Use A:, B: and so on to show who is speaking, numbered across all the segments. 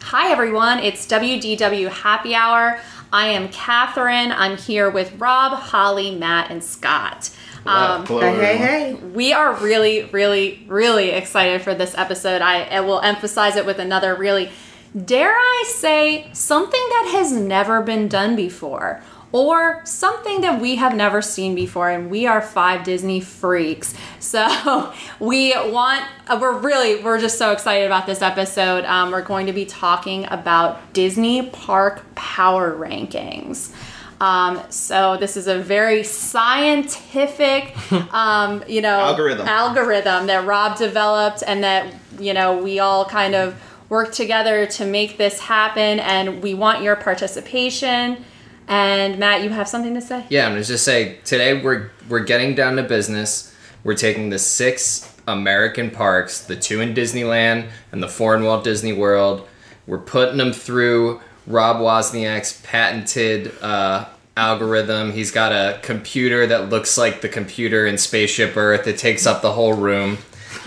A: Hi, everyone. It's WDW Happy Hour. I am Catherine. I'm here with Rob, Holly, Matt, and Scott. Um,
B: Hello,
C: Hey, hey,
B: everyone.
C: hey.
A: we are really, really, really excited for this episode. I, I will emphasize it with another really, dare I say, something that has never been done before, or something that we have never seen before, and we are five Disney freaks. So we want, uh, we're really, we're just so excited about this episode. Um, we're going to be talking about Disney Park Power Rankings. Um, so this is a very scientific, um, you know,
B: Algorithm.
A: algorithm that Rob developed, and that you know we all kind of work together to make this happen. And we want your participation. And Matt, you have something to say?
D: Yeah, I'm gonna just say today we're we're getting down to business. We're taking the six American parks, the two in Disneyland and the four in Walt Disney World. We're putting them through Rob Wozniak's patented uh, algorithm. He's got a computer that looks like the computer in Spaceship Earth. It takes up the whole room.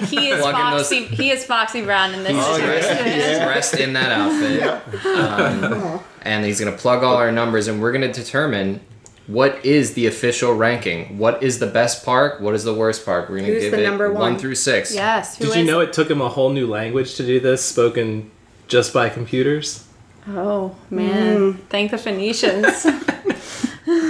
A: He is
D: Plugging those- Oh,
A: Foxy. He is Foxy Brown in this.
D: He's
A: situation.
D: dressed, he's dressed in that outfit. Um, and he's going to plug all our numbers, and we're going to determine what is the official ranking. What is the best park? What is the worst park? We're going to
C: Who's
D: give
C: the
D: it
C: number one?
D: through six.
A: Yes. who
E: Did you
A: is-
E: know it took him a whole new language to do this, spoken just by computers?
A: Oh man! Thank the Phoenicians. oh,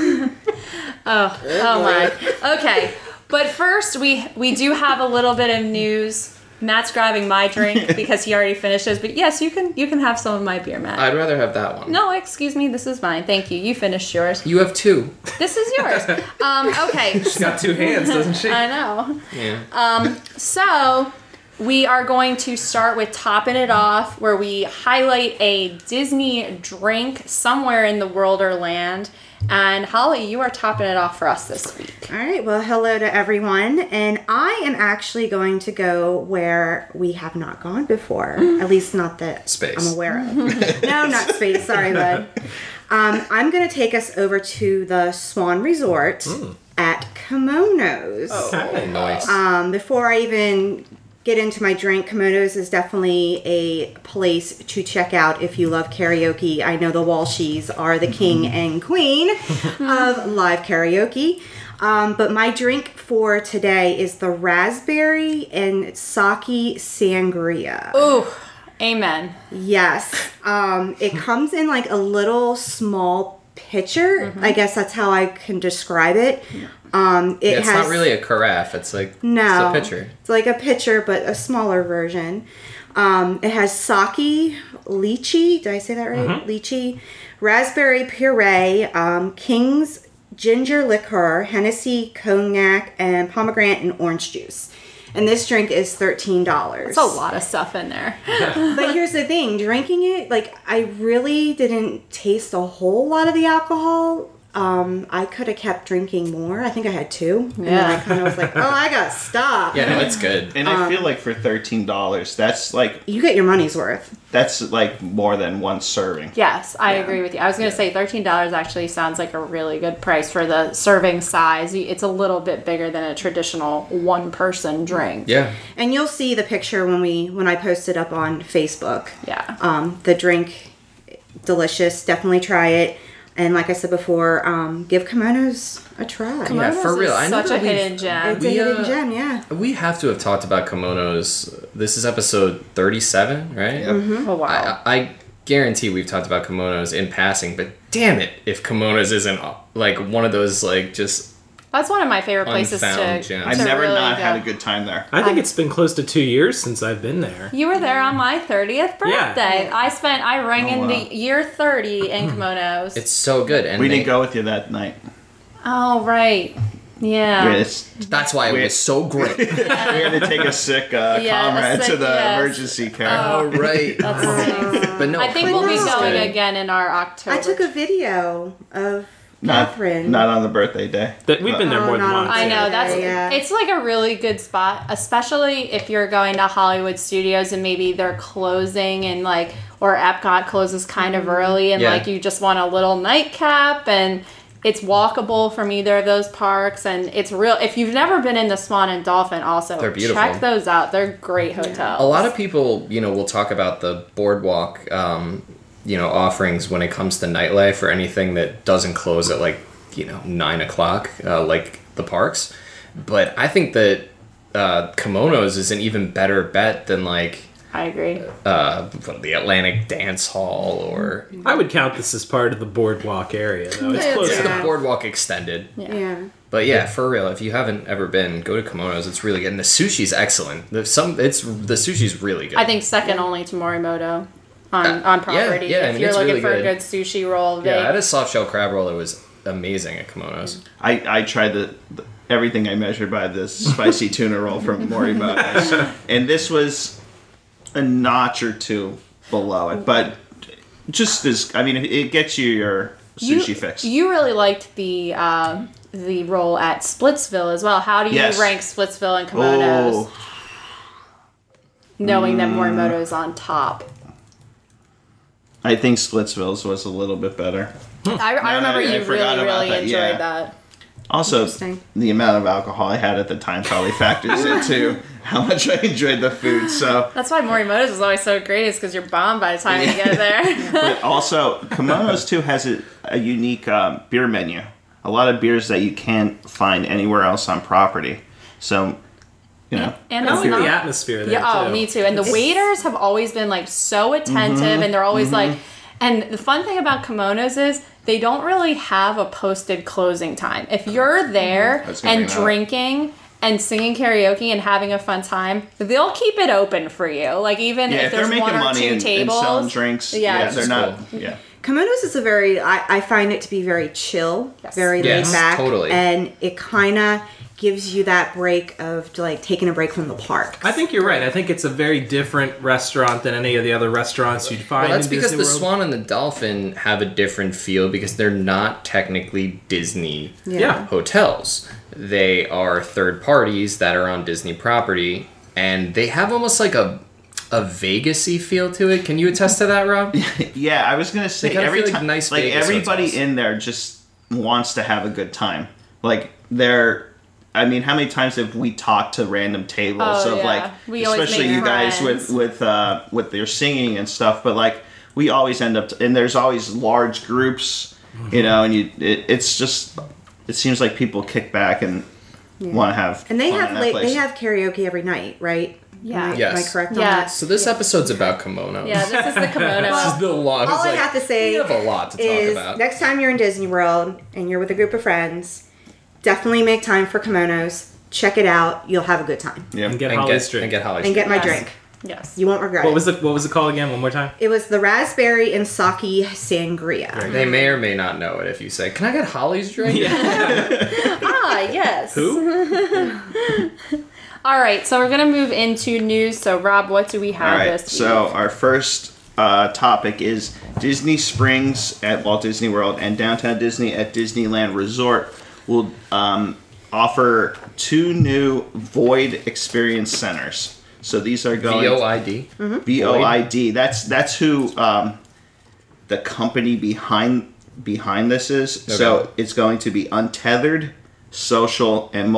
A: oh my. Okay, but first we we do have a little bit of news. Matt's grabbing my drink because he already finished his. But yes, you can you can have some of my beer, Matt.
D: I'd rather have that one.
A: no, excuse me. This is mine. Thank you. You finished yours.
D: You have two.
A: This is yours. Um, okay.
E: She's got two hands, doesn't she?
A: I know. Um,
D: Yeah.
A: So, we are going to start with topping it off, where we highlight a Disney drink somewhere in the world or land. And Holly, you are topping it off for us this week.
C: All right, well, hello to everyone. And I am actually going to go where we have not gone before, at least not that
D: Space.
C: I'm aware of. no, not space. Sorry, bud. Um, I'm going to take us over to the Swan Resort at Kimonos.
D: Oh, Nice.
C: Um, before I even get into my drink, Komodos is definitely a place to check out if you love karaoke. I know the Walshies are the king and queen of live karaoke. Um, but my drink for today is the raspberry and sake sangria.
A: Ooh, amen.
C: Yes. Um, it comes in like a little small pitcher. I guess that's how I can describe it. Um, it
D: Yeah, it's
C: has
D: not really a carafe. It's like
C: no.
D: it's a pitcher.
C: It's like a pitcher, but a smaller version. Um, it has sake, lychee. Did I say that right? Lychee, raspberry puree, um, King's ginger liqueur, Hennessy cognac, and pomegranate and orange juice. And this drink is thirteen dollars.
A: It's a lot of stuff in there.
C: But here's the thing: drinking it, like I really didn't taste a whole lot of the alcohol. Um, I could have kept drinking more. I think I had two, and then I
A: Yeah.
C: kind of was like, "Oh, I got stopped."
D: Yeah, no, it's good.
B: And
A: Um,
B: I feel like for thirteen dollars, that's like
C: you get your money's worth.
B: that's like more than one serving.
A: Yes, I agree with you. I was going to say thirteen dollars actually sounds like a really good price for the serving size. It's a little bit bigger than a traditional one-person drink.
D: Yeah.
C: And you'll see the picture when we when I post it up on Facebook.
A: Yeah.
D: Uh,
C: Um, the drink, delicious. Definitely try it. And like I said before, um, give kimonos a try.
D: Yeah, for
A: This is
D: real. I know
A: such a
D: that we've-
A: hidden gem.
C: It's a
D: We,
C: hidden
D: uh,
C: gem, yeah.
D: We have to have talked about kimonos. This is episode 37, right?
B: Mm-hmm.
A: Oh wow.
D: I, I guarantee we've talked about kimonos in passing, but damn it, if kimonos isn't like one of those like just
A: That's one of my favorite places
D: Unfound
A: to.
D: gems.
A: to
B: I've never
A: really
B: not
A: go.
B: had a good time there.
E: I think it's been close to two years since I've been there.
A: You were there on my 30th
E: Yeah.
A: birthday. I spent, I rang
B: Oh,
A: in
B: wow.
A: the year 30 in kimonos.
D: it's so good. And
B: We
D: they-
B: didn't go with you that night.
A: oh, right. Yeah.
B: It's-
D: That's why it
B: We-
D: was so great.
B: we had to take a sick uh,
A: Yeah, a
B: comrade to
A: sick-
B: the
A: yes. Oh,
B: emergency care.
D: All right,
A: That's nice.
D: but no,
A: I think we'll be
D: kimonos is
A: going
D: good.
A: again in our October.
C: I took a video of
B: not,
C: Catherine.
B: not on the birthday day.
E: That we've been there
C: Oh,
E: more than
C: not on
E: once.
A: I
E: yeah.
A: know that's
C: Yeah.
A: it's like a really good spot, especially if you're going to Hollywood Studios and maybe they're closing and like or Epcot closes kind of early and
D: Yeah.
A: like you just want a little nightcap and It's walkable from either of those parks, and it's real. If you've never been in the Swan and Dolphin, also
D: They're beautiful.
A: check those out. They're great hotels.
D: A lot of people, you know, will talk about the boardwalk, um, you know, offerings when it comes to nightlife or anything that doesn't close at like, you know, nine o'clock, uh, like the parks. But I think that uh, kimonos is an even better bet than like
A: I agree.
D: uh, what, the Atlantic Dance Hall or
E: I would count this as part of the boardwalk area, though. It's
A: Yeah, Oh,
E: close.
D: it's
E: enough.
D: the boardwalk extended.
A: Yeah.
C: Yeah.
D: But yeah, for real, if you haven't ever been, go to Kimonos. It's really good, and the sushi's excellent. The some it's the sushi's really good.
A: I think second only to Morimoto on on
D: Uh, yeah,
A: property.
D: yeah, I
A: if
D: mean,
A: you're
D: it's
A: looking
D: really
A: for a good
D: good.
A: sushi roll,
D: yeah, I
A: they-
D: had a soft shell crab roll that was amazing at Kimonos.
B: I, I tried the, the- everything I measured by this spicy tuna roll from Morimoto's, and this was a notch or two below it, but just as I mean, it, it gets you your sushi
A: you,
B: fix.
A: You really liked the um, the role at Splitsville as well. How do you
B: Yes.
A: rank Splitsville and Kimonos,
B: Oh.
A: knowing
B: Mm.
A: that Morimoto is on top?
B: I think Splitsville's was a little bit better.
A: I, I remember
B: I- I
A: you
B: forgot
A: really,
B: about
A: really
B: that,
A: enjoyed
B: yeah.
A: that.
B: Also,
C: Interesting.
B: the amount of alcohol I had at the time probably factors into how much I enjoyed the food. So,
A: That's why Morimoto's is always so great, is because you're bombed by the time you get there.
B: but also Kimonos too has a, a unique um, beer menu. A lot of beers that you can't find anywhere else on property. So, you know,
A: and
E: I
A: it's
E: like
A: not
E: the atmosphere there.
A: Yeah, oh,
E: too.
A: me too. And the waiters have always been like so attentive,
D: Mm-hmm.
A: and they're always like. And the fun thing about kimonos is they don't really have a posted closing time. If
D: Mm-hmm.
A: you're there
B: That's gonna
A: and
B: be loud.
A: drinking and singing karaoke and having a fun time, they'll keep it open for you. Like even
B: yeah,
A: if,
B: if, they're
A: there's
B: making
A: one or
B: money
A: two
B: and, and
A: tables,
B: selling drinks, yeah,
A: Yeah,
B: they're
D: it's
B: not. Yeah,
C: Kimonos is a very, I, I find it to be very chill,
A: Yes.
C: very
D: Yes,
C: laid back.
D: totally.
C: And it kind of gives you that break of like taking a break from the park.
E: I think you're right. I think it's a very different restaurant than any of the other restaurants you'd find.
D: Well, that's
E: in
D: because
E: Disney
D: the
E: World.
D: Swan and the Dolphin have a different feel because they're not technically Disney
E: Yeah.
D: hotels. They are third parties that are on Disney property, and they have almost like a a Vegasy feel to it. Can you attest to that, Rob?
B: yeah. I was gonna say
D: kinda
B: every
D: feel like
B: time,
D: nice
B: like
D: Vegas
B: everybody
D: hotels.
B: in there just wants to have a good time. Like they're. I mean, how many times have we talked to random tables
A: Oh,
B: of
A: yeah.
B: like,
A: We always
B: especially
A: make
B: you guys
A: friends.
B: with with uh, with their singing and stuff, but like we always end up, and there's always large groups, you know, and you it, it's just it seems like people kick back and want to have
C: and they
B: fun
C: have
B: in that
C: late,
B: place.
C: they have karaoke every night, right?
A: Yeah.
C: Am I, am I
D: Yes.
C: correct
A: Yeah.
C: on that?
D: So this episode's about kimono.
A: yeah, this is the kimono.
D: this is the longest.
C: All I
D: like,
C: have to say
D: we have a lot to talk
C: is
D: about.
C: next time you're in Disney World and you're with a group of friends, definitely make time for kimonos. Check it out. You'll have a good time.
B: yeah.
E: and get
D: and
E: Holly's
D: get,
E: drink.
D: and get Holly's
C: And get my
A: Yes.
C: drink.
A: yes.
C: You won't regret
E: what was
C: it.
E: the What was the call again? One more time.
C: It was the raspberry and sake sangria.
D: drink. They may or may not know it if you say, "Can I get Holly's drink?"
A: ah, yes.
E: Who?
A: All right, so we're gonna move into news. So Rob, what do we have
B: All right.
A: this week?
B: So our first uh, topic is Disney Springs at Walt Disney World and Downtown Disney at Disneyland Resort will um, offer two new Void Experience Centers. So these are going
D: VOID.
B: B O I D. That's that's who um, the company behind behind this is.
D: Okay.
B: So it's going to be untethered, social, and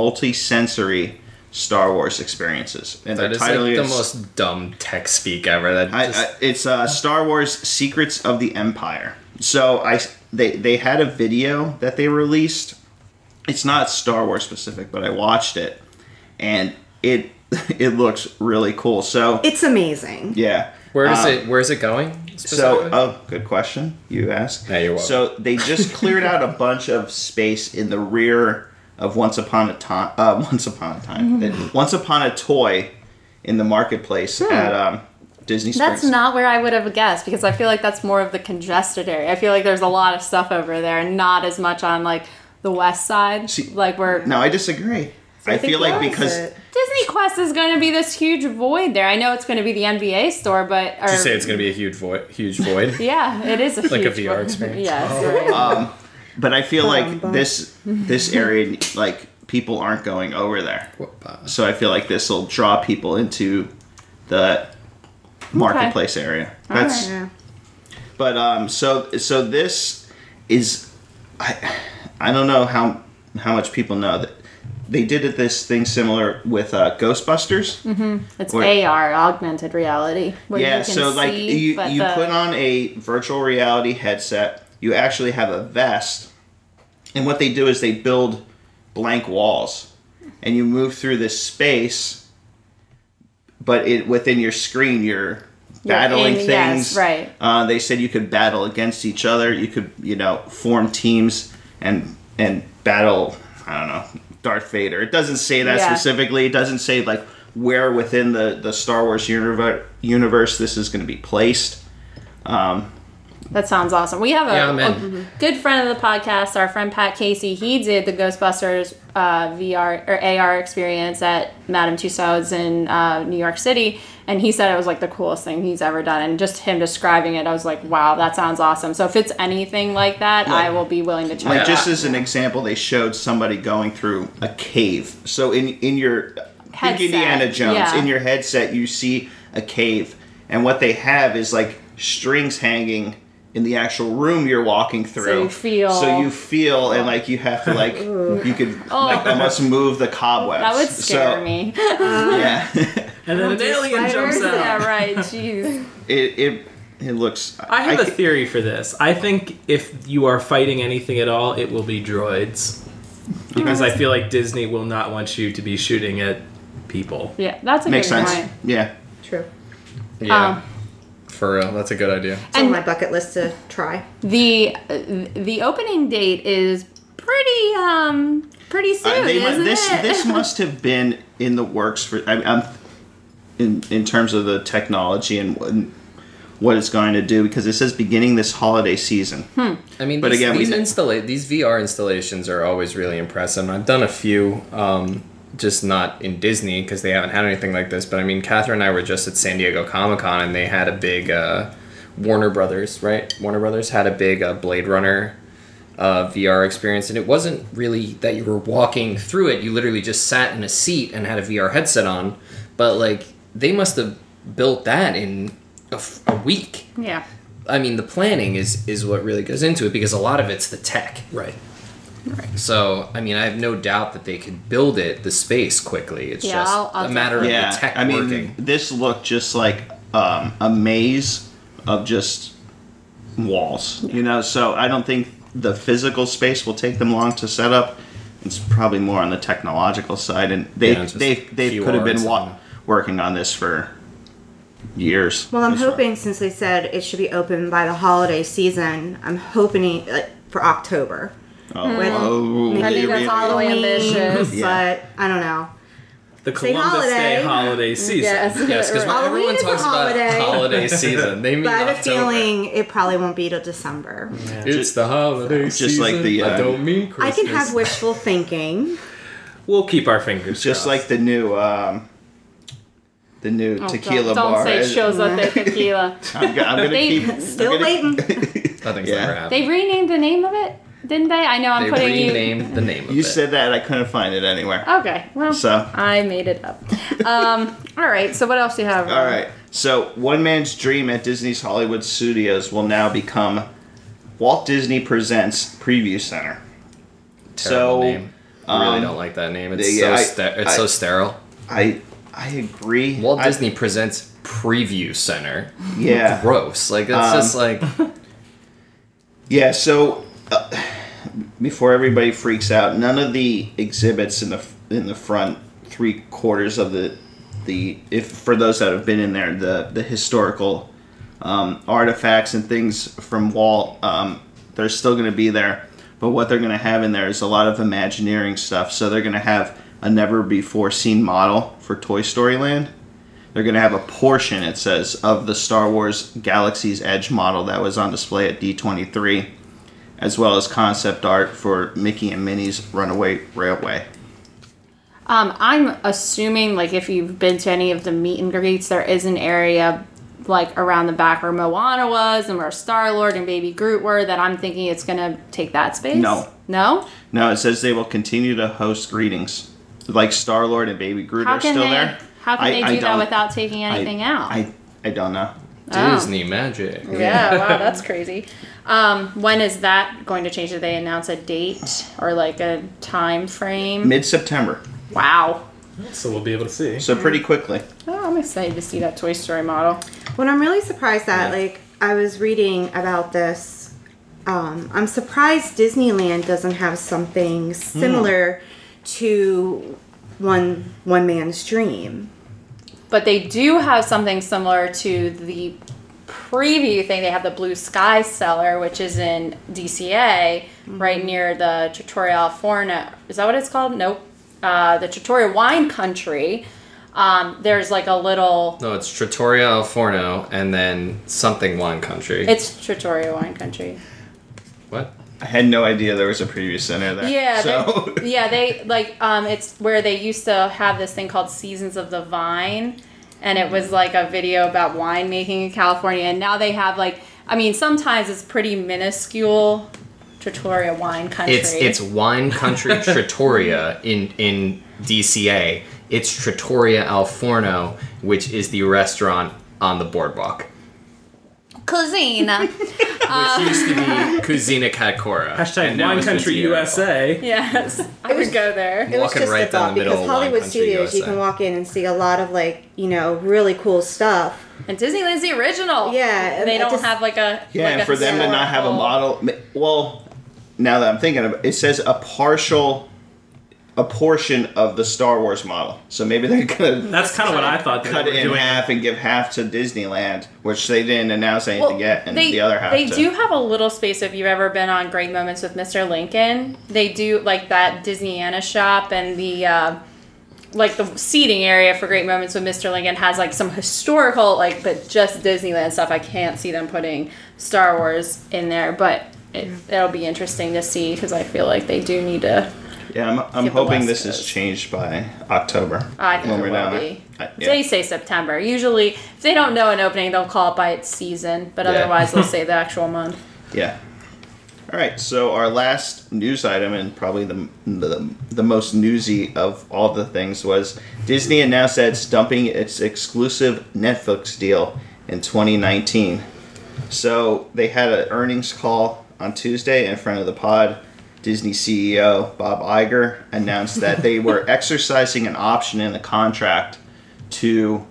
B: multi-sensory Star Wars experiences. And
D: That
B: they're
D: is
C: Mm-hmm.
D: like
B: titling
D: the
B: it
D: most dumb tech speak ever. That
B: I,
D: just,
B: I, it's uh, Star Wars: Secrets of the Empire. So I they they had a video that they released. It's not Star Wars specific, but I watched it, and it it looks really cool. So
C: It's amazing.
B: yeah,
D: where is
B: Um,
D: it? Where is it going?
B: So
C: Um,
D: specifically?
B: oh, good question you asked.
D: Yeah, you're welcome.
B: So they just cleared out a bunch of space in the rear of Once Upon a Time. Uh, Once Upon a Time.
D: Mm-hmm.
B: Once Upon a Toy in the marketplace
D: Hmm.
B: at um, Disney Springs.
A: That's not where I would have guessed because I feel like that's more of the congested area. I feel like there's a lot of stuff over there and not as much on like the west side.
B: See-
A: like where
B: No, I disagree. I,
C: think
B: feel like
C: that is
B: because
C: it.
A: Disney Quest is going to be this huge void there. I know it's going to be the NBA store, but or,
D: Did you say it's going to be a huge void? Huge void.
A: yeah, it is a
D: Like a
A: huge
D: VR
A: void.
D: experience?
A: Yes, right.
B: but I feel like
C: Bum,
B: this this area like people aren't going over there.
D: Whoop-a.
B: So I feel like this will draw people into the marketplace area. That's
C: Yeah.
B: but um so so this is I I don't know how how much people know that they did it- this thing similar with uh, Ghostbusters.
A: It's
B: Or-
A: AR, augmented reality. Where
B: yeah, so like you
A: but
B: you
A: the-
B: put on a virtual reality headset. You actually have a vest, and what they do is they build blank walls, and you move through this space. But it within your screen, you're
A: You're
B: battling
A: in-
B: things.
A: yes, right.
B: Uh, they said you could battle against each other. You could you know form teams and and battle. I don't know Darth Vader. It doesn't say that
A: Yeah.
B: specifically. It doesn't say like where within the the Star Wars universe universe this is going to be placed.
A: That sounds awesome. We have a,
D: Yeah, I'm
A: a
D: in.
A: good friend of the podcast, our friend Pat Casey. He did the Ghostbusters uh, VR or AR experience at Madame Tussauds in uh, New York City, and he said it was like the coolest thing he's ever done. And just him describing it, I was like, wow, that sounds awesome. So if it's anything like that, I will be willing to check.
B: Like
A: it
B: just
A: out.
B: as an example, they showed somebody going through a cave. So in in your
A: Headset,
B: think Indiana Jones
A: yeah.
B: in your headset, you see a cave, and what they have is like strings hanging in the actual room you're walking through.
A: you feel-
B: So you feel, and like you have to like you could like
A: Oh.
B: almost move the cobwebs.
A: that would scare
B: So,
A: me.
B: Yeah,
E: And then an alien jumps out.
A: yeah, right. Jeez.
B: it it it looks.
E: I have a
B: ca-
E: theory for this. I think if you are fighting anything at all, it will be droids. Because I feel like Disney will not want you to be shooting at people.
A: Yeah, that's a
B: makes
A: good
B: sense.
A: point.
B: Yeah.
C: True.
D: Yeah,
A: Um,
D: for real. That's a good idea.
C: It's on
A: And-
C: my bucket list to try.
A: the the opening date is pretty um pretty soon,
B: Uh, they mu-
A: isn't
B: this
A: it?
B: this must have been in the works for I, I'm in in terms of the technology and what, what it's going to do because it says beginning this holiday season.
D: I mean,
B: But
D: these,
B: again, we
D: these
B: kn-
D: installa- these VR installations are always really impressive. And I've done a few, um, just not in Disney because they haven't had anything like this. But I mean, Catherine and I were just at San Diego Comic Con, and they had a big uh, Warner Brothers, right? Warner Brothers had a big uh, Blade Runner uh, VR experience, and it wasn't really that you were walking through it. You literally just sat in a seat and had a VR headset on. But like, they must have built that in a f a a week.
A: yeah.
D: I mean, the planning is is what really goes into it because a lot of it's the tech.
E: Right.
D: So, I mean, I have no doubt that they could build it the space quickly. It's
A: Yeah,
D: just
A: I'll- I'll
D: a matter of
B: Yeah,
D: the tech
B: I mean
D: working.
B: this looked just like um, a maze of just walls, you know. So I don't think the physical space will take them long to set up. It's probably more on the technological side, and they
D: Yeah, it's just
B: they they
D: few
B: could have been
D: hours
B: wa-
D: and-
B: working on this for years.
C: Well, I'm
B: That's right.
C: hoping since they said it should be open by the holiday season, I'm hoping uh, for October.
B: Oh,
C: When-
B: whoa,
C: Maybe
A: I think
B: really,
A: that's all the way
C: Halloween,
A: ambitious.
B: Yeah.
C: But I don't know.
E: The
C: Say
E: Columbus Day
C: holiday.
E: holiday season.
D: Yes, because
C: Halloween
D: everyone
C: is a
D: talks about
C: holiday.
D: holiday season. They mean
C: But I have a
D: October.
C: feeling it probably won't be till December.
D: it's the holiday
B: Just
D: season.
B: like the,
D: I
B: uh,
D: don't mean
C: I
D: Christmas.
C: can have wishful thinking.
E: We'll keep our fingers
B: just
E: crossed.
B: like the new um, the new
A: Oh,
B: tequila
A: don't, don't
B: bar.
A: say
B: is-
A: shows up their tequila.
B: I'm, go- I'm gonna
A: They-
B: keep I'm
C: Still
B: gonna-
C: waiting.
D: Nothing's
B: Yeah.
D: ever happened.
A: They renamed the name of it, didn't they? I know I'm
D: They,
A: putting
D: renamed the name of
B: You
D: it.
B: said that I couldn't find it anywhere.
A: you. Okay, well,
B: So.
A: I made it up. Um, all right. So what else do you have?
B: All right. So, one man's dream at Disney's Hollywood Studios will now become Walt Disney Presents Preview Center.
D: Terrible
B: so,
D: name. I really
B: um,
D: don't like that name. It's
B: they-
D: so
B: I-
D: ster- it's
B: I-
D: so sterile.
B: I I agree.
D: Walt
B: I-
D: Disney presents Preview Center.
B: yeah.
D: Gross. Like that's
B: Um,
D: just like
B: Yeah, so uh, before everybody freaks out, none of the exhibits in the in the front three quarters of the the if for those that have been in there, the the historical um, artifacts and things from Walt, um, they're still going to be there. But what they're going to have in there is a lot of Imagineering stuff. So they're going to have a never before seen model for Toy Story Land. They're going to have a portion, it says, of the Star Wars Galaxy's Edge model that was on display at D23, as well as concept art for Mickey and Minnie's Runaway Railway.
A: Um, I'm assuming, like, if you've been to any of the meet and greets, there is an area, like, around the back where Moana was and where Star Lord and Baby Groot were that I'm thinking it's going to take that space.
B: No.
A: No?
B: No, it says they will continue to host greetings. Like Star Lord and Baby Groot
A: How
B: are
A: can
B: still
A: they,
B: there.
A: How can
B: I-
A: they
B: I
A: do that
B: don't-
A: without taking anything
B: I,
A: out?
B: I, I don't know.
D: Disney
C: Oh.
D: magic.
A: Yeah, wow, that's crazy. Um, when is that going to change? Did they announce a date or like a time frame?
B: Mid September,
A: Wow.
E: So we'll be able to see.
B: so pretty quickly.
A: Oh, I'm excited to see that Toy Story model.
C: What I'm really surprised at,
D: Yeah.
C: like, I was reading about this. Um, I'm surprised Disneyland doesn't have something
D: Hmm.
C: similar to one one man's dream.
A: But they do have something similar to the preview thing. They have the Blue Sky Cellar, which is in DCA, right near the Trattoria Al Forno. Is that what it's called? Nope. Uh, the Trattoria Wine Country. Um, there's like a little.
D: No, it's Trattoria al Forno and then something wine country.
A: It's Trattoria Wine Country.
D: what?
B: I had no idea there was a preview center there.
A: Yeah.
B: So
A: they- yeah, they like um it's where they used to have this thing called Seasons of the Vine and it was like a video about winemaking in California and now they have like I mean sometimes it's pretty minuscule Trattoria wine country.
D: It's it's wine country Trattoria in in DCA. It's Trattoria al Forno, which is the restaurant on the boardwalk.
A: cuisine.
C: Uh.
D: Which used to be Cucina Catacora.
E: Hashtag
D: and now
E: Wine
D: it's
E: Country
D: Cucina
E: USA.
A: yes. I would go there.
C: It was
D: Walking
C: just
D: right down
C: a thought
D: the middle
C: because
D: of Wine
C: Hollywood
D: Country,
C: Studios, you
D: USA.
C: can walk in and see a lot of like you know really cool stuff.
A: And Disneyland's the original.
C: Yeah,
A: They
C: I
A: don't
C: just-
A: have like a
B: yeah,
A: like
B: and
A: a
B: for them to not have a
A: historical-
B: model. Well, now that I'm thinking of it, it says a partial, a portion of the Star Wars model. So maybe they're gonna
E: That's kind of what I thought they
B: cut
E: were
B: it in
E: doing.
B: half and give half to Disneyland, which they didn't announce anything yet, and the other half.
A: They
B: to,
A: do have a little space if you've ever been on Great Moments with Mr. Lincoln. They do like that Disneyana shop and the uh, like the seating area for Great Moments with Mr. Lincoln has like some historical like but just Disneyland stuff. I can't see them putting Star Wars in there, but it, it'll be interesting to see because I feel like they do need to.
B: Yeah, I'm,
A: Get
B: I'm
A: the West
B: hoping this is
A: Coast.
B: changed by October.
A: I think it will
B: there.
A: be.
B: I-
A: They
B: yeah.
A: say September. Usually, if they don't know an opening, they'll call it by its season, but
D: Yeah.
A: otherwise, they'll say the actual month.
B: yeah. All right. So our last news item, and probably the, the the most newsy of all the things, was Disney announced that it's dumping its exclusive Netflix deal in 2019. So they had an earnings call on Tuesday in front of the pod. Disney CEO Bob Iger announced that they were exercising an option in the contract to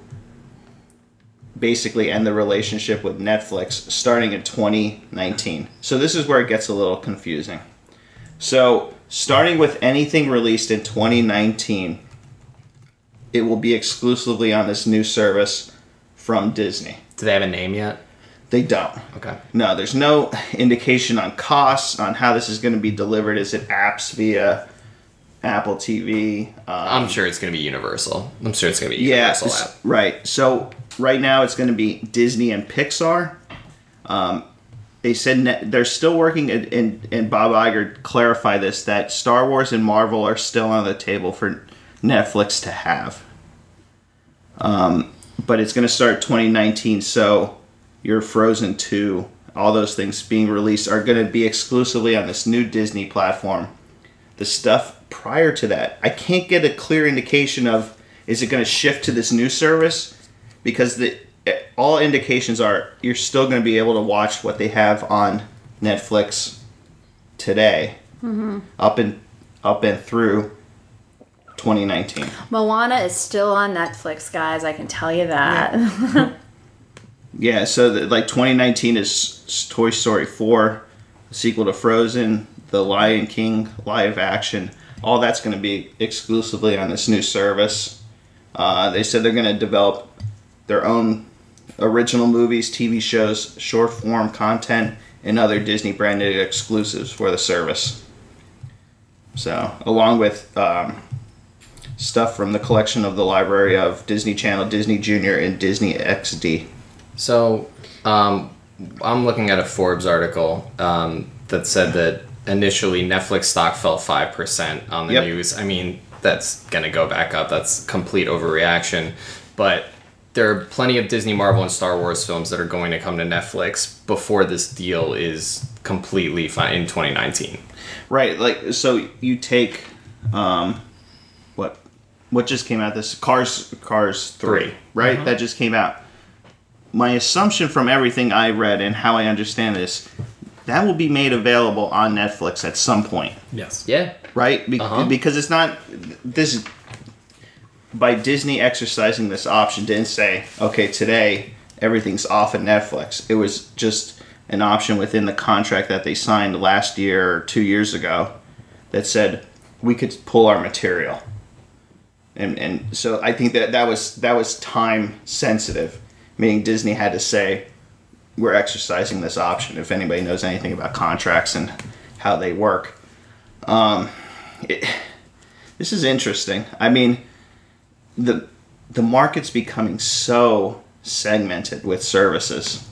B: basically end the relationship with Netflix starting in 2019. So this is where it gets a little confusing. So, starting with anything released in 2019, it will be exclusively on this new service from Disney.
D: Do they have a name yet?
B: They don't.
D: Okay.
B: No, there's no indication on costs, on how this is going to be delivered. Is it apps via Apple TV? Uh,
D: I'm sure it's gonna be Universal. I'm sure it's gonna be
B: yeah,
D: Universal
B: s-
D: app.
B: right. So right now it's going to be Disney and Pixar. Um, they said net, they're still working, and, and and Bob Iger clarified this that Star Wars and Marvel are still on the table for Netflix to have. Um, but it's going to start 2019, so your Frozen two, all those things being released are going to be exclusively on this new Disney platform the stuff prior to that. I can't get a clear indication of is it going to shift to this new service because the eh, all indications are you're still going to be able to watch what they have on Netflix today up and up and through 2019.
A: Moana is still on Netflix, guys. I can tell you that.
B: Yeah, so the, like 2019 is s- Toy Story 4, the sequel to Frozen, The Lion King live action. All that's going to be exclusively on this new service. Uh, they said they're going to develop their own original movies, TV shows, short form content, and other Disney branded exclusives for the service. So, along with um, stuff from the collection of the library of Disney Channel, Disney Junior, and Disney XD.
D: So, um, I'm looking at a Forbes article um, that said that initially Netflix stock fell five percent on the
B: Yep.
D: news. I mean, that's gonna go back up. That's complete overreaction. But there are plenty of Disney, Marvel, and Star Wars films that are going to come to Netflix before this deal is completely fine in 2019.
B: Right, like so you take um what what just came out this Cars Cars 3,
D: Three.
B: right? That just came out. my assumption from everything I read and how I understand this, that will be made available on Netflix at some point,
E: Yes.
D: Yeah.
B: right? Be-
D: Uh-huh.
B: Because it's not this by Disney exercising this option didn't say, okay, today everything's off of Netflix. It was just an option within the contract that they signed last year or two years ago that said we could pull our material. And, and so I think that that was that was time sensitive, meaning Disney had to say we're exercising this option. If anybody knows anything about contracts and how they work, um, it, this is interesting. I mean, the the market's becoming so segmented with services.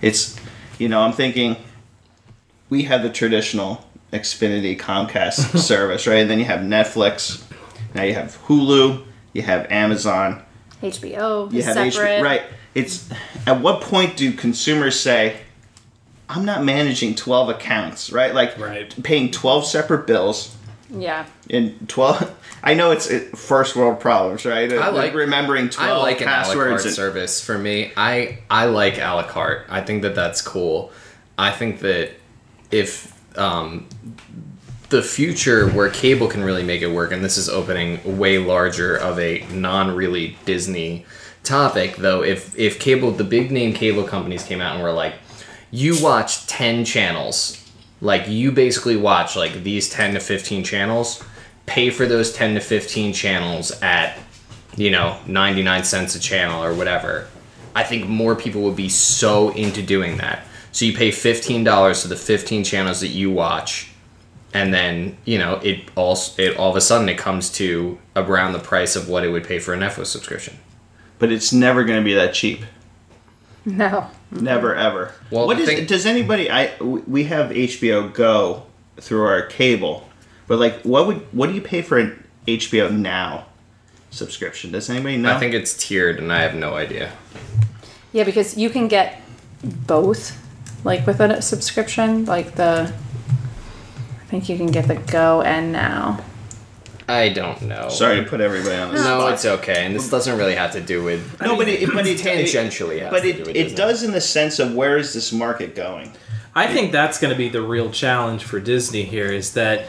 B: It's you know I'm thinking we have the traditional Xfinity Comcast service, right? And then you have Netflix. Now you have Hulu. You have Amazon.
F: HBO
B: You
F: is
B: have HBO
F: separate.
B: right. It's at what point do consumers say, "I'm not managing 12 accounts," right? Like
E: Right.
B: paying 12 separate bills
F: Yeah.
B: in 12 i know it's uh, first world problems right
D: I like-
B: remembering 12
D: I like an a la
B: passwords
D: carte
B: and-
D: service for me. I I like a la carte. I think that that's cool. I think that if um, the future where cable can really make it work, and this is opening way larger of a non really Disney topic, though, if if cable the big name cable companies came out and were like, you watch ten channels, like you basically watch like these ten to fifteen channels, pay for those ten to fifteen channels at you know, 99 cents a channel or whatever. I think more people would be so into doing that. So you pay $15 to the 15 channels that you watch and then, you know, it all it all of a sudden it comes to around the price of what it would pay for a Netflix subscription.
B: but it's never going to be that cheap
F: No.
B: never ever
D: Well,
B: what
D: the
B: is
D: thing-
B: does anybody i w- we have hbo go through our cable but like what would what do you pay for an hbo now subscription does anybody know
D: I think it's tiered and I have no idea.
F: Yeah, because you can get both, like with a subscription, like the. I think you can get the Go and Now.
D: I don't know.
B: sorry to put everybody on this
D: No, it's okay. And this doesn't really have to do with
B: no but it but it
D: tangentially has
B: but
D: to do
B: it,
D: with
B: it
D: Disney.
B: does in the sense of where is this market going
E: I think that's going to be the real challenge for Disney here is that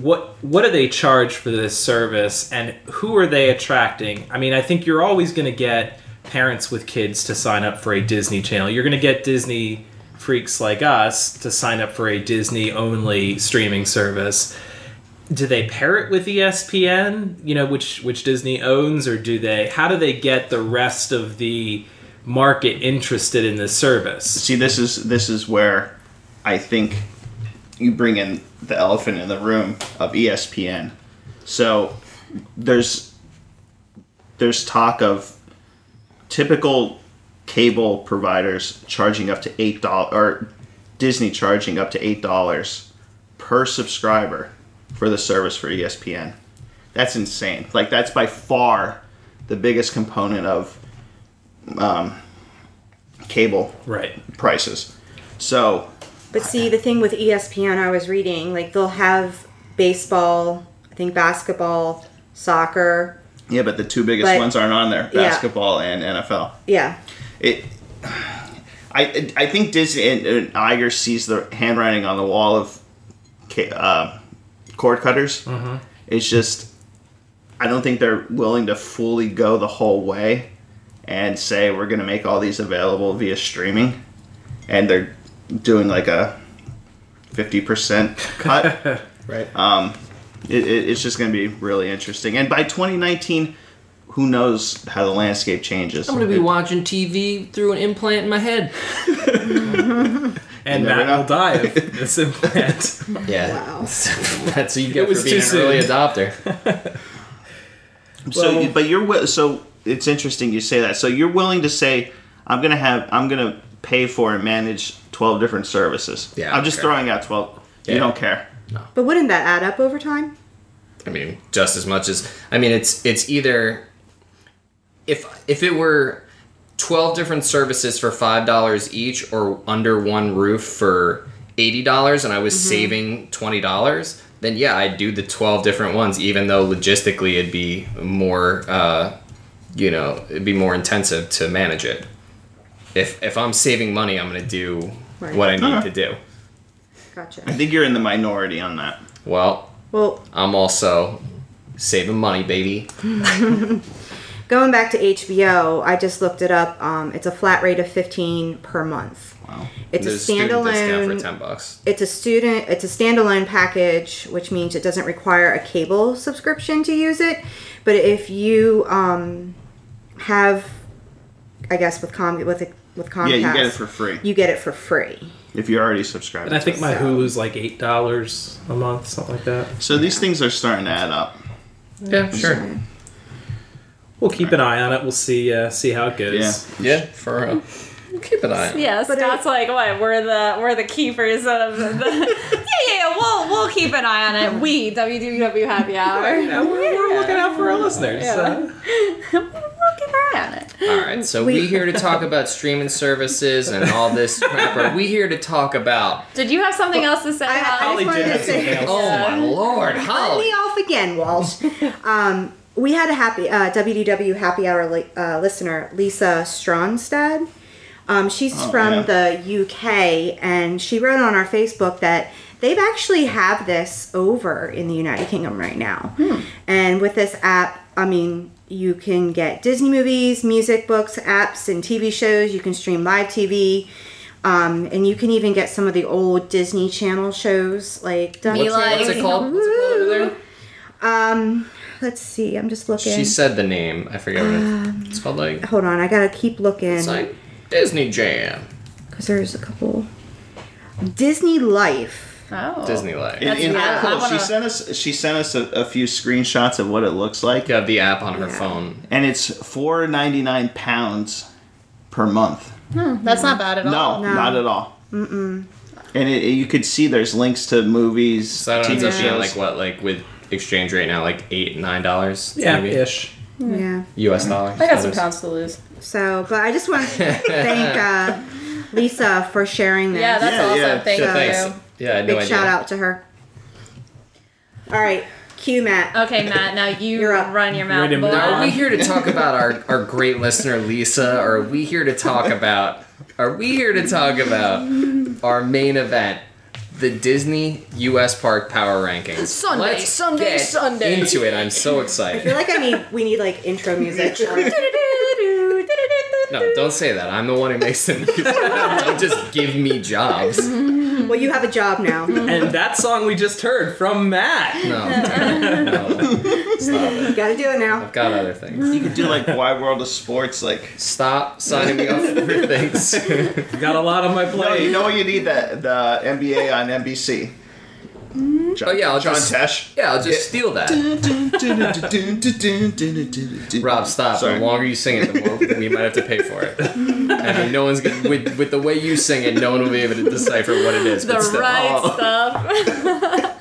E: what what do they charge for this service and who are they attracting? I mean, I think you're always going to get parents with kids to sign up for a Disney channel. You're going to get Disney freaks like us to sign up for a Disney only streaming service. Do they pair it with E ESPN, you know, which which Disney owns or do they how do they get the rest of the market interested in this service?
B: see this is this is where i think you bring in the elephant in the room of E espn so there's there's talk of typical cable providers charging up to eight dollars or disney charging up to eight dollars per subscriber for the service for E espn that's insane like that's by far the biggest component of um, cable
E: Right.
B: prices. So
C: But see, the thing with E ESPN, I was reading, like they'll have baseball, I think basketball, soccer.
B: yeah, but the two biggest
C: But-
B: ones aren't on there:
C: Yeah.
B: basketball and NFL.
C: Yeah.
B: It, I, I think Disney and, and Iger sees the handwriting on the wall of ca- uh, cord cutters.
C: Mm-hmm.
B: It's just I don't think they're willing to fully go the whole way and say we're going to make all these available via streaming, and they're doing like a fifty percent cut.
D: right?
B: it, it, it's just going to be really interesting. And by 2019, who knows how the landscape changes?
D: I'm going to be watching TV through an implant in my head.
E: And
B: You never
E: Matt
B: know.
E: will die of this implant.
D: Yeah.
C: Wow.
D: That's what you get
E: was
D: for being
E: too
D: an early
E: soon.
D: adopter.
B: so,
E: well-
B: but you're wi- so it's interesting you say that. So you're willing to say I'm going to have I'm going to pay for and manage 12 different services.
D: Yeah, I
B: I'm
D: don't
B: just
D: care.
B: throwing out 12. You
D: Yeah.
B: don't care.
C: But wouldn't that add up over time?
D: I mean, just as much as I mean, it's it's either if if it were twelve different services for five dollars each, or under one roof for eighty dollars, and I was saving twenty dollars, then yeah, I'd do the twelve different ones, even though logistically it'd be more, uh, you know, it'd be more intensive to manage it. if if I'm saving money, I'm gonna do
C: Right.
D: what I need
B: Okay.
D: to do.
B: I
C: Gotcha.
B: think you're in the minority on that.
D: Well,
C: Well,
D: I'm also saving money, baby.
C: going back to HBO, I just looked it up. Um, it's a flat rate of 15 per month.
B: Wow.
C: It's
D: There's
C: a
D: a student discount for
C: standalone
D: ten bucks.
C: it's a student it's a standalone package which means it doesn't require a cable subscription to use it but if you um, have i guess with com with a, with comcast
B: Yeah, you get it for free
C: you get it for free
B: if you're already subscribed.
E: And I
B: to
E: think
B: it.
E: my Hulu's like eight dollars a month, something like that.
B: so these things are starting to add up.
D: Yeah, sure.
E: We'll keep an eye on it. We'll see uh, see how it goes.
D: Yeah,
B: Yeah.
D: for real. Keep an eye. on it.
F: Yeah,
C: But
F: Scott's
C: it-
F: like, what? We're the we're the keepers of the. yeah, yeah, yeah. We'll we'll keep an eye on it. We WWW Happy
E: You
F: Hour.
E: know, we're, we're looking out for our listeners. so-
F: we'll keep an eye on it.
D: All right, so we here to talk about streaming services and all this crap. Are we here to talk about?
F: Did you have something else to say?
C: I- I
F: Holly?
E: Holly
C: wanted
E: did
C: to
E: have
C: say-
E: something else.
D: Oh my lord,
C: Cut me
D: Holly!
C: off again walsh um, we had a happy uh, wdw happy hour li- uh, listener lisa stronstad um, she's
B: Oh,
C: from
B: yeah.
C: the uk and she wrote on our facebook that they've actually have this over in the united kingdom right now
B: Hmm.
C: and with this app i mean you can get disney movies music books apps and tv shows you can stream live tv um, and you can even get some of the old disney channel shows like
D: What's,
F: Eli.
D: what's it called? What's it called over there?
C: um, let's see. I'm just looking.
D: She said the name. I forget what it- it's called. Like
C: Hold on, I gotta keep looking
D: it's like Disney Jam,
C: because there's a couple. Disney Life.
F: Oh.
D: Disney Life.
B: It,
F: That's-
B: it's
F: yeah,
B: cool.
F: I
B: She
F: wanna-
B: sent us she sent us a, a few screenshots of what it looks like,
D: Got the app on her
C: Yeah.
D: phone.
B: and it's four ninety nine pounds per month.
F: Hmm, That's not bad at all.
B: No,
C: No.
B: not at all. Mm-mm. And it, you could see there's links to movies,
D: So that ends
B: TV
D: up being
B: shows.
D: like what, like with exchange rate now, like eight nine dollars.
E: Yeah,
D: maybe?
E: ish.
C: Yeah.
D: U.S. dollars.
F: I got some pounds to lose.
C: So, but I just want to thank uh, Lisa for sharing this.
F: Yeah, that's
B: Yeah,
F: awesome.
B: yeah.
F: Thank
D: So
F: you.
D: thanks. Yeah, I had no
C: Big
D: idea.
C: shout out to her. All right, cue Matt.
F: Okay, Matt. Now you
C: You're up.
F: run your mouth.
E: Ready to
F: boy.
E: move
D: Now, are
A: Um,
E: on.
D: we here to talk about our, our great listener Lisa? Or are we here to talk about are we here to talk about our main event, the Disney US Park Power Rankings?
F: Sunday,
D: Let's
F: Sunday,
D: get
F: Sunday.
D: Into it. I'm so
C: I feel
D: excited.
C: like I need we need like intro music.
D: No, don't say that. I'm the one who makes the music. Don't just give me jobs. No.
C: well, you have a job now. You
E: And that song we just heard from Matt.
D: no. Stop it.
C: gotta do it now.
D: I've got other things.
B: you could do like Wide World of Sports, like.
D: Stop signing me up for things.
E: Got a lot on my
B: No, you
E: plate.
B: know what you need that the NBA on NBC. John,
D: Oh, yeah, I'll
B: John
D: just-
B: Tesh.
D: Yeah, I'll just steal that. Rob, stop.
B: Sorry.
D: The longer you sing it, the more we might have to pay for it. I mean, no one's gonna, with, with the way you sing it, no one will be able to decipher what it is.
F: The
D: but still.
F: right
D: Oh.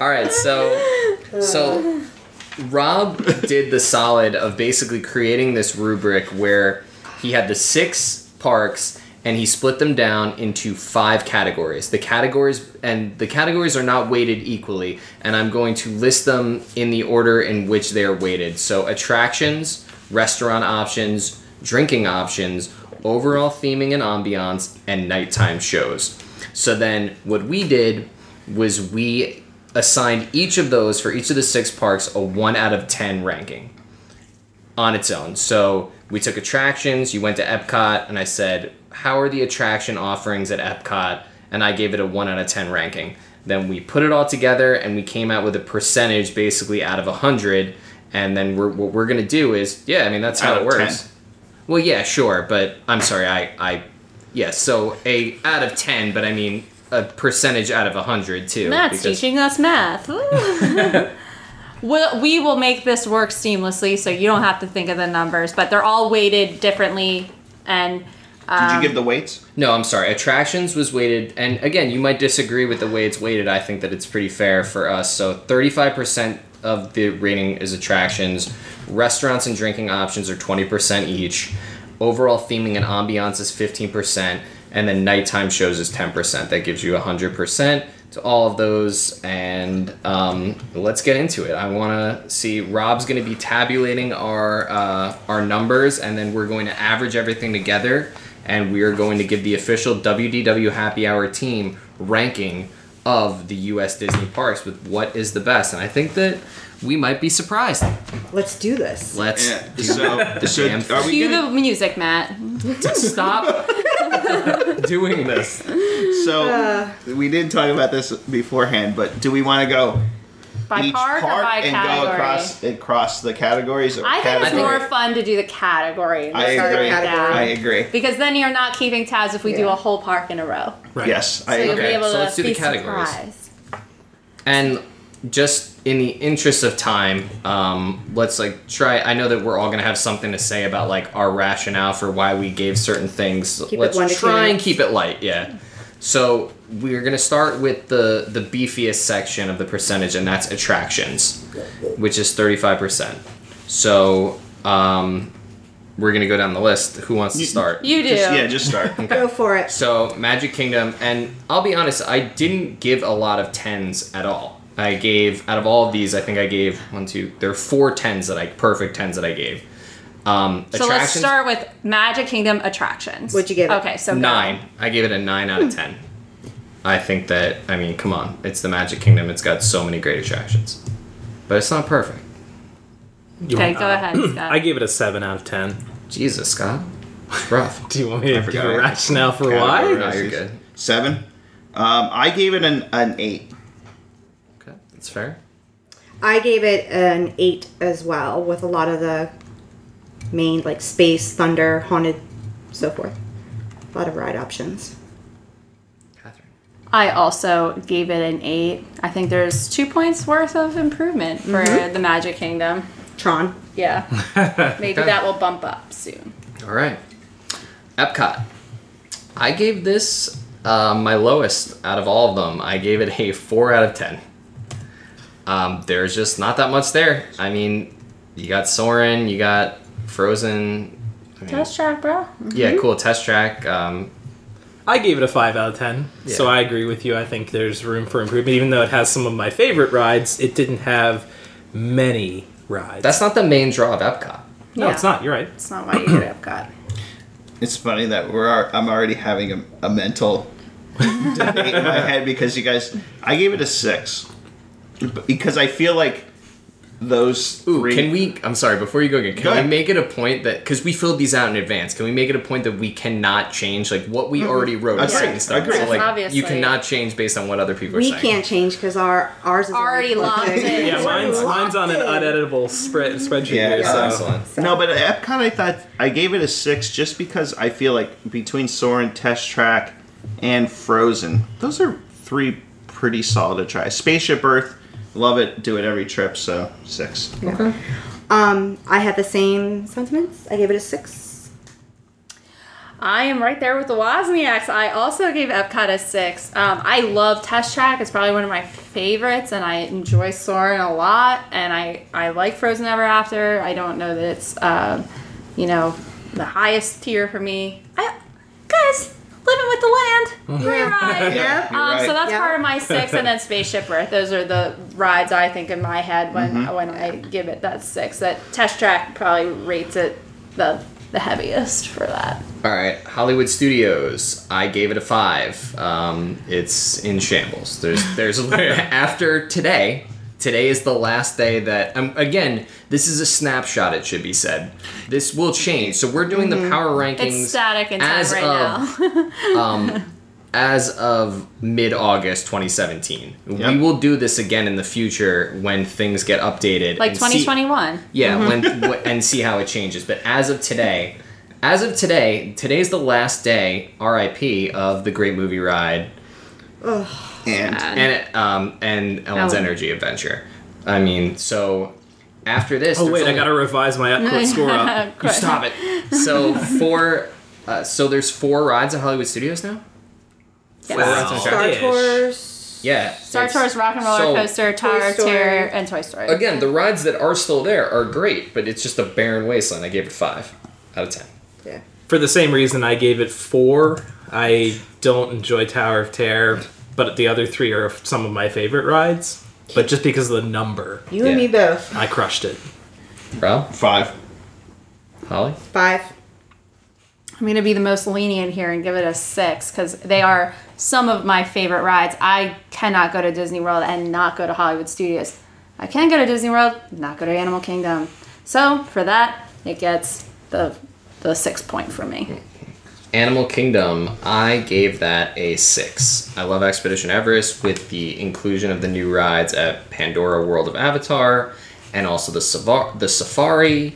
D: All right, so so Rob did the solid of basically creating this rubric where he had the six parks and he split them down into five categories. The categories and the categories are not weighted equally, and I'm going to list them in the order in which they are weighted. So attractions, restaurant options, drinking options, overall theming and ambiance, and nighttime shows. So then what we did was we assigned each of those for each of the six parks a 1 out of 10 ranking on its own. So we took attractions, you went to Epcot, and I said, How are the attraction offerings at Epcot? And I gave it a 1 out of 10 ranking. Then we put it all together and we came out with a percentage basically out of 100. And then we're, what we're going to do is, yeah, I mean, that's how
B: Out
D: it
B: of
D: works.
B: 10.
D: Well, yeah, sure, but I'm sorry, I, I, yeah, so a out of ten, but I mean a percentage out of a hundred too.
F: Matt's
D: because-
F: teaching us math. Woo. We'll, we will make this work seamlessly, so you don't have to think of the numbers. But they're all weighted differently, and
B: Did you give the weights?
D: No, I'm sorry. Attractions was weighted, and again, you might disagree with the way it's weighted. I think that it's pretty fair for us. So 35% of the rating is attractions. Restaurants and drinking options are 20% each. Overall theming and ambiance is 15%, and then nighttime shows is 10%. That gives you 100%. to all of those, and um, let's get into it. I want to see Rob's going to be tabulating our uh, our numbers, and then we're going to average everything together, and we are going to give the official WDW Happy Hour team ranking of the U.S. Disney parks with what is the best. And I think that we might be surprised.
C: Let's do this.
D: Let's
B: Yeah.
D: do
B: So,
D: the
B: so
D: damn
B: are we
F: Cue
B: gonna,
F: the music, Matt.
D: stop doing this.
B: so
C: Uh.
B: we didn't talk about this beforehand, but do we want to go
F: By
B: each
F: park or by
B: and
F: category?
B: go across across the categories? Or
F: I think it's
B: category?
F: more fun to do the category.
B: I
C: Let's start
B: agree.
C: with category.
B: I agree.
F: Because then you're not keeping tabs if we do
C: Yeah.
F: a whole park in a row.
E: Right.
B: Yes, I
F: So you'll be
B: agree.
F: able
D: so
F: to
D: let's do the
F: be
D: categories.
F: surprised.
D: And just in the interest of time, um, let's like try. I know that we're all gonna have something to say about like our rationale for why we gave certain things.
C: it
D: let's
C: one to two
D: try and
C: minutes.
D: keep it light. Yeah. So we're gonna start with the the beefiest section of the percentage, and that's attractions, which is thirty five percent. So um, we're gonna go down the list. Who wants to
B: You-
D: start?
F: You do.
B: Just- yeah, just start.
C: Go for it.
D: So Magic Kingdom, and I'll be honest, I didn't give a lot of tens at all. I gave out of all of these, I think I gave one, two. There are four tens that I perfect tens that I gave. Um,
F: so let's
D: attractions,
F: start with Magic Kingdom attractions.
C: What'd you give it?
F: Okay, so go.
D: nine. I gave it a nine out of ten. I think that I mean, come on, it's the Magic Kingdom. It's got so many great attractions, but it's not perfect.
E: You
F: Okay,
E: want-
F: go
E: uh,
F: ahead, Scott.
E: I gave it a seven out of ten.
D: Jesus, Scott, it's rough.
E: Do you want me to give
B: forgot
E: a
B: it.
E: rationale for
B: Category.
E: why?
D: No, you're good.
B: Seven. Um, I gave it an, an eight.
D: Okay, that's fair.
C: I gave it an eight as well, with a lot of the main like space, thunder, haunted, so forth. A lot of ride options.
D: Catherine.
F: I also gave it an eight. I think there's two points worth of improvement for the Magic Kingdom.
C: Tron.
F: Yeah. Maybe
D: Okay.
F: that will bump up soon.
D: All right. Epcot. I gave this uh, my lowest out of all of them. I gave it a 4 out of 10. Um, there's just not that much there. I mean, you got Soren, you got Frozen. I mean,
F: Test track, bro.
B: Mm-hmm.
D: Yeah, cool. Test track. Um,
E: I gave it a five out of ten. So
D: Yeah.
E: I agree with you. I think there's room for improvement. Even though it has some of my favorite rides, it didn't have many rides.
D: that's not the main draw of Epcot.
E: no, it's not. You're right.
F: It's not why you go to Epcot.
B: It's funny that we're al- I'm already having a, a mental debate in my head because you guys I gave it a six because I feel like those
D: Ooh,
B: three
D: can we? I'm sorry. Before you go again, can
B: Go
D: we
B: ahead.
D: make it a point that because we filled these out in advance, can we make it a point that we cannot change like what
B: Mm-hmm.
D: we already wrote? as
B: Agreed,
D: certain stuff?
B: agreed.
D: So, like,
F: Obviously.
D: you cannot change based on what other people are
C: We
D: saying.
C: can't change because our ours is
F: Already locked in.
E: Yeah,
F: It's
E: mine's,
C: locked
E: mine's on an
C: in.
E: uneditable spread, spreadsheet
B: Yeah,
E: here.
B: yeah.
E: so.
D: Excellent.
B: No, but at Epcot, I thought I gave it a six just because I feel like between Soren, Test Track, and Frozen, those are three pretty solid to try. Spaceship Earth, love it, do it every trip, so six.
C: Um, I had the same sentiments. I gave it a six.
F: I am right there with the Wozniaks. I also gave Epcot a six. Um, I love Test Track. It's probably one of my favorites, and I enjoy Soren a lot. And I, I like Frozen Ever After. I don't know that it's, um, you know, the highest tier for me. I, guys, living with the land, free ride.
C: Yeah.
B: You're
F: Um,
B: right.
F: So that's
C: Yeah.
F: part of my six, and then Spaceship Earth. Those are the rides I think in my head when
B: Mm-hmm.
F: when I give it that six. That Test Track probably rates it the the heaviest for that.
D: All right, Hollywood Studios. I gave it a five. Um, it's in shambles. There's, there's after today. Today is the last day that. Um, again, this is a snapshot. It should be said. This will change. So we're doing the power rankings.
F: Mm-hmm. It's static in time
D: as
F: right
D: of
F: now.
D: um, as of mid August 2017. We
B: Yep.
D: will do this again in the future when things get updated.
F: like
D: and see-
F: 2021.
D: yeah,
F: Mm-hmm.
D: when wh- and see how it changes. But as of today, as of today, today's the last day, R.I.P. of the Great Movie Ride
B: And
D: and um and Ellen's
F: Ellen.
D: Energy Adventure. I mean, so after this,
E: Oh
D: there's
E: wait, I
D: only-
E: gotta revise my Epcot score up.
D: you stop it. So four, uh, so there's four rides at Hollywood Studios now.
F: Yes.
D: Four rides
E: Wow.
D: on track?
C: Star
E: Ish.
C: Tours.
D: Yeah,
F: Star
D: it's-
F: Tours, Rock and Roller
D: so-
F: Coaster, Tower of
C: Story.
F: Terror, and Toy Story.
D: again, the rides that are still there are great, but it's just a barren wasteland. I gave it five out of ten.
C: Yeah.
E: For the same reason, I gave it four. I don't enjoy Tower of Terror but the other three are some of my favorite rides. But just because of the number,
C: You and me
D: Yeah.
C: both.
E: I crushed it.
D: Rob,
B: Five.
D: Holly,
C: Five.
F: I'm going to be the most lenient here and give it a six because they are some of my favorite rides. I cannot go to Disney World and not go to Hollywood Studios. I can go to Disney World, not go to Animal Kingdom. So for that, it gets the the six point for me.
D: Animal Kingdom. I gave that a six. I love Expedition Everest with the inclusion of the new rides at Pandora World of Avatar, and also the savar- the Safari.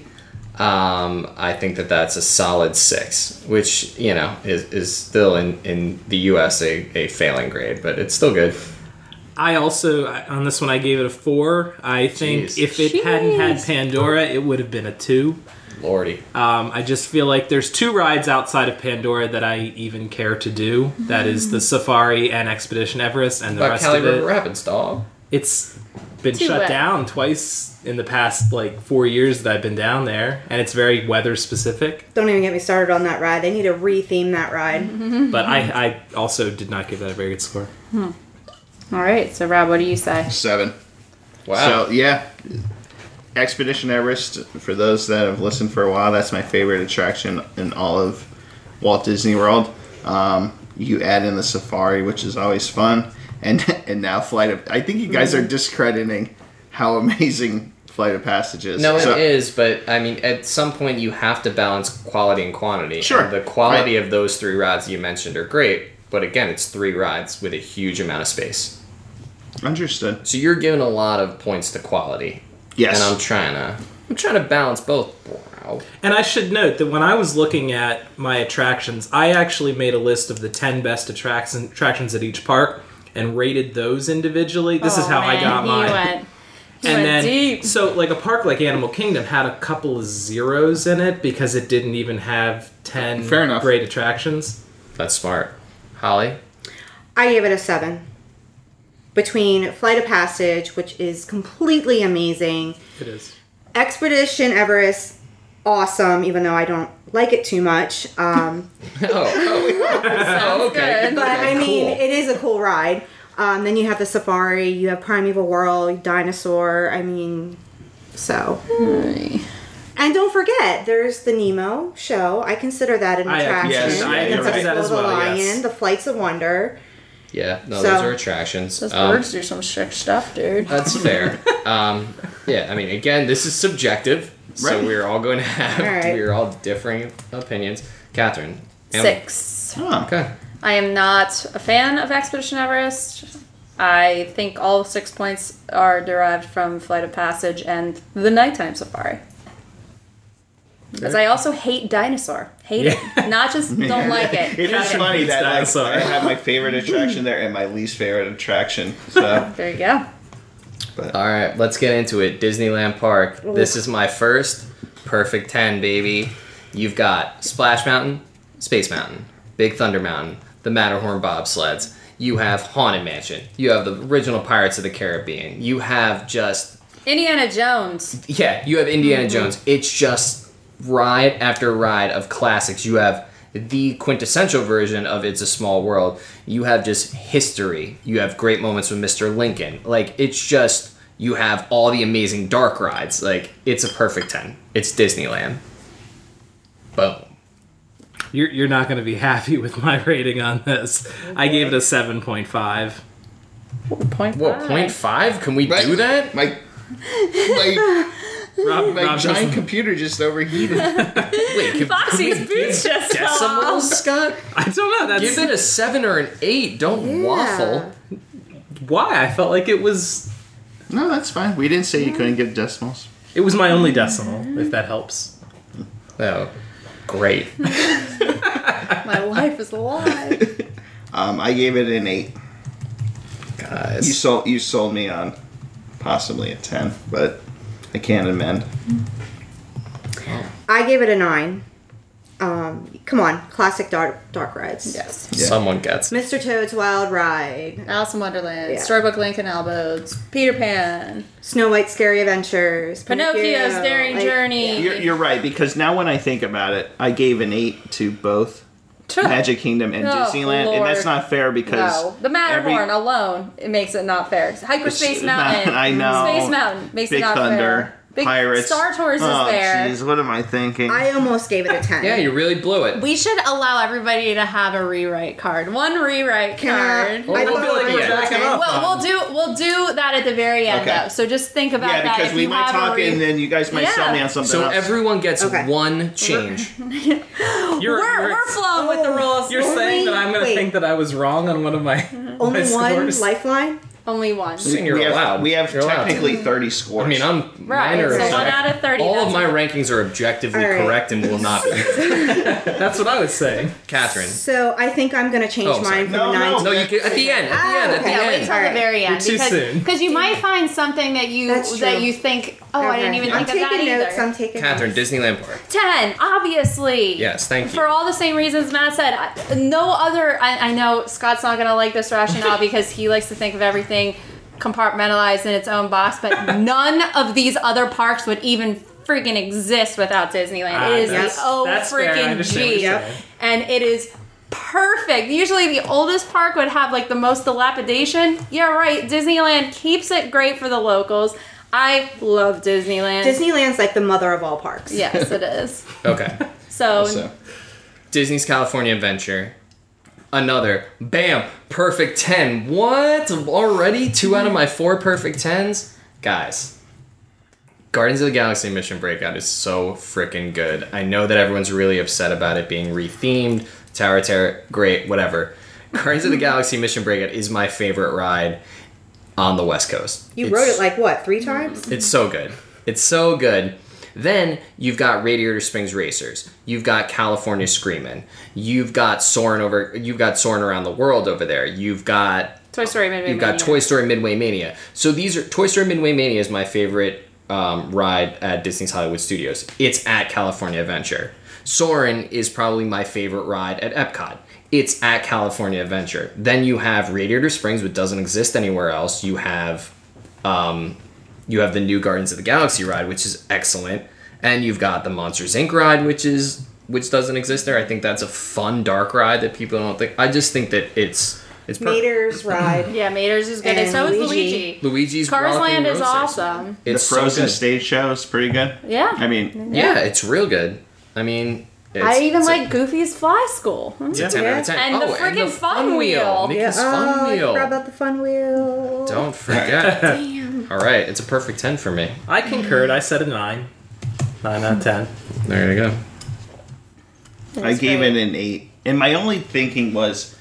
D: Um, I think that that's a solid six, which you know is, is still in, in the U.S. A, a failing grade, but it's still good.
E: I also I- on this one I gave it a four. I think
D: Jeez.
E: if it hadn't had
F: Jeez.
E: Pandora, it would have been a two.
D: Lordy,
E: Um, I just feel like there's two rides outside of Pandora that I even care to do. That is
F: Mm.
E: the Safari and Expedition Everest, and the
D: about
E: rest
D: Cali
E: of it.
D: River Rapids, dog.
E: It's been
F: Too
E: shut
F: wet.
E: down twice in the past like four years that I've been down there, and it's very weather specific.
C: Don't even get me started on that ride. They need to retheme that ride.
F: Mm-hmm.
E: But I, I also did not give that a very good score.
F: All right, so Rob, what do you say?
B: Seven.
D: Wow.
B: So yeah, Expedition Everest. For those that have listened for a while, that's my favorite attraction in all of Walt Disney World. Um, you add in the safari, which is always fun, and and now Flight of. I think you guys are discrediting how amazing Flight of Passage is.
D: No,
B: So-
D: it is, but I mean, at some point you have to balance quality and quantity.
B: Sure.
D: And the quality
B: Right.
D: of those three rides you mentioned are great, but again, it's three rides with a huge amount of space.
B: Understood.
D: So you're giving a lot of points to quality.
B: Yes.
D: And I'm trying to, I'm trying to balance both. Wow.
E: And I should note that when I was looking at my attractions, I actually made a list of the 10 best attractions, attractions at each park and rated those individually. This is how I got mine.
F: You Oh, went, you
E: and
F: went
E: then
F: deep.
E: so like a park like Animal Kingdom had a couple of zeros in it because it didn't even have 10
B: Fair enough.
E: great attractions.
D: That's smart. Holly,
C: I gave it a seven. Between Flight of Passage, which is completely amazing,
E: It is.
C: Expedition Everest, awesome, even though I don't like it too much. Um,
D: Oh, oh. oh okay.
F: good.
C: but I
D: Okay,
C: mean,
D: cool.
C: it is a cool ride. Um, then you have the safari, you have Primeval World, Dinosaur. I mean, so. And don't forget, there's the Nemo show. I consider that an
E: I-
C: attraction.
B: yes, I-
C: the
B: you're right.
C: Festival of the
E: That as well,
C: Lion,
E: yes.
C: the Flights of Wonder.
D: Yeah, no,
C: So-
D: those are attractions.
F: Those
D: Um,
F: birds do some sick stuff, dude.
D: That's fair. um, yeah, I mean, again, this is subjective, so
B: Right.
D: we're all going to have
C: All right.
D: we're all differing opinions. Catherine, am-
F: Six.
B: Huh.
D: Okay,
F: I am not a fan of Expedition Everest. I think all six points are derived from Flight of Passage and the nighttime safari. Because I also hate dinosaur. Hate it. Not just don't like it.
B: It is
E: Catherine
B: funny
E: hates
B: that like,
E: dinosaur.
B: I have my favorite attraction there and my least favorite attraction. So
F: There you go.
D: all right, let's get into it. Disneyland Park. This is my first perfect ten, baby. You've got Splash Mountain, Space Mountain, Big Thunder Mountain, the Matterhorn bobsleds. You have Haunted Mansion. You have the original Pirates of the Caribbean. You have just
F: Indiana Jones.
D: Yeah, you have Indiana
F: Mm-hmm.
D: Jones. It's just ride after ride of classics. You have the quintessential version of It's a Small World. You have just history. You have great moments with Mr. Lincoln. Like, it's just, you have all the amazing dark rides. Like, it's a perfect 10. It's Disneyland. Boom.
E: You're, you're not going to be happy with my rating on this. I gave it a 7.5.
F: Point
D: What,
F: five.
D: point five? Can we do that?
B: My my,
E: Rob,
B: my
E: Rob
B: giant
E: doesn't-
B: computer just overheated.
D: Wait, can,
F: Foxy's boots just fell
D: decimals,
F: off.
D: Scott?
E: I don't know. That's
D: Give it a seven or an eight. Don't
C: Yeah.
D: waffle.
E: why I felt like it was
B: No, that's fine. We didn't say you couldn't give decimals.
E: it was my only decimal, if that helps.
D: No. Oh, Great.
F: My life is a lie.
B: Um, I gave it an eight.
D: Guys.
B: You sold you sold me on possibly a ten, but I can't amend.
C: I gave it a nine. Um, come on, classic dark dark rides.
F: Yes.
B: Yeah.
D: Someone gets it.
C: Mr. Toad's Wild Ride,
F: Alice in Wonderland,
C: Yeah.
F: Storybook Lincoln Elbows, Peter Pan,
C: Snow White's Scary Adventures,
F: Pinocchio's Daring
C: like-
F: Journey.
B: You're, you're right because now when I think about it, I gave an eight to both Magic Kingdom and
F: Oh,
B: Disneyland, and that's
F: Lord.
B: not fair because
F: No, Oh, the
B: every-
F: Matterhorn alone it makes it not fair. Hyperspace
B: It's
F: Mountain,
B: not- I know.
F: Space Mountain makes
B: Big
F: it not
B: Thunder,
F: fair. Big
B: Pirates,
F: Star Tours
B: oh,
F: is there.
B: Jeez, what am I thinking?
C: I almost gave it a 10.
D: Yeah, you really blew it.
F: We should allow everybody to have a rewrite card. One rewrite
C: Can I,
F: card.
C: I
E: Well,
C: thought
E: we'll
C: I
E: be like,
C: was
E: yeah,
C: okay.
E: back it up.
F: Well, we'll do we'll do that at the very end
B: Um, Okay.
F: though. So just think about
B: yeah,
F: that.
B: because
F: if
B: we
F: you
B: might
F: have a
B: talk
F: re-
B: and then you guys might sell me
F: Yeah.
B: on something
D: So
B: else.
D: everyone gets
C: Okay.
D: one change.
E: You're,
F: we're,
E: you're,
F: we're flowing with
B: oh.
F: the rules.
E: you're
C: Only-
E: saying that I'm going to
C: wait.
E: think that I was wrong on one of my my
C: Only one
E: scores?
C: lifeline?
F: Only one.
D: Saying you're
B: we have,
D: allowed.
B: We have
D: You're allowed.
B: technically 30 scores.
D: I mean, I'm
F: Right,
D: minor.
F: so
D: is-
F: one out of 30,
D: All of
F: that's-
D: my rankings are objectively
C: All right.
D: correct and will not be.
E: That's what I was saying.
D: Catherine.
C: So I think I'm going to change
D: Oh, I'm sorry.
C: mine from
B: No,
C: 9
B: no.
C: to
D: No, you can, at the end. At the
C: Ah,
D: end. At
C: okay.
D: the
F: Yeah, wait
D: end.
F: till the
C: Alright.
F: very end
E: You're too
F: because
E: soon.
F: because you might find something that you
C: That's
F: that
C: true.
F: you think oh I didn't
C: Okay.
F: even
C: I'm
F: think of that
C: taking notes.
F: either.
C: I'm taking
D: Catherine,
C: notes.
D: Disneyland Park.
F: Ten, obviously.
D: Yes, thank you.
F: For all the same reasons Matt said, I- no other. I, I know Scott's not going to like this rationale because he likes to think of everything compartmentalized in its own box, but none of these other parks would even freaking exist without Disneyland.
E: Ah,
F: it is
E: that's-
F: the oh
E: that's fair. I
F: freaking
E: understand what
F: G.
E: you're
C: saying.
F: And it is perfect. Usually the oldest park would have like the most dilapidation. Yeah, right. Disneyland keeps it great for the locals. I love Disneyland.
C: Disneyland's like the mother of all parks.
F: yes, it is.
D: Okay.
F: So,
D: So, Disney's California Adventure. Another. Bam! Perfect 10. What? Already? Two out of my four perfect 10s? Guys. Guardians of the Galaxy Mission Breakout is so freaking good. I know that everyone's really upset about it being rethemed. Tower of Terror, great, whatever. Guardians of the Galaxy Mission Breakout is my favorite ride on the West Coast.
C: You
D: It's- Mm.
C: wrote it like what, three times?
D: it's so good. It's so good. Then you've got Radiator Springs Racers. You've got California Screamin'. You've got Soarin' over. You've got Soarin' around the world over there. You've got
F: Toy Story Midway
D: you've got
F: Mania.
D: Toy Story Midway Mania. So these are Toy Story Midway Mania is my favorite um, ride at Disney's Hollywood Studios. It's at California Adventure. Soarin' is probably my favorite ride at Epcot. It's at California Adventure. Then you have Radiator Springs, which doesn't exist anywhere else. You have um, you have the new Guardians of the Galaxy ride, which is excellent, and you've got the Monsters Inc. ride, which is which doesn't exist there. I think that's a fun dark ride that people don't think. I just think that it's it's per-
C: Mater's Ride.
F: Yeah, Mater's is good. And,
C: And
F: so is
C: Luigi.
F: Luigi.
D: Luigi's
F: Cars
D: Rollicking
F: Land is
D: Roadster.
F: awesome.
B: the
D: It's so
B: Frozen
D: good.
B: stage show is pretty good.
F: Yeah.
B: I mean,
D: Yeah, it's real good. I mean, it's,
F: I even
D: it's a-
F: like Goofy's Fly School. Hmm?
D: it's a 10 out of 10.
F: And the
D: oh,
F: friggin' fun wheel.
D: Mickey's
C: Oh,
D: fun
C: I forgot
D: wheel.
C: about the fun wheel.
D: Don't forget. All right, it's a perfect 10 for me.
E: I concurred. I said a nine. Nine out of ten.
D: There you go.
B: I gave
F: great.
B: it an eight, and my only thinking was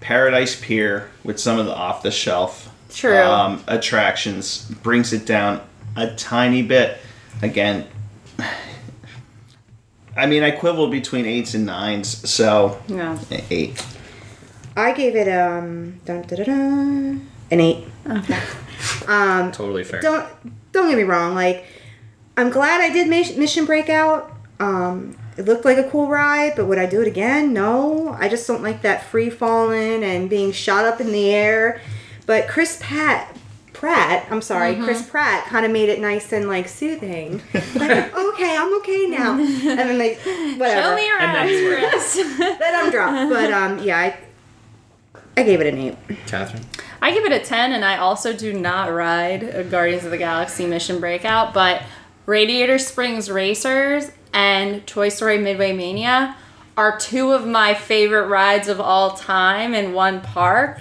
B: Paradise Pier with some of the off the shelf
F: True.
B: um, attractions brings it down a tiny bit. Again, I mean, I quibble between eights and nines, so
F: yeah.
B: an eight.
C: I gave it um dun, dun, dun, dun, an eight.
D: Totally fair.
C: Don't don't get me wrong. Like I'm glad I did Mis- Mission Breakout. Um, it looked like a cool ride, but would I do it again? No. I just don't like that free falling and being shot up in the air. But Chris Pat Pratt, I'm sorry,
F: Mm-hmm.
C: Chris Pratt kind of made it nice and like soothing. like okay, I'm okay now. And then they whatever.
F: Show me around,
E: And then-
F: Chris.
C: then I'm dropped. But um, yeah, I, I gave it an eight.
D: Catherine?
F: I give it a 10, and I also do not ride a Guardians of the Galaxy Mission Breakout, but Radiator Springs Racers and Toy Story Midway Mania are two of my favorite rides of all time in one park.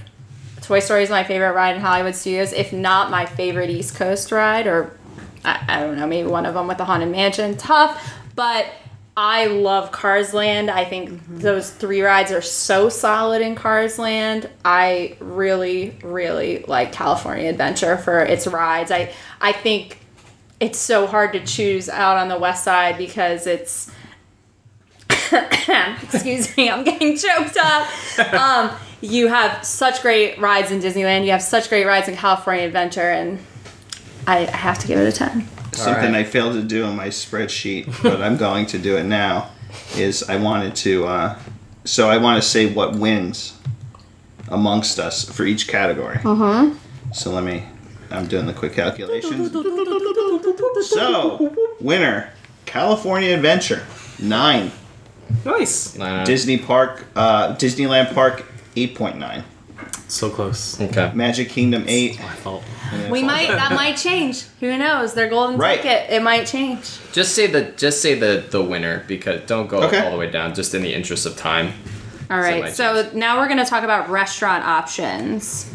F: Toy Story is my favorite ride in Hollywood Studios, if not my favorite East Coast ride, or I, I don't know, maybe one of them with the Haunted Mansion. Tough, but I love Cars Land. I think those three rides are so solid in Cars Land. I really, really like California Adventure for its rides. I, I think it's so hard to choose out on the West Side because it's. excuse me, I'm getting choked up Um, you have such great rides in Disneyland. You have such great rides in California Adventure, and I, I have to give it a ten.
B: Something
D: right.
B: I failed to do on my spreadsheet, but I'm going to do it now, is I wanted to, uh, so I want to say what wins amongst us for each category. Mm-hmm. So let me, I'm doing the quick calculations. so, winner, California Adventure, nine.
E: Nice.
D: Nine out of-
B: Disney Park, uh, Disneyland Park, eight point nine.
E: So close.
D: Okay.
B: Magic Kingdom eight.
E: My fault.
F: We might that might change. Who knows? Their golden
B: Right.
F: ticket. It might change.
D: Just say the just say the the winner because don't go
B: Okay.
D: all the way down. Just in the interest of time.
F: All
D: So it
F: right.
D: might
F: So now we're going to talk about restaurant options.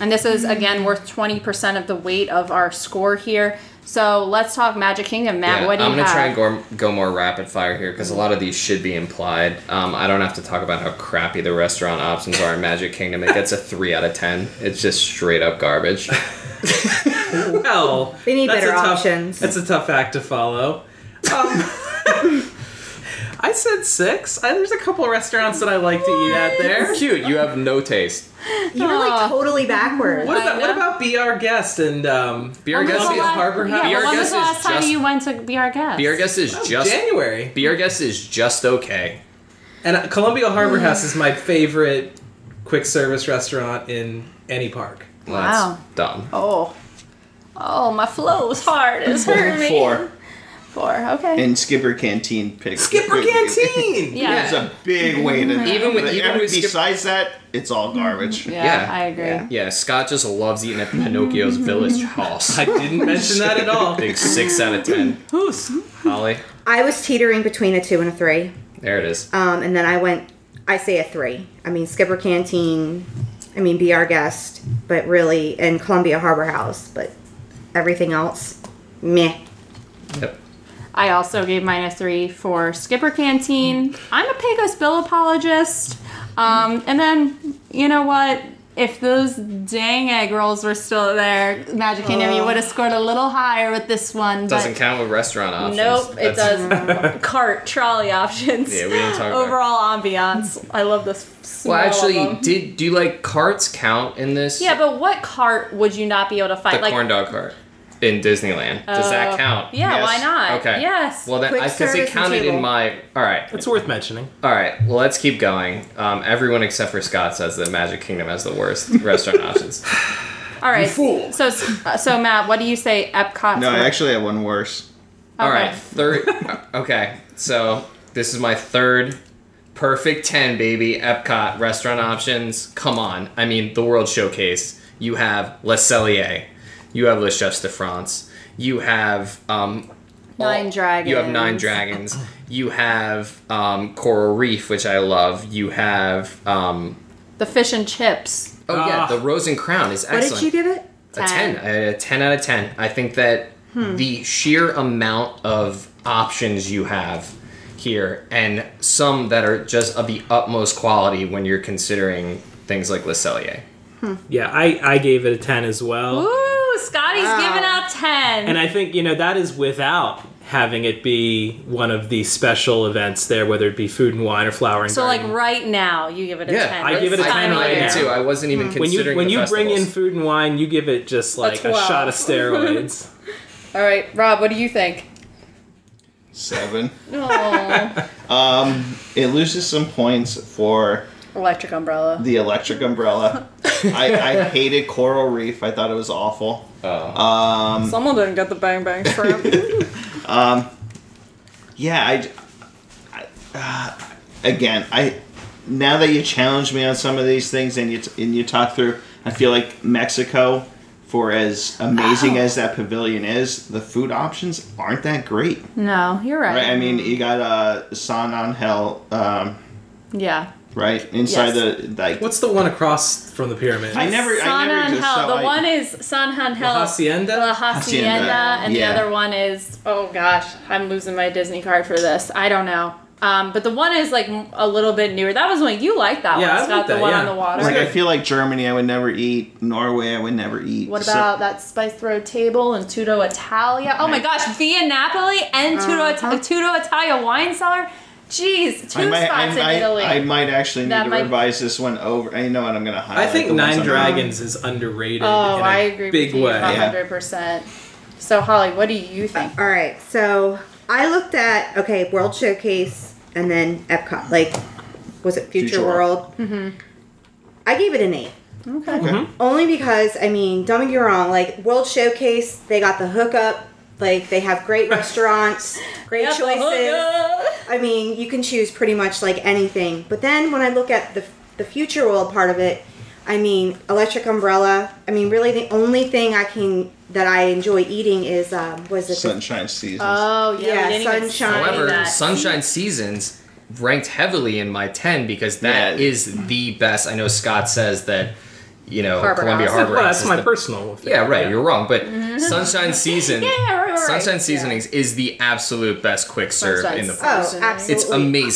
F: And this is again worth 20% of the weight of our score here. So let's talk Magic Kingdom. Matt,
D: Yeah,
F: what do
D: I'm
F: you
D: gonna
F: have?
D: try and go, go more rapid fire here because a lot of these should be implied. Um, I don't have to talk about how crappy the restaurant options are in Magic Kingdom. It gets a three out of ten. It's just straight up garbage.
E: Well,
C: We need
E: that's
C: better
E: a tough-
C: options.
E: That's a tough act to follow. Um, I said six. I, there's a couple restaurants that I like to eat at there.
D: Cute, you have no taste.
C: You were
F: Aw.
C: like totally backwards.
E: What
F: I
E: about, what
F: know.
E: about be our guest and um,
D: Be our
F: When was
D: guest
F: the
D: is
F: last-
E: Harbor House.
F: Yeah,
D: Be Our
F: when was
D: Guest
F: the
D: is
F: last time
D: just-
F: you went to be our guest?
D: Beer guest is just
E: January?
D: beer guest is just okay.
E: And uh, Columbia
F: Mm.
E: Harbor House is my favorite quick service restaurant in any park.
D: Well, that's
F: Wow.
D: dumb.
F: Oh, oh, my flow's hard. It's hurting.
B: Four.
F: Four. Okay.
B: And Skipper Canteen pick.
E: Skipper Canteen.
F: Yeah.
B: It's a big way to
D: Even with-
B: but
D: even with Skip- Mm-hmm.
B: besides that, it's all garbage.
F: yeah,
D: yeah.
F: I agree.
B: Yeah.
D: Yeah, Scott just loves eating at Pinocchio's Village House.
E: I didn't mention that at all.
D: Big six out of ten.
E: Who's
D: Holly,
C: I was teetering between a two and a three,
D: there it is.
C: um, and then I went. I say a three. I mean Skipper Canteen. I mean be our guest, but really and Columbia Harbor House, but everything else, meh.
D: Yep.
F: I also gave mine a three for Skipper Canteen. I'm a Pecos Bill apologist. Um, and then, you know what? If those dang egg rolls were still there, Magic Kingdom, you would have scored a little higher with this one. But
D: Doesn't count with restaurant options.
F: Nope, it
D: That's-
F: does. Cart, trolley options.
D: Yeah, we didn't talk about-
F: Overall ambiance. I love this.
D: Well,
F: smell of
D: actually,
F: them.
D: did do you like carts count in this?
F: Yeah, but what cart would you not be able to find?
D: the corn dog cart in Disneyland. Does that
F: Uh,
D: count?
F: Yeah, why
B: Yes.
F: not?
D: Okay.
F: Yes.
D: Well, then
C: Oh, Quick
D: because it
C: service and
D: counted in
C: table.
D: my. All right.
E: It's worth mentioning.
D: All right. Well, let's keep going. Um, everyone except for Scott says that Magic Kingdom has the worst restaurant options.
F: All right.
D: fool.
F: So, so Matt, what do you say? Epcot.
B: No, I actually have one worse.
D: All
F: Okay.
D: right. Third. okay. So this is my third perfect 10, baby. Epcot restaurant options. Come on. I mean, the World Showcase. You have Le Cellier. You have Le Chefs de France. You have um,
F: Nine Dragons.
D: You have Nine Dragons. You have um, Coral Reef, which I love. You have. Um,
F: the fish and chips.
D: oh, yeah.
E: Ah.
D: The Rose and Crown is
C: What
D: excellent
C: did you give it?
D: a 10 a 10 out of 10 i think that the sheer amount of options you have here and some that are just of the utmost quality when you're considering things like Le Cellier.
E: Yeah, I, I gave it a 10 as well.
F: Ooh, Scotty's giving out ten.
E: And I think, you know, that is without having it be one of the special events there, whether it be food and wine or flowering.
F: so, like right now, you give it a
D: Yeah,
F: ten.
D: I
F: Let's
E: give it a
F: time
E: 10
F: on
E: right
F: it.
E: now. Hmm.
D: too i wasn't even
E: when
D: considering
E: you when
D: the
E: you bring in
D: festivals.
E: food and wine, you give it just like a,
F: 12.
E: shot of steroids.
F: All right, Rob, what do you think?
B: Seven. Um,
F: Oh,
B: It loses some points for
F: electric umbrella.
B: the electric umbrella. I, I hated Coral Reef. I thought it was awful.
D: Mm.
F: Someone didn't get the bang bang shrimp.
B: Yeah, I, I- uh, again, I now that you challenge me on some of these things and you t- and you talk through, I feel like Mexico, for as amazing as that pavilion is, the food options aren't that great.
F: no, you're right.
B: Right? I mean, you got uh, San Angel, um,
F: yeah.
B: right inside
F: Yes.
B: the like.
E: What's the one across from the pyramid?
B: I never, I
F: San
B: never
F: Angel.
B: just so
F: the
B: I-
F: one is San Angel.
E: La Hacienda?
F: La Hacienda.
B: Hacienda.
F: And
B: Yeah.
F: the other one is, oh gosh, I'm losing my Disney card for this. I don't know. Um, but the one is like m- a little bit newer. That was one you liked that
E: Yeah, I
F: one.
E: liked
F: Scott, the
E: that,
F: one
E: yeah.
F: on the water.
B: Like I feel like Germany, I would never eat. Norway, I would never eat.
F: What
B: So-
F: about that Spice Road table and Tudo Italia? Oh my gosh, Via Napoli and Tudo, Ita- Tudo Italia wine cellar? Jeez, two
B: I might, I,
F: spots in
B: might,
F: Italy.
B: I might actually need
F: That
B: to
F: might-
B: revise this one over. You know what? I'm gonna
E: I
B: highlight.
E: think
B: the ones
E: Nine
B: I'm-
E: Dragons is underrated.
F: oh,
E: in a
F: I agree
E: Big
F: with you
E: way.
F: 100%. So, Holly, what do you think?
C: All right, so I looked at okay World Showcase and then Epcot. Like, was it Future,
B: Future World.
C: World? Mm-hmm. I gave it an eight.
F: Okay.
C: Only because I mean, don't get me wrong. Like World Showcase, they got the hookup. Like they have great restaurants, great choices. I mean, you can choose pretty much like anything. But then when I look at the the future world part of it, I mean, electric umbrella. I mean, really the only thing I can that I enjoy eating is um, was it the
B: Sunshine Seasons.
F: Uh,
A: Oh yeah,
C: Yeah,
A: we didn't even
C: sunshine.
A: say
D: However,
A: that.
D: Sunshine Seasons ranked heavily in my 10 because that
B: Yeah.
D: is the best. I know Scott says that, you know,
A: Harbor
D: Columbia
A: House.
D: Harbor.
E: Well,
D: House
E: that's
D: is
E: my
D: the-
E: personal. thing.
D: Yeah, right. You're wrong, but Sunshine
A: Mm-hmm.
D: Season,
A: Yeah, yeah, right, right,
D: Sunshine
A: right.
D: Seasonings is the absolute best quick serve
A: Sunshine
D: in the.
A: Seasonings.
C: Oh,
A: Absolutely.
C: absolutely.
D: It's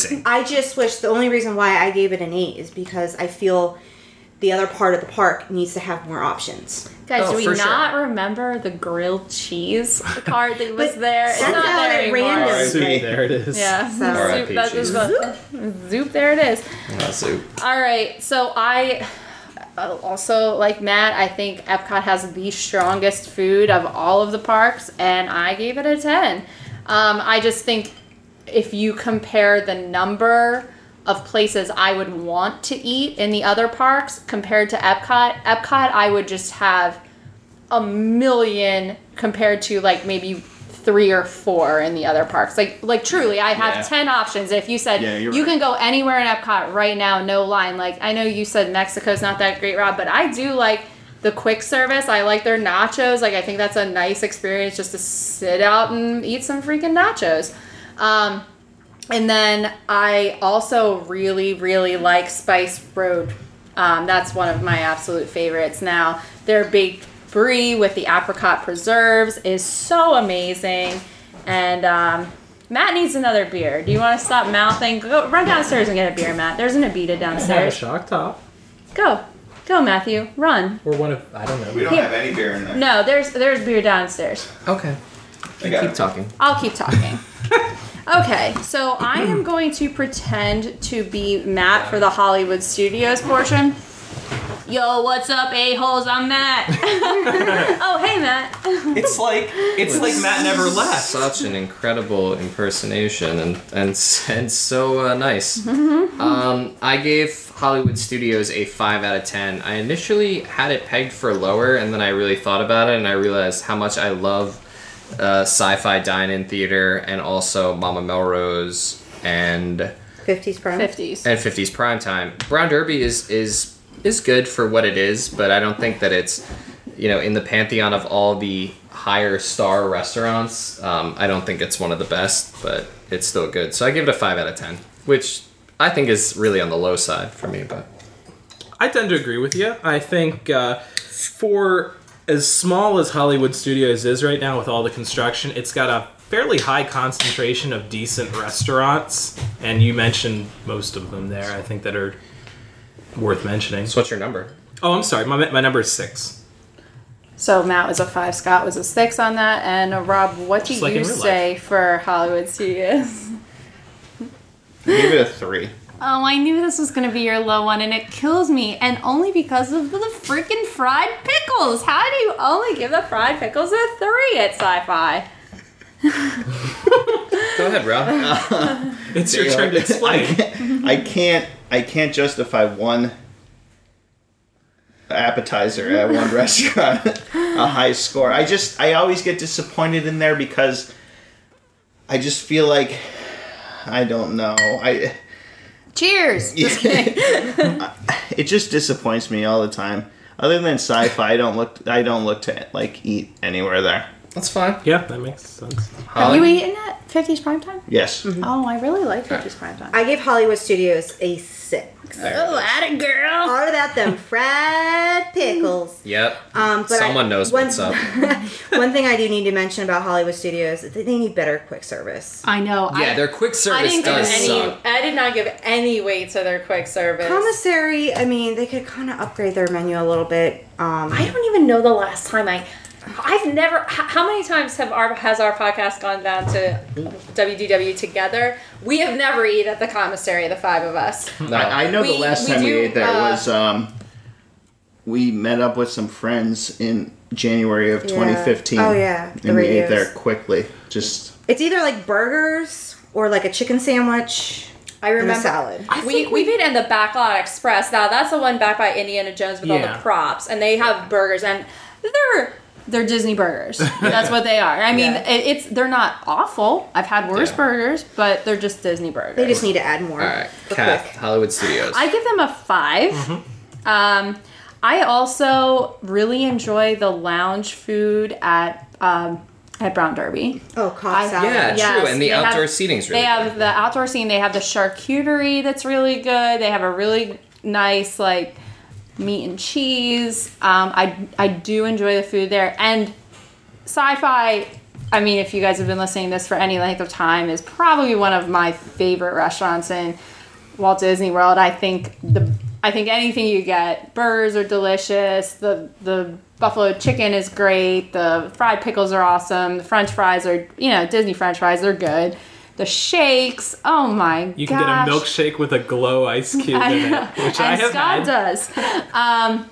D: amazing.
C: I just wish the only reason why I gave it an eight is because I feel the other part of the park needs to have more options.
A: Guys,
D: Oh,
A: do we
D: for sure.
A: not remember the grilled cheese card that was
C: But
A: there? It's
C: that's
A: not
C: out
A: there
C: at
A: anymore.
C: random.
B: Alright.
E: Soup,
B: Right.
E: there it is.
A: Yeah,
C: So-
A: Zoop, that
D: RIP,
A: is what- Zoop, there it is.
D: Uh, so-
A: All right, so I uh, also like Matt. I think Epcot has the strongest food of all of the parks, and I gave it a ten. Um, I just think if you compare the number of places I would want to eat in the other parks compared to Epcot, Epcot I would just have a million compared to like maybe three or four in the other parks. Like like truly, I have
B: Yeah.
A: ten options. If you said
B: Yeah,
A: you
B: you're
A: can go anywhere in Epcot right now, no line. Like I know you said Mexico's not that great, Rob, but I do like the quick service. I like their nachos. Like I think that's a nice experience just to sit out and eat some freaking nachos. Um, and then I also really, really like Spice Road. Um, that's one of my absolute favorites now. Their baked brie with the apricot preserves is so amazing. And um, Matt needs another beer. Do you want to stop mouthing? Go run downstairs and get a beer, Matt. There's an Abita
E: Have a
A: downstairs.
E: shock top
A: Go, go, Matthew. Run.
E: or one of I don't know.
B: we don't
A: Here.
B: have any beer in there.
A: No, there's there's beer downstairs.
D: okay,
B: I got
D: keep
B: it.
D: talking.
A: I'll keep talking. okay, so I am going to pretend to be Matt for the Hollywood Studios portion. Yo, what's up, a-holes? I'm Matt. oh, hey, Matt.
G: It's like it's like Matt never left.
D: Such an incredible impersonation and and s- and so uh, nice. Um, I gave Hollywood Studios a five out of ten. I initially had it pegged for lower, and then I really thought about it, and I realized how much I love uh, sci-fi dine-in theater, and also Mama Melrose and
C: 50s prime.
A: 50s.
D: and 50s primetime. Brown Derby is is is good for what it is, but I don't think that it's you know in the pantheon of all the higher star restaurants. Um, I don't think it's one of the best, but it's still good. So I give it a five out of ten, which I think is really on the low side for me. But
E: I tend to agree with you. I think uh, for as small as Hollywood Studios is right now with all the construction, it's got a fairly high concentration of decent restaurants, and you mentioned most of them there. I think that are worth mentioning.
D: so what's your number?
E: Oh, I'm sorry, my my number is six.
A: So Matt was a five, Scott was a six on that, and uh, Rob, what do
E: Just like
A: you
E: in real life.
A: say for Hollywood Studios?
B: Give it a three.
A: Oh, I knew this was gonna be your low one, and it kills me, and only because of the freaking fried pickles. How do you only give the fried pickles a three at Sci-Fi?
D: Go ahead, Rob.
E: It's your turn to explain.
B: I can't. I can't justify one appetizer at one restaurant a high score. I just. I always get disappointed in there because I just feel like I don't know. I.
A: Cheers. Just kidding.
B: It just disappoints me all the time. Other than sci-fi, I don't look. I don't look to like eat anywhere there.
D: That's fine.
E: yeah, that makes sense.
A: Have you
D: Holly?
A: eaten at 50s Primetime?
B: Yes.
A: Oh, I really like 50s Primetime.
C: I gave Hollywood Studios a six.
A: Oh, at a girl.
C: All about them fried pickles.
D: Yep.
C: Um, but I-
D: Someone knows
C: one-
D: what's up.
C: One thing I do need to mention about Hollywood Studios is that they need better quick service.
A: I know.
D: Yeah,
A: I,
D: their quick
A: I
D: service
A: didn't give
D: does
A: any.
D: suck.
A: I did not give any weight to their quick service.
C: Commissary, I mean, they could kind of upgrade their menu a little bit. Um,
A: I don't even know the last time I. I've never. h- How many times have our has our podcast gone down to WDW together? We have never eaten at the commissary, the five of us.
D: No.
B: I, I know
A: We-
B: the last
A: we
B: time
A: do,
B: we ate there
A: uh,
B: was um, we met up with some friends in January of
C: Yeah.
B: 2015.
C: Oh, yeah. The
B: and we ate
C: radios.
B: there quickly. Just
C: it's either like burgers or like a chicken sandwich
A: I
C: and
A: remember.
C: a salad.
A: we, we've eaten in the Backlot Express. Now, that's the one back by Indiana Jones with all
E: Yeah.
A: the props. And they have burgers. And they're They're Disney burgers. That's what they are. I mean,
C: Yeah.
A: it, it's they're not awful. I've had worse
D: Yeah.
A: burgers, but they're just Disney burgers.
C: They just need to add more.
D: All right,
C: Real
D: Kath,
C: quick.
D: Hollywood Studios.
A: I give them a 5 Um, I also really enjoy the lounge food at um, at Brown Derby.
C: Oh,
A: I-
C: cough salad.
D: yeah,
A: Yes,
D: true. And the
A: they have-
D: outdoor seating's really
A: they have
D: good.
A: the outdoor scene. They have the charcuterie that's really good. They have a really nice like meat and cheese. Um, I I do enjoy the food there and sci-fi. I mean, if you guys have been listening to this for any length of time, is probably one of my favorite restaurants in Walt Disney World. I think the I think anything you get, burgers are delicious. The the buffalo chicken is great. The fried pickles are awesome. The French fries are you know Disney French fries. They're good. The shakes. Oh my!
E: You can
A: gosh.
E: get a milkshake with a glow ice cube in it, which I
A: and
E: have
A: Scott
E: had.
A: does. Um,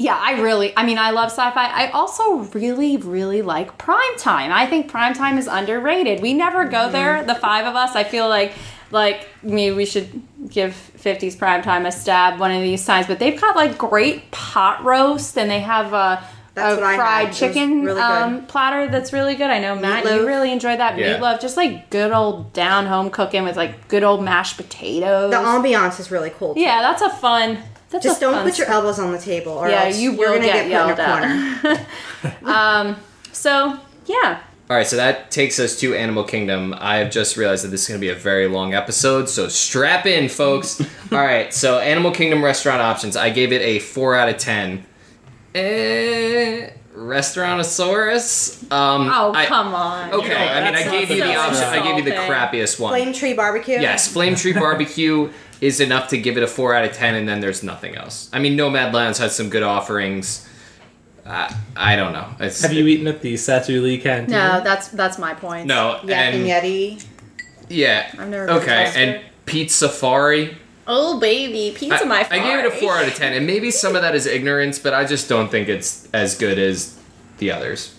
A: yeah, I really, I mean, I love sci fi. I also really, really like primetime. I think primetime is underrated. We never
E: Mm-hmm.
A: go there, the five of us. I feel like, like, maybe we should give 50s primetime a stab one of these times, but they've got like great pot roast and they have a, a
C: That's what I had.
A: fried
C: It was
A: chicken
C: really good.
A: um, platter that's really good. I know, Matt, you
C: Meatloaf.
A: really enjoyed that
D: Yeah.
A: meatloaf. Just like good old down home cooking with like good old mashed potatoes.
C: The ambiance is really cool. too.
A: Yeah, that's a fun. That's
C: Just
A: a
C: don't
A: fun
C: put your
A: st-
C: elbows on the table, or
A: Yeah,
C: else
A: you
C: you're
A: will
C: gonna
A: get
C: get,
A: yelled
C: put in a
A: at.
C: corner.
A: So yeah,
D: All right, so that takes us to Animal Kingdom. I have just realized that this is going to be a very long episode, so strap in, folks. All right, so Animal Kingdom restaurant options. I gave it a 4 out of 10. Eh, Restaurantosaurus? Um,
A: oh
D: I-
A: come on.
D: Okay, I mean, I
E: that's
D: gave
E: not
D: you the
E: the
D: option. I gave you the
A: thing.
D: crappiest one.
C: Flame tree barbecue.
D: Yes, Flame Tree Barbecue is enough to give it a 4 out of 10, and then there's nothing else. I mean, Nomad Lands had some good offerings. I, I don't know. It's,
E: Have you eaten at the Satu Lee canteen?
A: No, that's that's my point.
D: No,
C: Yak
D: and
C: and Yeti.
D: Yeah.
A: I've never been to
D: Okay,
A: Alaska.
D: and Pete Safari.
A: Oh baby, pizza
D: I,
A: my.
D: I gave it a four out of ten, and maybe some of that is ignorance, but I just don't think it's as good as the others.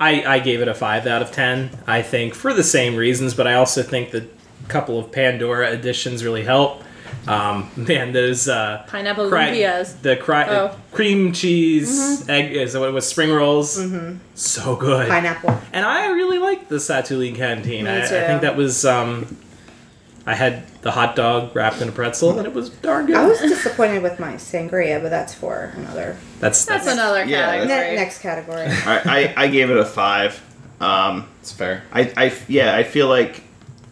E: I, I gave it a 5 out of 10, I think, for the same reasons, but I also think that a couple of Pandora additions really help. Um, man, those uh,
A: Pineapple
E: cri-
A: lumpias.
E: the cri-
A: Oh. Mm-hmm.
E: cream cheese egg is what it was spring rolls, so good.
C: Pineapple.
E: And I really liked the Satuli canteen.
A: Me
E: I, I
A: too.
E: think that was um, I had the hot dog wrapped in a pretzel, and it was darn good.
C: I was disappointed with my sangria, but that's for another
E: that's
A: That's another
B: Yeah,
A: category.
B: that's-
C: ne- next category.
B: I, I, I gave it a five. Um,
D: It's fair.
B: I, I yeah, I feel like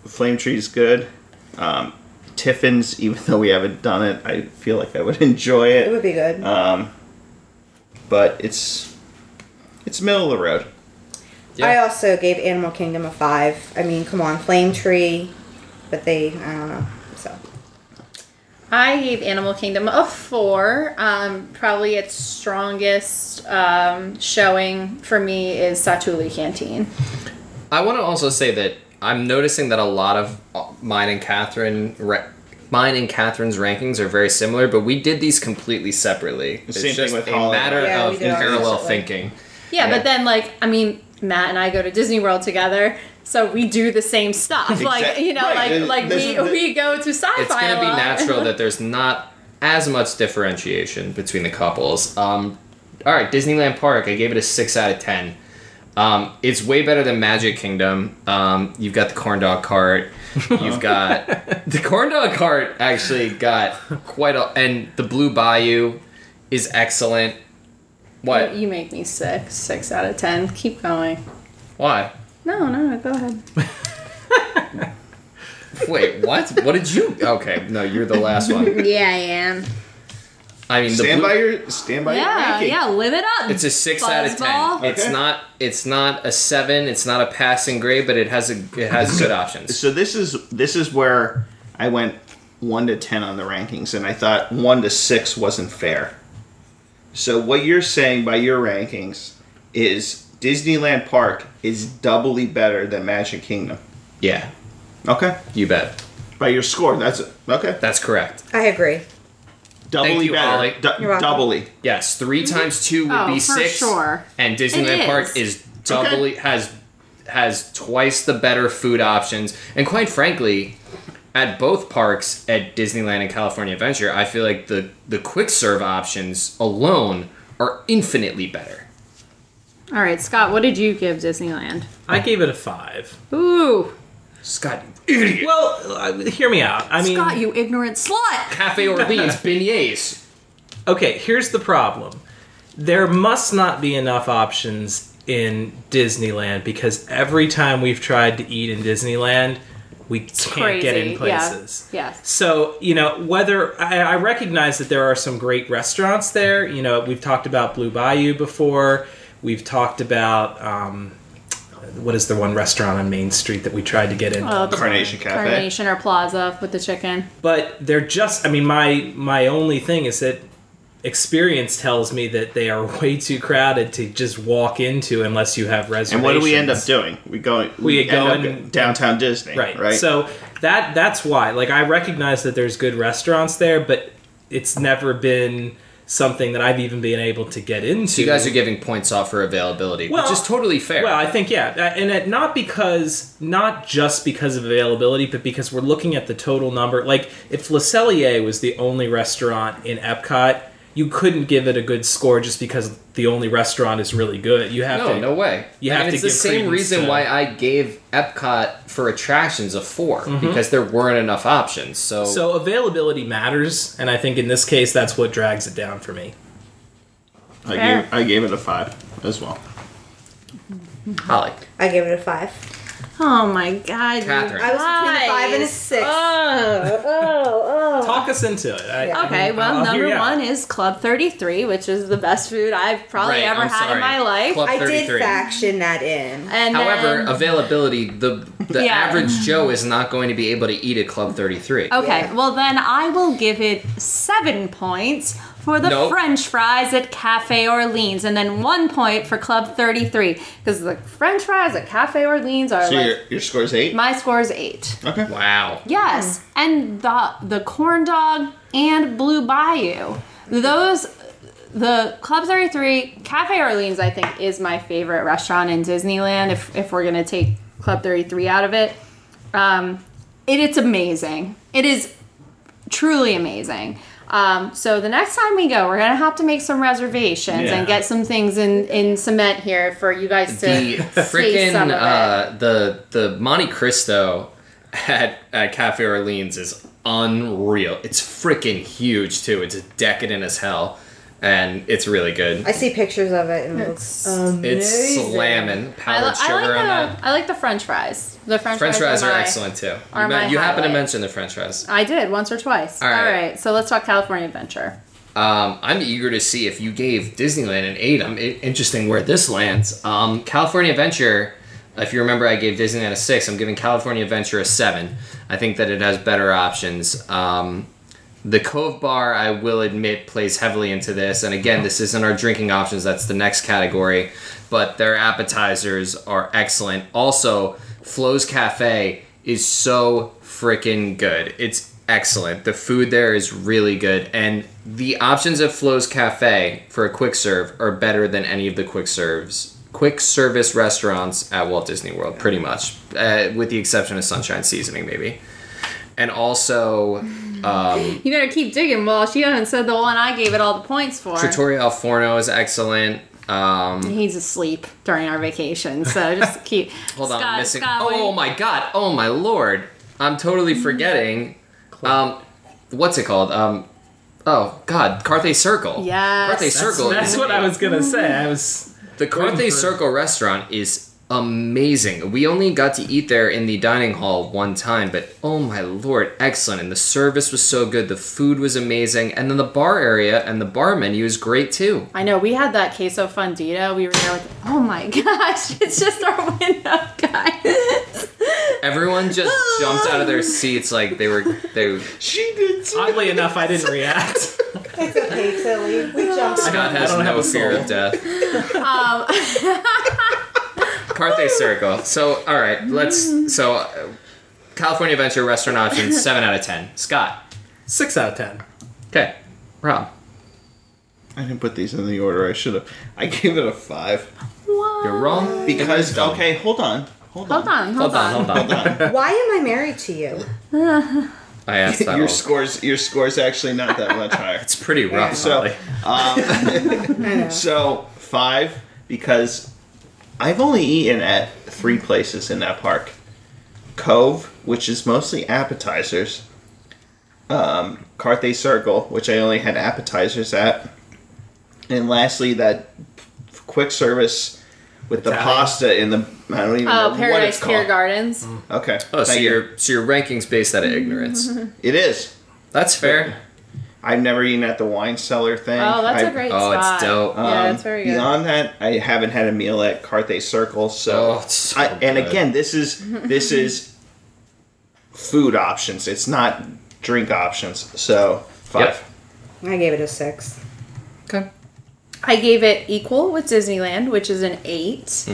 B: Flame Tree's good. Um, Tiffin's, even though we haven't done it, I feel like I would enjoy
C: It
B: it.
C: would be good.
D: Uh,
B: Um, but it's it's middle of the road.
D: Yeah.
C: I uh, also gave Animal Kingdom a five. I mean, come on, Flame Tree, but they, I don't know. So
A: I gave Animal Kingdom a four. Um, probably its strongest um, showing for me is Satuli Canteen.
D: I want to also say that I'm noticing that a lot of uh, mine and Catherine, ra- mine and Catherine's rankings are very similar, but we did these completely separately. It's
B: same thing
D: just
B: with
D: a
B: Holiday.
D: matter
C: Yeah, we
D: of
C: did ours
D: parallel
C: separately.
D: thinking.
A: Yeah,
D: Yeah.
A: but then like I mean, Matt and I go to Disney World together, so we do the same stuff. Like
B: Exactly.
A: you know,
B: Right,
A: like
B: and
A: like
B: this
A: we
B: is the-
A: we go to sci-fi.
D: it's going
A: a
D: to be
A: lot.
D: natural that there's not as much differentiation between the couples. Um, all right, Disneyland Park, I gave it a six out of ten. Um, it's way better than Magic Kingdom. Um, you've got the corn dog cart. You've got the corn dog cart. Actually, got quite a and the Blue Bayou is excellent. What?
A: You make me sick. Six out of ten. Keep going.
D: Why?
A: No, no, go ahead.
D: Wait, what? What did you? Okay, no, you're the last one.
A: Yeah, I am.
D: I mean, the
B: Stand
D: Blue-
B: by your stand by your
A: Yeah,
B: ranking.
A: yeah, live it up.
D: It's a six out of ten.
A: Buzzball.
D: It's
B: Okay.
D: not. It's not a seven. It's not a passing grade, but it has a. It has good options.
B: So this is this is where I went one to ten on the rankings, and I thought one to six wasn't fair. So what you're saying by your rankings is Disneyland Park is doubly better than Magic Kingdom.
D: Yeah,
B: Okay.
D: you bet.
B: By your score, that's okay.
D: That's correct.
C: I agree.
B: Doubly
D: Thank you, Ollie.
B: better. Du-
C: You're welcome.
B: doubly.
D: Yes, three times two would
A: Oh,
D: be
A: for
D: six.
A: sure.
D: And Disneyland
A: It
D: Park
A: is.
D: is doubly has has twice the better food options, and quite frankly. At both parks at Disneyland and California Adventure, I feel like the, the quick serve options alone are infinitely better.
F: All right, Scott, what did you give Disneyland?
E: I gave it a five.
F: Ooh,
D: Scott, you
E: Well, uh, hear me out. I mean,
D: Mm.
F: Scott, you ignorant slut!
D: cafe or beans, beignets.
E: okay, here's the problem. There must not be enough options in Disneyland because every time we've tried to eat in Disneyland, we can't get in
F: Crazy, yeah,
E: places.
F: Yes.
E: So, you know, whether I, I recognize that there are some great restaurants there. You know, we've talked about Blue Bayou before. We've talked about um, what is the one restaurant on Main Street that we tried to get in?
F: Oh, the
B: Carnation Cafe.
F: Carnation or Plaza with the chicken.
E: but they're just i mean my my only thing is that experience tells me that they are way too crowded to just walk into unless you have reservations
B: And what do we end up doing? We go.
E: We go
B: end up
E: and-
B: downtown Disney,
E: right
B: right? Right.
E: so that that's why like i recognize that there's good restaurants there but it's never been something that i've even been able to get into
D: So you guys are giving points off for availability,
E: Well-
D: which is totally fair.
E: Well, I think yeah, uh, and it, not because not just because of availability, but because we're looking at the total number. Like if Le Cellier was the only restaurant in Epcot, you couldn't give it a good score just because the only restaurant is really good. You have
D: no,
E: to
D: no way.
E: you
D: and
E: have to
D: it's the
E: give
D: same
E: credence
D: reason
E: to-
D: why I gave Epcot for attractions a 4 because there weren't enough options. So,
E: Mm-hmm. So availability matters, and I think in this case that's what drags it down for me.
B: I
F: Fair.
B: gave I gave it a five as well.
D: Holly,
C: I give it a five.
F: Oh my god. you
D: Catherine.
C: I was between a five and a
F: guys.
C: six.
F: Oh, oh, oh.
E: Talk us into it. I- I
F: Okay,
E: mean,
F: well,
E: I'll hear
F: number
E: you out.
F: one is Club 33, which is the best food I've probably
D: Right,
F: ever
D: I'm
F: had in
D: sorry.
F: my life.
D: Club
C: I did
D: 33.
C: faction that in.
F: and
D: However,
F: then-
D: availability the the
F: Yeah.
D: average Joe is not going to be able to eat at Club 33.
F: Okay,
C: Yeah.
F: well then I will give it seven points for the
D: Nope.
F: French fries at Cafe Orleans, and then one point for Club Thirty Three because the French fries at Cafe Orleans are
B: So your
F: like
B: your score's eight.
F: my score is eight.
B: okay.
D: Wow. Mm.
F: Yes, and the the corn dog and Blue Bayou, those. The Club 33 Cafe Orleans, I think, is my favorite restaurant in Disneyland. If, if we're gonna take Club 33 out of it, um, it it's amazing. It is truly amazing. Um, so the next time we go, we're gonna have to make some reservations
B: Yeah.
F: and get some things in in cement here for you guys to
D: The
F: taste
D: freaking
F: some of it.
D: uh, the the Monte Cristo at, at Cafe Orleans is unreal. It's freaking huge too. It's decadent as hell, and it's really good.
C: I see pictures of it and it looks amazing.
D: It's slamming
F: I,
D: powdered
F: li- I
D: sugar
F: like the
D: on that.
F: I like the French fries. The French,
D: French fries are
F: my-
D: excellent too.
F: are
D: you
F: my
D: men- you happen to
F: highlight.
D: mention the French fries.
F: I did once or twice. All
D: All
F: right.
D: right.
F: so let's talk California Adventure.
D: Um, I'm eager to see if you gave Disneyland an eight. I'm i- interesting where this lands. Um, California Adventure, if you remember, I gave Disneyland a six. I'm giving California Adventure a seven. I think that it has better options. Um, the Cove Bar, I will admit, plays heavily into this. And again, this isn't our drinking options, that's the next category. But their appetizers are excellent. Also, Flo's Cafe is so freaking good. It's excellent. The food there is really good. And the options at Flo's Cafe for a quick serve are better than any of the quick serves. Quick service restaurants at Walt Disney World, pretty much, uh, with the exception of Sunshine Seasoning, maybe. And also,
F: You better keep digging, Well, She hasn't said the one I gave it all the points for.
D: Trattoria Al Forno is excellent. Um,
F: He's asleep during our vacation, so just keep.
D: hold on,
F: Scott,
D: I'm missing.
F: Scott, what do
D: oh
F: you-
D: my god! Oh my lord! I'm totally forgetting. Um, what's it called? Um, oh god, Carthay Circle.
F: Yes.
D: Carthay
F: That's-
D: Circle.
E: That's
D: is-
E: what I was
F: Mm-hmm.
E: gonna say. I was
D: The Carthay
E: for-
D: Circle restaurant is amazing. We only got to eat there in the dining hall one time, but oh my lord, excellent. And the service was so good, the food was amazing, and then the bar area and the bar menu is great too.
F: I know we had that queso fundido. We were there with. Oh my gosh! It's just our window, guys.
D: Everyone just jumped out of their seats like they were they
B: She did. Too.
E: oddly enough I didn't react.
C: It's okay, Tilly. We jumped.
D: God has
E: don't have
D: no
E: a
D: fear
E: soul.
D: of death. Carthay Circle. So, all right, let's. So, uh, California Adventure restaurant options, 7 out of 10. Scott.
E: Six out of ten.
D: Okay. Rob.
B: I didn't put these in the order I should have. I gave it a five
D: You're wrong.
B: because
D: dumb.
B: Um, okay, hold on, hold on.
F: Hold on, hold,
D: Hold on, hold on.
C: Why am I married to you?
D: I asked that.
B: your
D: all.
B: scores your scores actually not that much higher.
D: It's pretty rough.
B: So,
D: Holly.
B: um, so five because I've only eaten at three places in that park: Cove, which is mostly appetizers; um, Carthay Circle, which I only had appetizers at; and lastly, that quick service with the
E: Italian?
B: pasta in the I don't even
F: Oh,
B: know what it's
F: Paradise
B: called.
F: Pier Gardens.
B: Okay,
D: oh, so
B: thank you.
D: your so your rankings based out of ignorance.
B: It is.
D: That's fair.
B: I've never eaten at the wine cellar thing.
F: Oh, that's
B: a
F: a great
D: oh, it's
F: spot.
D: dope.
F: Yeah, that's very good.
B: Um, Beyond that, I haven't had a meal at Carthay Circle. So,
D: Oh, it's so
B: I, and
D: good.
B: again, this is this is food options. It's not drink options. So five.
D: Yep.
C: I gave it a six.
D: Okay.
F: I gave it equal with Disneyland, which is an 8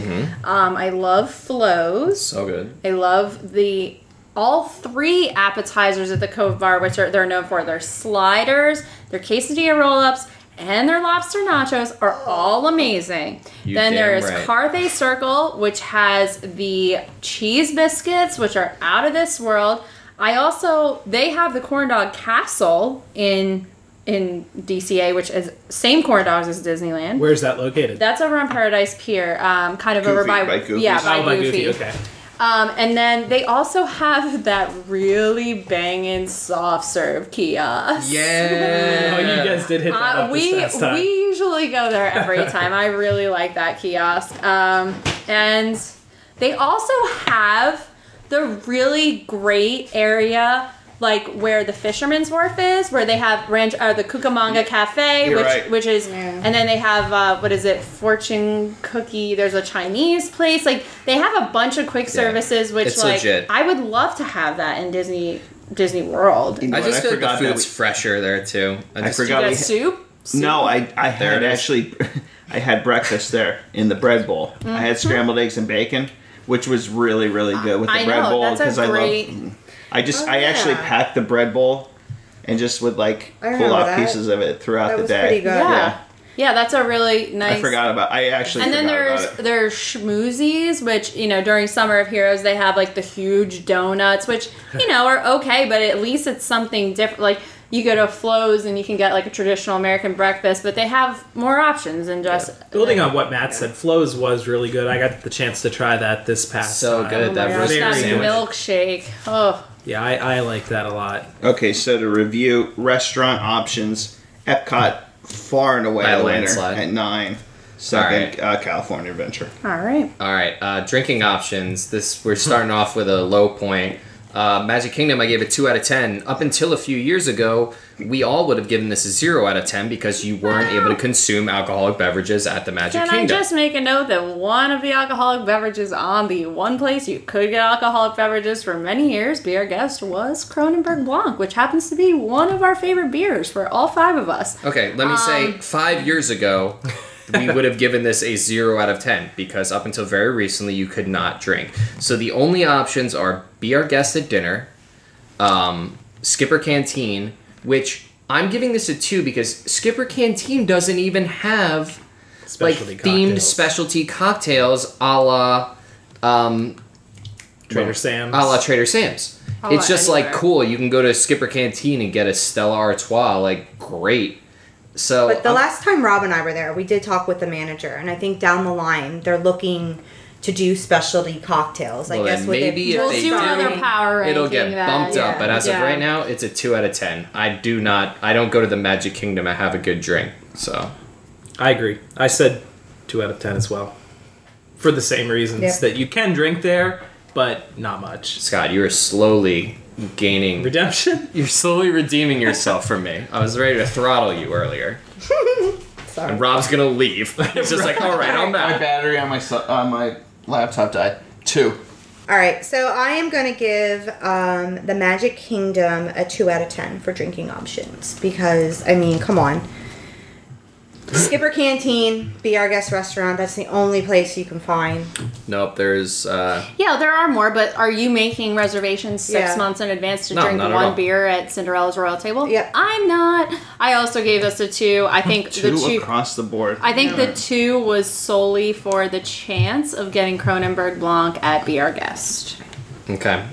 F: Um, I love flows.
D: So good.
F: I love the all three appetizers at the Cove Bar, which are they're known for. Their sliders, their quesadilla roll-ups, and their lobster nachos are all amazing.
D: You
F: then
D: damn
F: there is
D: right.
F: Carthay Circle, which has the cheese biscuits, which are out of this world. I also they have the corn dog castle in in DCA, which is same corn dogs as Disneyland.
E: Where's that located?
F: That's over on Paradise Pier, um, kind of over
B: Goofy,
F: by,
B: by Goofy's.
F: yeah, by
E: oh, by
F: Goofy.
E: Goofy. Okay.
F: Um, and then they also have that really banging soft serve kiosk.
D: Yeah.
E: Oh, you guys did hit that
F: Uh,
E: up
F: we
E: this past time.
F: we usually go there every time. I really like that kiosk. Um, and they also have the really great area like where the Fisherman's Wharf is, where they have ranch or the Cucamonga Cafe,
B: You're
F: which
B: right.
F: which is,
C: Yeah.
F: and then they have uh, what is it, fortune cookie? There's a Chinese place. Like they have a bunch of quick services, which
D: It's
F: like
D: legit.
F: I would love to have that in Disney Disney World.
B: You know
D: I
B: what,
D: just feel like the
B: forgot that
D: food's
B: we-
D: fresher there too.
B: I
D: just-
B: forgot-
F: You got
B: we-
F: soup? soup?
B: No, I I
D: There
B: had
D: it is.
B: actually I had breakfast there in the bread bowl. I had scrambled eggs and bacon, which was really really good with the
F: I
B: bread
F: know,
B: bowl
F: that's a
B: I
F: great-
B: love. Mm. I just
C: Oh,
B: I actually
C: yeah.
B: packed the bread bowl and just would like
C: I
B: pull
C: remember
B: out
C: that.
B: pieces of it throughout
C: That
B: the
C: was
B: day.
C: pretty good.
F: Yeah.
B: Yeah.
F: yeah. that's a really nice.
B: I forgot about. I actually
F: And then
B: forgot
F: there's
B: about it.
F: there's schmoozies, which you know during Summer of Heroes they have like the huge donuts, which you know are okay, but at least it's something different. Like you go to Flo's and you can get like a traditional American breakfast, but they have more options than just.
E: Building on what Matt said, Flows was really good. I got the chance to try that this past
D: So
E: time.
D: good.
F: Oh my
D: that
F: gosh,
E: roast
F: that
E: sandwich.
F: milkshake. Oh,
E: Yeah, I, I like that a lot.
B: Okay, so to review restaurant options, Epcot far and away
D: By a
B: the winner
D: landslide.
B: at nine. Second,
D: All right.
B: uh, California Adventure.
F: all right.
D: All right, uh, drinking options. This we're starting off with a low point. Uh, Magic Kingdom, I gave it two out of ten. Up until a few years ago, we all would have given this a zero out of ten because you weren't able to consume alcoholic beverages at the Magic
F: Can I
D: Kingdom.
F: just make a note that one of the alcoholic beverages on the one place you could get alcoholic beverages for many years, be our guest, was Kronenberg Blanc, which happens to be one of our favorite beers for all five of us.
D: Okay, let me
F: Um,
D: say, five years ago, we would have given this a zero out of ten because up until very recently, you could not drink. So the only options are be our guest at dinner, um, Skipper Canteen, which I'm giving this a two because Skipper Canteen doesn't even have
E: Specialty
D: like themed
E: cocktails.
D: specialty cocktails a la um,
E: Trader Sam's.
D: a la Trader Sam's.
F: A la
D: It's just like
F: anywhere.
D: cool. You can go to Skipper Canteen and get a Stella Artois. Like great. So
C: But the
D: Oh, I'm-
C: last time Rob and I were there, we did talk with the manager, and I think down the line they're looking to do specialty cocktails. I
D: Well,
C: guess
D: then
C: with
D: maybe
C: it
D: if
F: We'll
D: they
F: do
D: do,
F: another power ranking.
D: it'll get
F: then.
D: bumped up.
C: yeah.
D: But as of
F: Yeah.
D: right now, it's a two out of ten. I do not. I don't go to the Magic Kingdom. I have a good drink. So
E: I agree. I said two out of ten as well, for the same reasons
C: Yep.
E: that you can drink there, but not much.
D: Scott, you are slowly gaining.
E: Redemption.
D: You're slowly redeeming yourself from me. I was ready to throttle you earlier.
C: Sorry.
D: And Rob's gonna leave. He's just like, all right, I'm
B: My
D: out.
B: battery on my on my laptop died. Two.
C: All right, so I am going to give um, the Magic Kingdom a two out of ten for drinking options because I mean, come on. Skipper Canteen, Be Our Guest Restaurant. That's the only place you can find.
D: Nope. There's. uh
F: Yeah, there are more, but are you making reservations six
C: Yeah.
F: months in advance to
D: No,
F: drink
D: not at all.
F: one beer at Cinderella's Royal Table?
C: Yep.
F: I'm not. I also gave this a two. I think
B: Two
F: the two.
B: across the board.
F: I think the two was solely for the chance of getting Cronenberg Blanc at Be Our Guest.
D: Okay.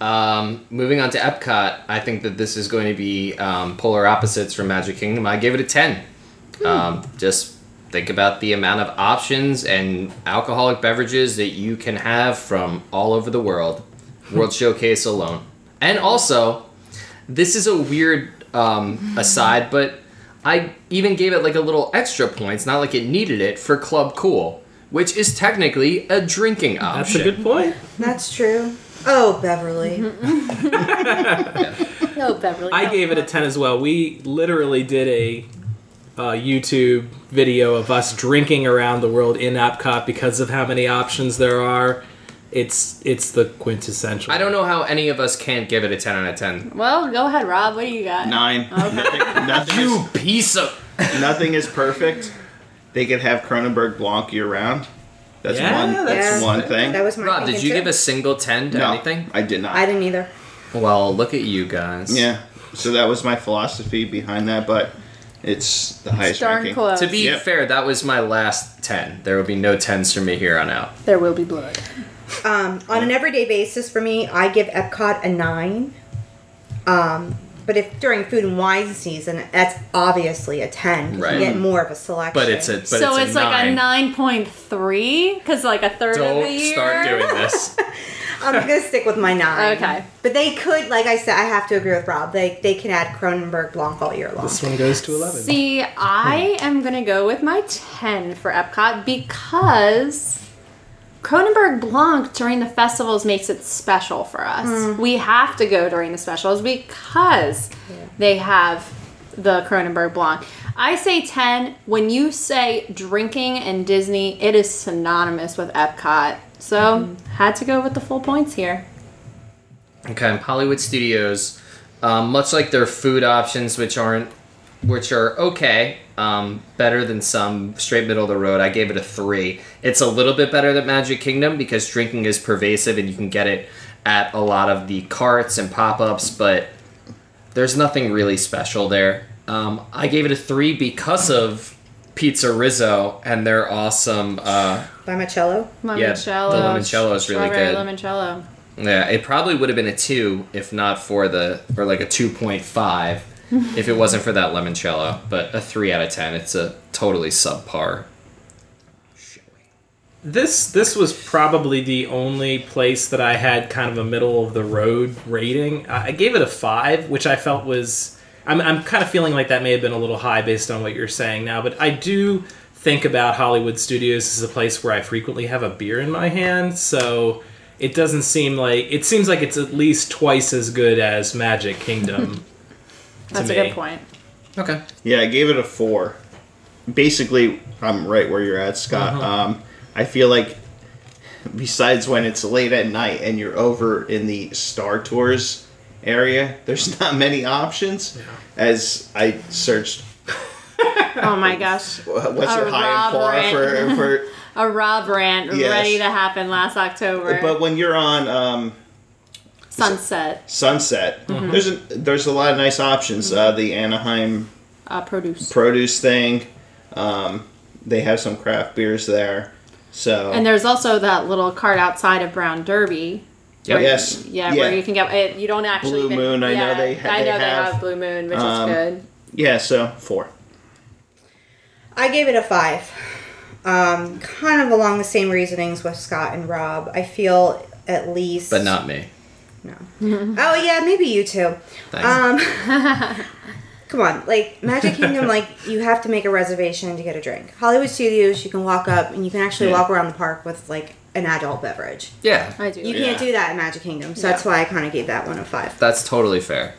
D: Um, moving on to Epcot, I think that this is going to be um, polar opposites from Magic Kingdom. I gave it a 10.
E: Hmm.
D: Um, just think about the amount of options and alcoholic beverages that you can have from all over the world. World Showcase alone. And also, this is a weird um, aside, but I even gave it like a little extra points, not like it needed it, for Club Cool, which is technically a drinking
E: That's
D: option.
E: a good point.
C: That's true. Oh, Beverly.
F: No, Beverly.
E: I gave it a 10 as well. We literally did a uh, YouTube video of us drinking around the world in Epcot because of how many options there are. It's it's the quintessential.
D: I don't know how any of us can't give it a 10 out of 10.
F: Well, go ahead, Rob. What do you got?
B: Nine. Nothing, nothing,
D: You piece of.
B: is, nothing is perfect. They could have Cronenberg Blanc year round. That's
E: Yeah,
B: one. That's
C: Yeah.
B: one thing.
C: That was my
D: Rob, did
C: thinking
D: you
C: too.
D: give a single 10 to
B: no,
D: anything?
B: I did not.
C: I didn't either.
D: Well, look at you guys.
B: Yeah. So that was my philosophy behind that, but it's the highest
F: Darn
B: ranking.
F: close.
D: To be
B: Yep.
D: fair, that was my last 10. There will be no 10s from me here on out.
F: there will be blood.
C: Um, on an everyday basis, for me, I give Epcot a nine. Um, but if during food and wine season, that's obviously a ten. 'cause
D: Right.
C: You get more of a selection.
D: But it's a but
F: so it's,
D: it's,
F: like a
D: nine.
F: nine point three because like a 3rd of the
D: Don't
F: year.
D: start doing this.
C: I'm gonna stick with my nine.
F: Okay.
C: But they could, like I said, I have to agree with Rob. They they can add Cronenberg Blanc all year long.
E: This one goes to 11.
F: See, I
D: Hmm.
F: am gonna go with my ten for Epcot because Cronenberg Blanc during the festivals makes it special for us.
D: Hmm.
F: We have to go during the specials because they have the Cronenberg Blanc. I say 10. When you say drinking and Disney, it is synonymous with Epcot. So,
D: Mm-hmm.
F: had to go with the full points here.
D: Okay, Hollywood Studios, um, much like their food options, which aren't, which are okay, um, better than some straight middle of the road. I gave it a three. It's a little bit better than Magic Kingdom because drinking is pervasive and you can get it at a lot of the carts and pop ups, but there's nothing really special there. Um, I gave it a three because of Pizza Rizzo and their awesome. Uh,
C: By Michello.
F: Limoncello.
D: Yeah, the limoncello is really
F: strawberry
D: good.
F: limoncello.
D: Yeah, it probably would have been a two if not for the or like a two point five if it wasn't for that limoncello. But a three out of ten. It's a totally subpar.
E: This this was probably the only place that I had kind of a middle of the road rating. I I gave it a five, which I felt was I'm I'm kind of feeling like that may have been a little high based on what you're saying now, but I do think about Hollywood Studios as a place where I frequently have a beer in my hand, so it doesn't seem like it seems like it's at least twice as good as Magic Kingdom.
F: That's
E: me.
F: a good point.
D: Okay.
B: Yeah, I gave it a four. Basically, I'm right where you're at, Scott. Um, I feel like, besides when it's late at night and you're over in the Star Tours area, there's not many options. As I searched,
F: Oh my gosh.
B: wha- what's your
F: A
B: high and far for, for
F: a Rob rant
B: Yes.
F: ready to happen last October.
B: but when you're on um,
F: Sunset
B: Sunset, there's a, there's a lot of nice options.
F: Mm-hmm.
B: Uh, the Anaheim
F: uh, produce.
B: produce thing. Um, they have some craft beers there. So
F: and there's also that little cart outside of Brown Derby.
D: Yep.
B: yes,
F: Yeah, where you can get it. You don't actually.
B: Blue
F: even-
B: Moon, I know
F: yeah,
B: they ha-
F: I
B: they
F: know they
B: have.
F: have Blue Moon, which
B: Um,
F: is good.
B: yeah. So four.
C: I gave it a five. Um, kind of along the same reasonings with Scott and Rob. I feel at least
D: But not me.
C: No. oh yeah, maybe you too.
D: Thanks.
C: Um, come on, like Magic Kingdom, like you have to make a reservation to get a drink. Hollywood Studios, you can walk up and you can actually
B: Yeah.
C: walk around the park with like an adult beverage.
D: yeah.
F: I do.
C: You
B: Yeah.
C: can't do that at Magic Kingdom, so that's why I kind of gave that one a five.
D: That's totally fair.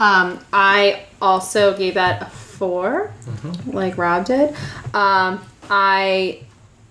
F: Um, I also gave that a 4
E: Mm-hmm.
F: like Rob did. Um, I,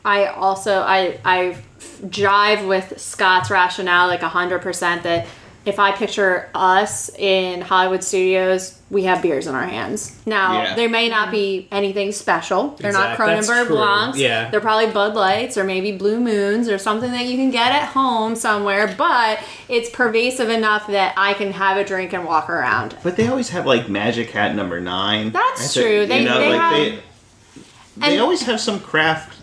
F: I also I I jive with Scott's rationale like hundred percent that if I picture us in Hollywood studios, we have beers in our hands. Now
B: Yeah.
F: there may not be anything special. They're
E: Exact-
F: not
E: that's
F: Cronenberg
E: true.
F: Blancs.
E: Yeah.
F: They're probably Bud Lights or maybe Blue Moons or something that you can get at home somewhere, but it's pervasive enough that I can have a drink and walk around.
B: But they always have like Magic Hat number nine.
F: That's
B: a-
F: true. They- they have-
B: they, they
F: and-
B: always have some craft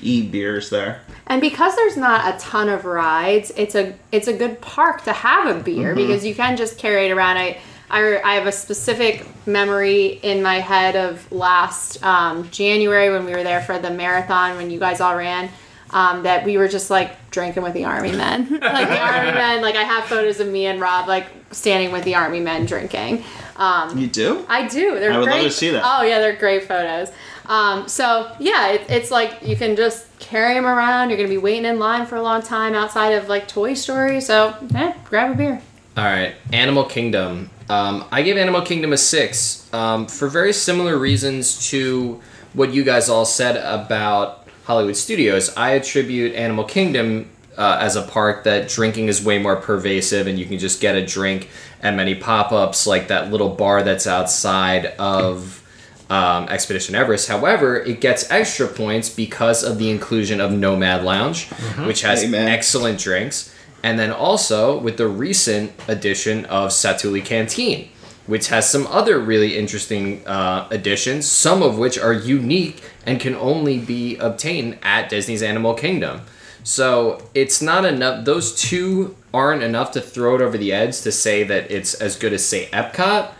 B: e beers there.
F: And because there's not a ton of rides, it's a it's a good park to have a beer because you can just carry it around. I I, I have a specific memory in my head of last um, January when we were there for the marathon when you guys all ran. Um, that we were just like drinking with the army men, like the army men. Like I have photos of me and Rob like standing with the army men drinking. Um,
B: You do?
F: I do. They're
B: I would
F: great.
B: love to see that.
F: Oh yeah, they're great photos. Um, so yeah, it, it's like you can just carry them around. You're gonna be waiting in line for a long time outside of like Toy Story. So eh, grab a beer.
D: All right, Animal Kingdom. Um, I gave Animal Kingdom a six um, for very similar reasons to what you guys all said about Hollywood Studios. I attribute Animal Kingdom uh, as a park that drinking is way more pervasive, and you can just get a drink at many pop ups, like that little bar that's outside of um, Expedition Everest. However, it gets extra points because of the inclusion of Nomad Lounge, which has
B: Amen.
D: excellent drinks, and then also with the recent addition of Satuli Canteen, which has some other really interesting uh, additions, some of which are unique and can only be obtained at Disney's Animal Kingdom. So it's not enough; those two aren't enough to throw it over the edge to say that it's as good as say Epcot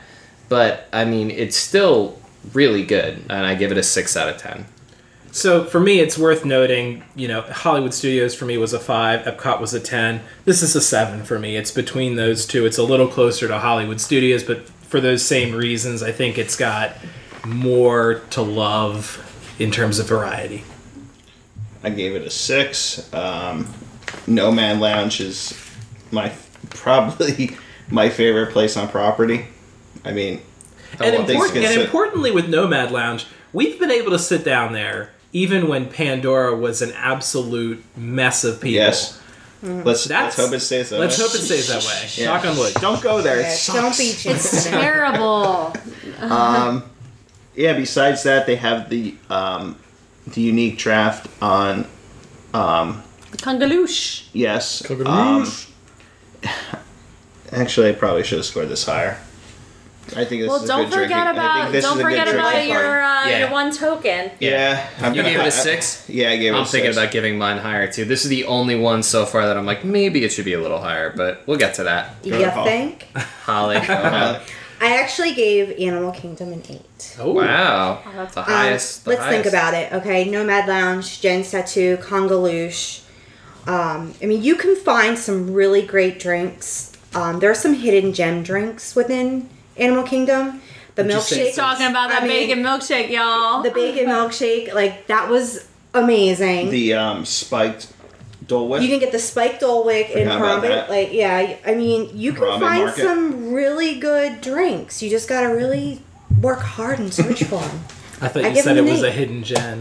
D: but I mean, it's still really good, and I give it a six out of ten.
E: So for me, it's worth noting. You know, Hollywood Studios for me was a five. Epcot was a ten. This is a seven for me. It's between those two. It's a little closer to Hollywood Studios, but for those same reasons, I think it's got more to love in terms of variety.
B: I gave it a six. Um, no Man Lounge is my probably my favorite place on property. I mean,
E: and,
B: want things to
E: important,
B: get
E: and
B: sit-
E: importantly with nomad lounge we've been able to sit down there even when pandora was an absolute mess of people
B: yes.
F: Mm-hmm.
B: Let's, let's
E: That's-
B: hope it stays that
E: let's
B: way.
E: hope it stays that way
B: Yeah.
E: knock on wood
B: Don't go there. It
C: Yes, Don't
B: sucks.
C: be jinxing it.
F: Terrible.
B: yeah besides that they have the um the unique draft on
F: Kungaloosh.
B: yes um, actually i probably should have scored this higher i think this
F: Well,
B: is a
F: don't
B: good drinking.
F: forget
B: I think
F: about
B: this is
F: don't
B: a good
F: forget
B: drinking
F: about your
B: card.
F: uh,
D: Yeah.
F: your one token.
B: yeah I'm
D: You
B: gonna-
D: gave it
B: I-
D: a six.
B: yeah i gave it
D: I'm
B: a
D: thinking
B: six.
D: about giving mine higher too. This is the only one so far that I'm like, maybe it should be a little higher, but we'll get to that.
C: You
B: Beautiful.
C: think?
D: Holly,
B: Uh,
C: I actually gave Animal Kingdom an eight.
E: oh
D: wow,
F: that's-
D: the
F: Um,
D: highest. the
C: let's think
D: highest.
C: about it. Okay, Nomad Lounge, Gen Satu, Congoloosh. Um, I mean, you can find some really great drinks. Um, there are some hidden gem drinks within Animal Kingdom. The milkshake.
F: Talking about that
C: I mean,
F: bacon milkshake, y'all.
C: The bacon milkshake, like that was amazing.
B: the um spiked dole whip
C: you can get the spiked Dolwick and
B: Forgot about
C: Harambe.
B: that.
C: Like, yeah, I mean, you can
B: Harambe
C: find
B: Market.
C: some really good drinks. You just gotta really work hard and search for them.
E: i thought
C: I
E: you
C: give
E: said it
C: him an
E: was a
C: eight.
E: hidden gem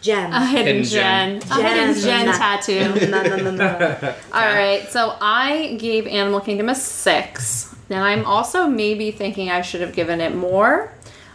C: Gem.
F: A hidden,
D: Hidden gem.
F: gen. A hidden
C: Gem.
F: gen
C: Nah.
F: tattoo.
C: No, no, no, no.
F: All right, so I gave Animal Kingdom a six, and I'm also maybe thinking I should have given it more.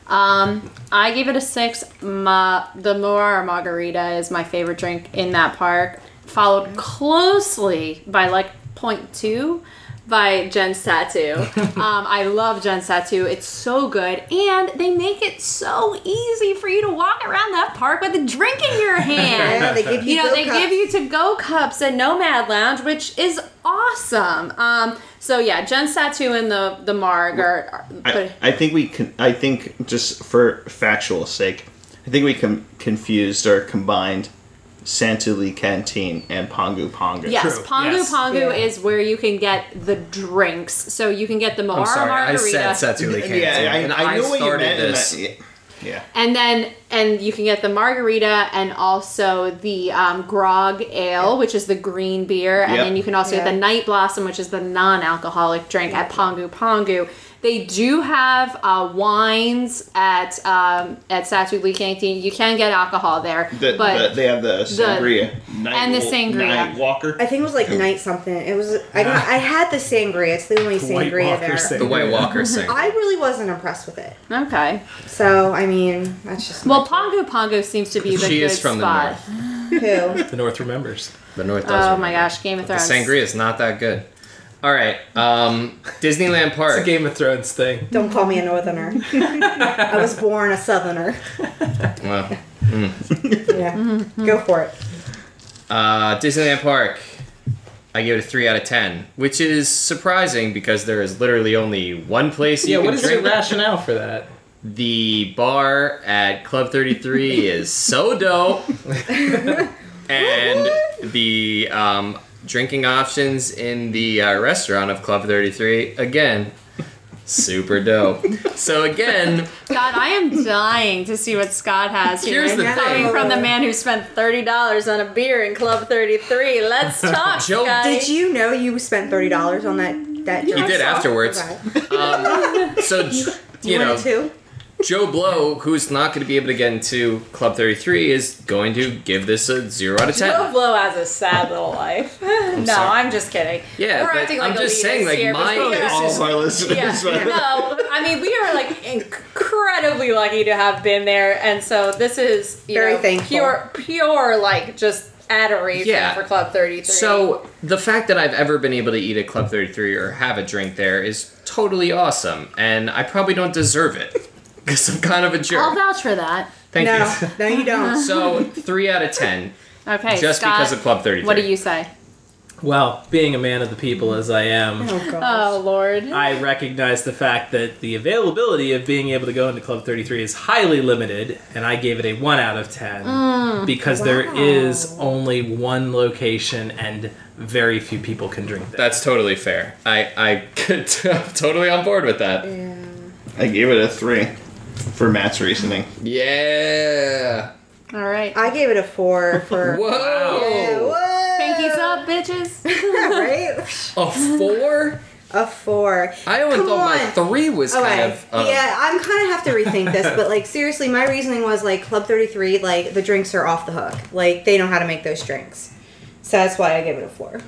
F: Um, I gave it a six. Ma- the Mora Margarita is my favorite drink in that park, followed closely by like 0.2 by Jen's Tattoo. um, I love Jen's Tattoo. It's so good, and they make it so easy for you to walk around that park with a drink in your hand
C: Yeah, they give you,
F: you know
C: go
F: they
C: cups.
F: give you to go cups at nomad lounge which is awesome um so yeah jen satu and the the marg are, are
B: I, I think we can. I think just for factual sake, I think we com- confused or combined Santuli Canteen and Pongu Pongu.
F: yes
E: True,
F: pongu
E: yes.
F: pongu
C: Yeah.
F: is where you can get the drinks so you can get the moara
D: I'm sorry, I
F: margarita
D: said Satuli Canteen,
B: Yeah, I,
D: and
B: I,
D: I,
B: know what you
D: started
B: meant. and
D: this.
B: I- yeah. yeah.
F: and then and you can get the margarita and also the um, grog ale which is the green beer and
B: Yep.
F: then you can also get
C: Yeah.
F: the night blossom which is the non-alcoholic drink at pongu pongu they do have uh, wines at um, at Satu Lee Canteen. You can get alcohol there,
B: The,
F: but
B: the, they have the sangria night
F: and the
B: wa-
F: sangria.
B: night walker.
C: I think it was like night something. It was I got, I had the sangria. It's the only
E: White
C: sangria
E: Walker
C: there.
D: The
E: sangria.
D: White Walker sing.
C: I really wasn't impressed with it.
F: okay.
C: So I mean, that's just
F: Well, Pongu Pongu seems to be the
D: She
F: good
D: is from the
F: spot.
D: north.
C: who.
E: the north remembers
D: The North does.
F: Oh
D: remember.
F: my gosh, Game of
D: the
F: Thrones.
D: sangria is not that good. All right, um, Disneyland Park.
E: it's a Game of Thrones thing
C: Don't call me a northerner. I was born a southerner.
D: Well,
F: Mm-hmm.
C: Yeah, go for it.
D: Uh, Disneyland Park, I give it a three out of ten, which is surprising because there is literally only one place you
E: Yeah,
D: can
E: what is your
D: drink.
E: rationale for that?
D: the bar at Club 33 is so dope. and the um, drinking options in the uh, restaurant of Club 33, again, super dope. so, again,
F: God, I am dying to see what Scott has here.
D: Here's the
F: It's coming
D: thing.
F: from the man who spent thirty dollars on a beer in Club Thirty Three. Let's talk,
D: Joe,
F: Scott.
C: Did you know you spent thirty dollars on that? That
D: you did afterwards.
C: Okay.
D: Um, so, j- you,
C: You
D: know,
C: wanted to?
D: Joe Blow, who's not going to be able to get into Club 33, is going to give this a 0 out of 10.
F: Joe Blow has a sad little life. no,
D: sorry.
F: I'm just kidding.
D: Yeah,
F: We're
D: but
F: acting like
D: I'm just
F: elitists
D: saying, like,
F: here, but
D: my-
F: we are-
B: This is my listeners.
F: Yeah.
B: by the way.
F: no, I mean we are like incredibly lucky to have been there, and so this is you
C: Very
F: know,
C: thankful.
F: pure, pure like just adoration
D: Yeah.
F: for Club Thirty Three.
D: So the fact that I've ever been able to eat at Club 33 or have a drink there is totally awesome, and I probably don't deserve it because I'm kind of a jerk.
F: I'll vouch for that.
D: Thank
C: No,
D: you.
C: no, you don't.
D: So three out of ten,
F: Okay,
D: just
F: Scott,
D: because of Club 33.
F: What do you say?
E: Well, being a man of the people as I am,
C: Oh gosh.
F: Oh Lord.
E: I recognize the fact that the availability of being able to go into Club 33 is highly limited, and I gave it a 1 out of 10 because there is only one location and very few people can drink there.
D: That's totally fair. I I could I'm totally on board with that.
B: I gave it a three for Matt's reasoning.
D: Yeah.
F: All right.
C: I gave it a four for.
D: Whoa.
C: Yeah, whoa.
F: Pinkies up, bitches.
C: right?
D: A four?
C: A four.
D: I always
C: Come
D: thought my
C: on.
D: three was kind
C: Okay.
D: of. Uh,
C: yeah, I'm kind of have to rethink this, but like seriously, my reasoning was like Club 33, like the drinks are off the hook. Like they know how to make those drinks. So that's why I gave it a four.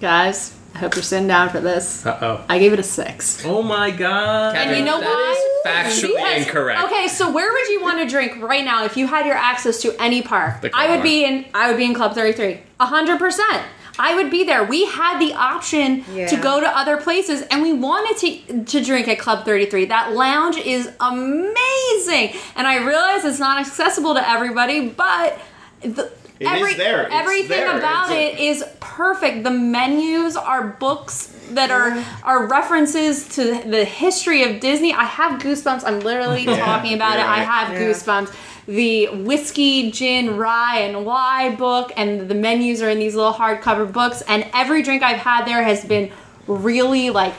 F: Guys, I hope you're sitting down for this.
E: Uh-oh.
F: I gave it a six.
E: Oh my god.
D: Kevin,
F: And you know
D: that
F: why?
D: is factually
F: Because-
D: incorrect.
F: Okay, so where would you want to drink right now if you had your access to any park?
D: The
F: I would
D: Colony.
F: be in I would be in Club 33. 100%. I would be there. We had the option
C: Yeah.
F: to go to other places and we wanted to to drink at Club 33. That lounge is amazing. And I realize it's not accessible to everybody, but the
B: It is there. It's
F: everything
B: there.
F: about
B: It's a-
F: it is perfect. The menus are books that are are references to the history of Disney. I have goosebumps. I'm literally talking about it.
B: you're
F: I
B: right.
F: have
C: Yeah.
F: goosebumps. The whiskey, gin, rye, and wine book, and the menus are in these little hardcover books. And every drink I've had there has been really like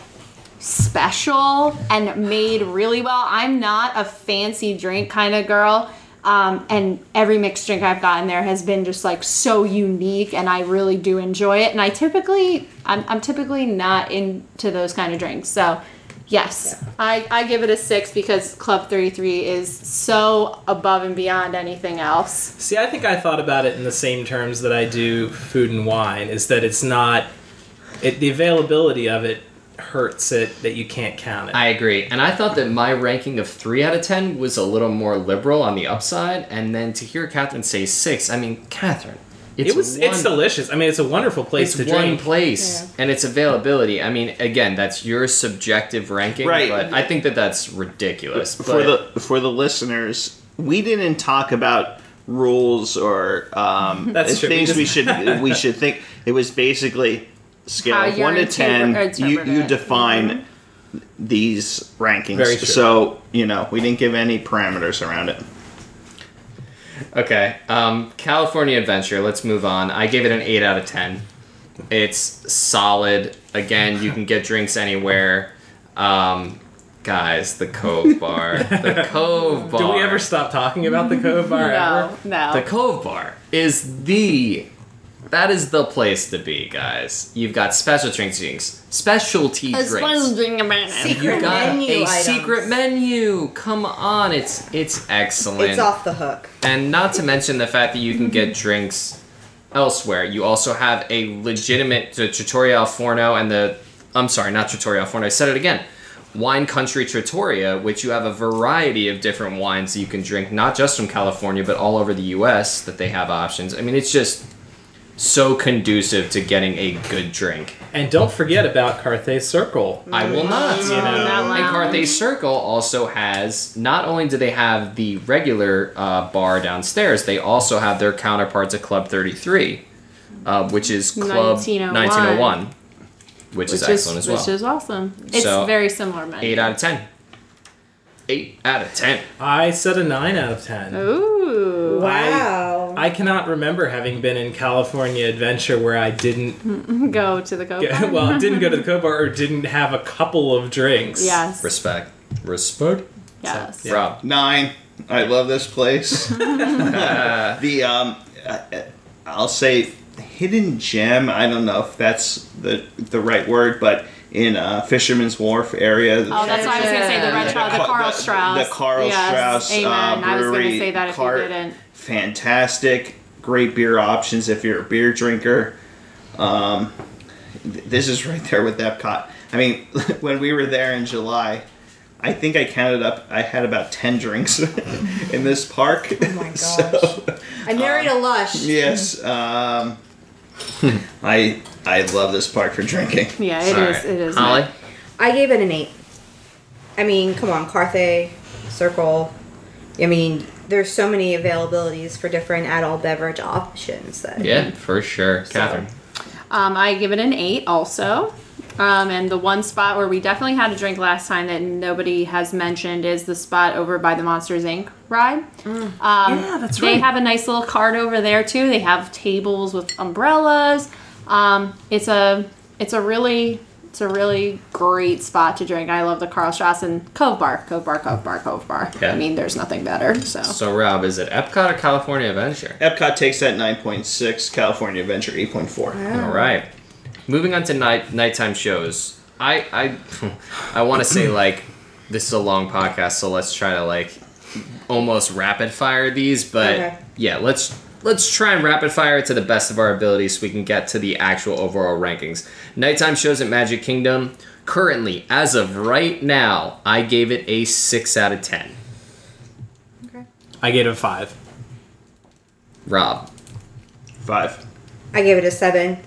F: special and made really well. I'm not a fancy drink kind of girl. Um, and every mixed drink I've gotten there has been just like so unique, and I really do enjoy it. And I typically, I'm, I'm typically not into those kind of drinks. So, yes, I, I give it a six because Club 33 is so above and beyond anything else.
E: See, I think I thought about it in the same terms that I do food and wine is that it's not it, the availability of it hurts it that you can't count it.
D: I agree. And I thought that my ranking of 3 out of 10 was a little more liberal on the upside. And then to hear Catherine say 6, I mean, Catherine. It's
E: it was it's
D: one-
E: delicious. I mean, it's a wonderful place
D: It's
E: to
D: one
E: drink.
D: place and its availability. I mean, again, that's your subjective ranking,
B: Right.
D: but I think that that's ridiculous. But
B: for the for the listeners, we didn't talk about rules or um,
E: That's true.
B: things
E: We
B: we should we should think. It was basically scale
F: How
B: of
F: you're Mm-hmm.
B: one to ten.
F: interpre-
B: You you
F: interpret it.
B: define these rankings.
E: Very true.
B: So you know we didn't give any parameters around it.
D: okay, um, California Adventure. Let's move on. I gave it an eight out of ten. It's solid. Again, you can get drinks anywhere. Um, guys, the Cove Bar. The Cove Bar.
E: Do we ever stop talking about the Cove Bar ever?
F: No, no.
D: The Cove Bar is the that is the place to be, guys. You've got special drinks, drinks specialty drinks.
C: Secret
D: You've got
C: menu
D: a
C: items.
D: secret menu. Come on, it's it's excellent.
C: It's off the hook.
D: And not to mention the fact that you can get drinks elsewhere. You also have a legitimate the Trattoria al Forno and the I'm sorry, not Trattoria al Forno. I said it again. Wine Country Trattoria, which you have a variety of different wines that you can drink, not just from California, but all over the U.S. That they have options. I mean, it's just so conducive to getting a good drink.
E: And don't forget about Carthay Circle.
D: I will not.
E: You know,
D: And Carthay Circle also has not only do they have the regular uh, bar downstairs, they also have their counterparts at Club 33. uh, which is Club
F: 1901.
D: 1901, which, is excellent as well.
F: Which is awesome. It's
D: So-
F: very similar menu.
D: Eight out of ten. Eight out of ten.
E: I said a nine out of ten.
F: Oh. Ooh.
C: Wow.
E: I cannot remember having been in California Adventure where I didn't
F: Go to the go.
E: go, well didn't go to the co-bar or didn't have a couple of drinks.
F: Yes.
D: Respect. Respect.
F: yes.
D: Rob.
B: Nine. I love this place. the um, uh, I'll say hidden gem. I don't know if that's the the right word, but in uh, Fisherman's Wharf area.
F: Oh, that's why I was going to say the
C: Yeah.
F: red Strauss, the
B: Ca-
F: Carl Strauss.
B: The Carl
F: yes,
B: Strauss.
F: Amen.
B: uh,
F: I was going to
B: brewery
F: say that if
B: cart.
F: you didn't.
B: Fantastic. Great beer options if you're a beer drinker. Um, th- this is right there with Epcot. I mean, when we were there in July, I think I counted up, I had about 10 drinks in this park.
C: Oh my gosh.
B: So,
C: I married
D: um,
C: a lush.
B: yes. Um, I I love this park for drinking.
F: Yeah, it is.
D: Alright.
F: It is.
D: Holly.
C: I gave it an eight. I mean, come on, Carthay, Circle. I mean, there's so many availabilities for different adult beverage options that
D: Yeah, for sure. Catherine.
F: Um, I give it an eight also. Um, and the one spot where we definitely had a drink last time that nobody has mentioned is the spot over by the Monsters Inc. ride. Um, yeah, that's right. They have a nice little cart over there too. They have tables with umbrellas. Um, it's a it's a really it's a really great spot to drink. I love the Carl Strauss and Cove Bar, Cove Bar, Cove Bar, Cove Bar.
D: Yeah.
F: I mean, there's nothing better.
D: So Rob, is it Epcot or California Adventure?
B: Epcot takes that 9.6, California Adventure 8.4.
D: All right. Moving on to night nighttime shows. I I I want to say like this is a long podcast, so let's try to like almost rapid fire these, but
C: Okay.
D: yeah, let's let's try and rapid fire it to the best of our abilities so we can get to the actual overall rankings. Nighttime shows at Magic Kingdom currently as of right now, I gave it a 6 out of 10.
E: I gave it a five.
D: Rob,
B: Five.
C: I gave it a seven.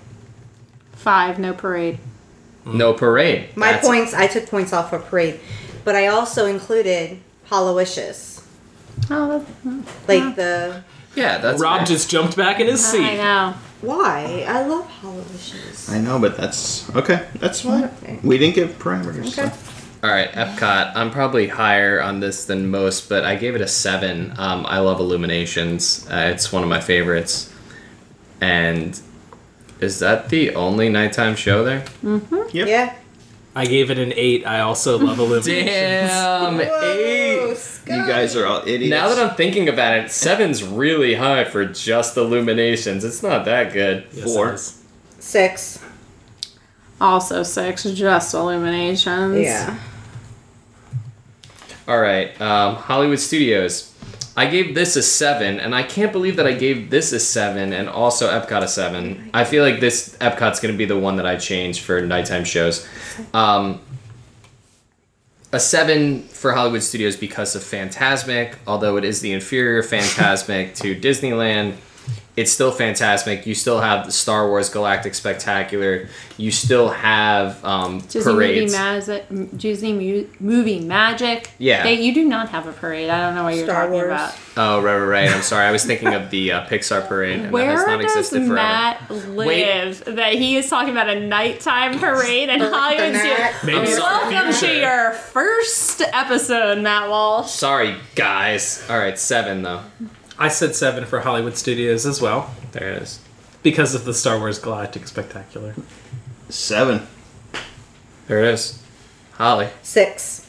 F: five, no parade.
D: no parade.
C: My
D: That's-
C: points, I took points off for parade, but I also included Hollowishes,
F: Oh, that's,
C: like the
D: Yeah, that's
E: Rob
D: fair.
E: just jumped back in his seat.
F: I know.
C: why I love Hollowishes.
B: I know, but that's okay. That's fine.
C: Okay.
B: We didn't give parameters. so.
C: Okay.
D: All right, Epcot. I'm probably higher on this than most, but I gave it a seven. Um, I love Illuminations. Uh, it's one of my favorites. And is that the only nighttime show there?
B: Yep.
C: Yeah.
E: I gave it an eight. I also love Illuminations.
D: Damn,
C: Whoa,
D: eight.
C: Scott.
B: You guys are all idiots.
D: Now that I'm thinking about it, seven's really high for just Illuminations. It's not that good.
E: Yes, it
B: Four.
E: is.
C: six.
F: Also six, just illuminations.
C: Yeah.
D: All right, um, Hollywood Studios. I gave this a seven, and I can't believe that I gave this a seven and also Epcot a seven. I feel like this Epcot's going to be the one that I change for nighttime shows. Um, a seven for Hollywood Studios because of Fantasmic, although it is the inferior Fantasmic to Disneyland. It's still Fantasmic. You still have the Star Wars Galactic Spectacular. You still have um,
F: Disney
D: parades.
F: movie magic. Disney mu- movie magic.
D: Yeah.
F: They, you do not have a parade. I don't know what you're
C: Star
F: talking
C: Wars.
F: about.
D: Oh right, right, right. I'm sorry. I was thinking of the uh, Pixar parade, and that has
F: Where
D: not
F: does
D: existed forever.
F: Matt live that he is talking about a nighttime parade in Hollywood?
C: night.
F: Studios?
E: Maybe it's our
F: Welcome to
E: future.
F: your first episode, Matt Walsh.
D: Sorry, guys. All right, seven though.
E: I said seven for Hollywood Studios as well
D: There it is.
E: because of the Star Wars Galactic Spectacular.
B: Seven.
D: There it is. Holly.
C: Six.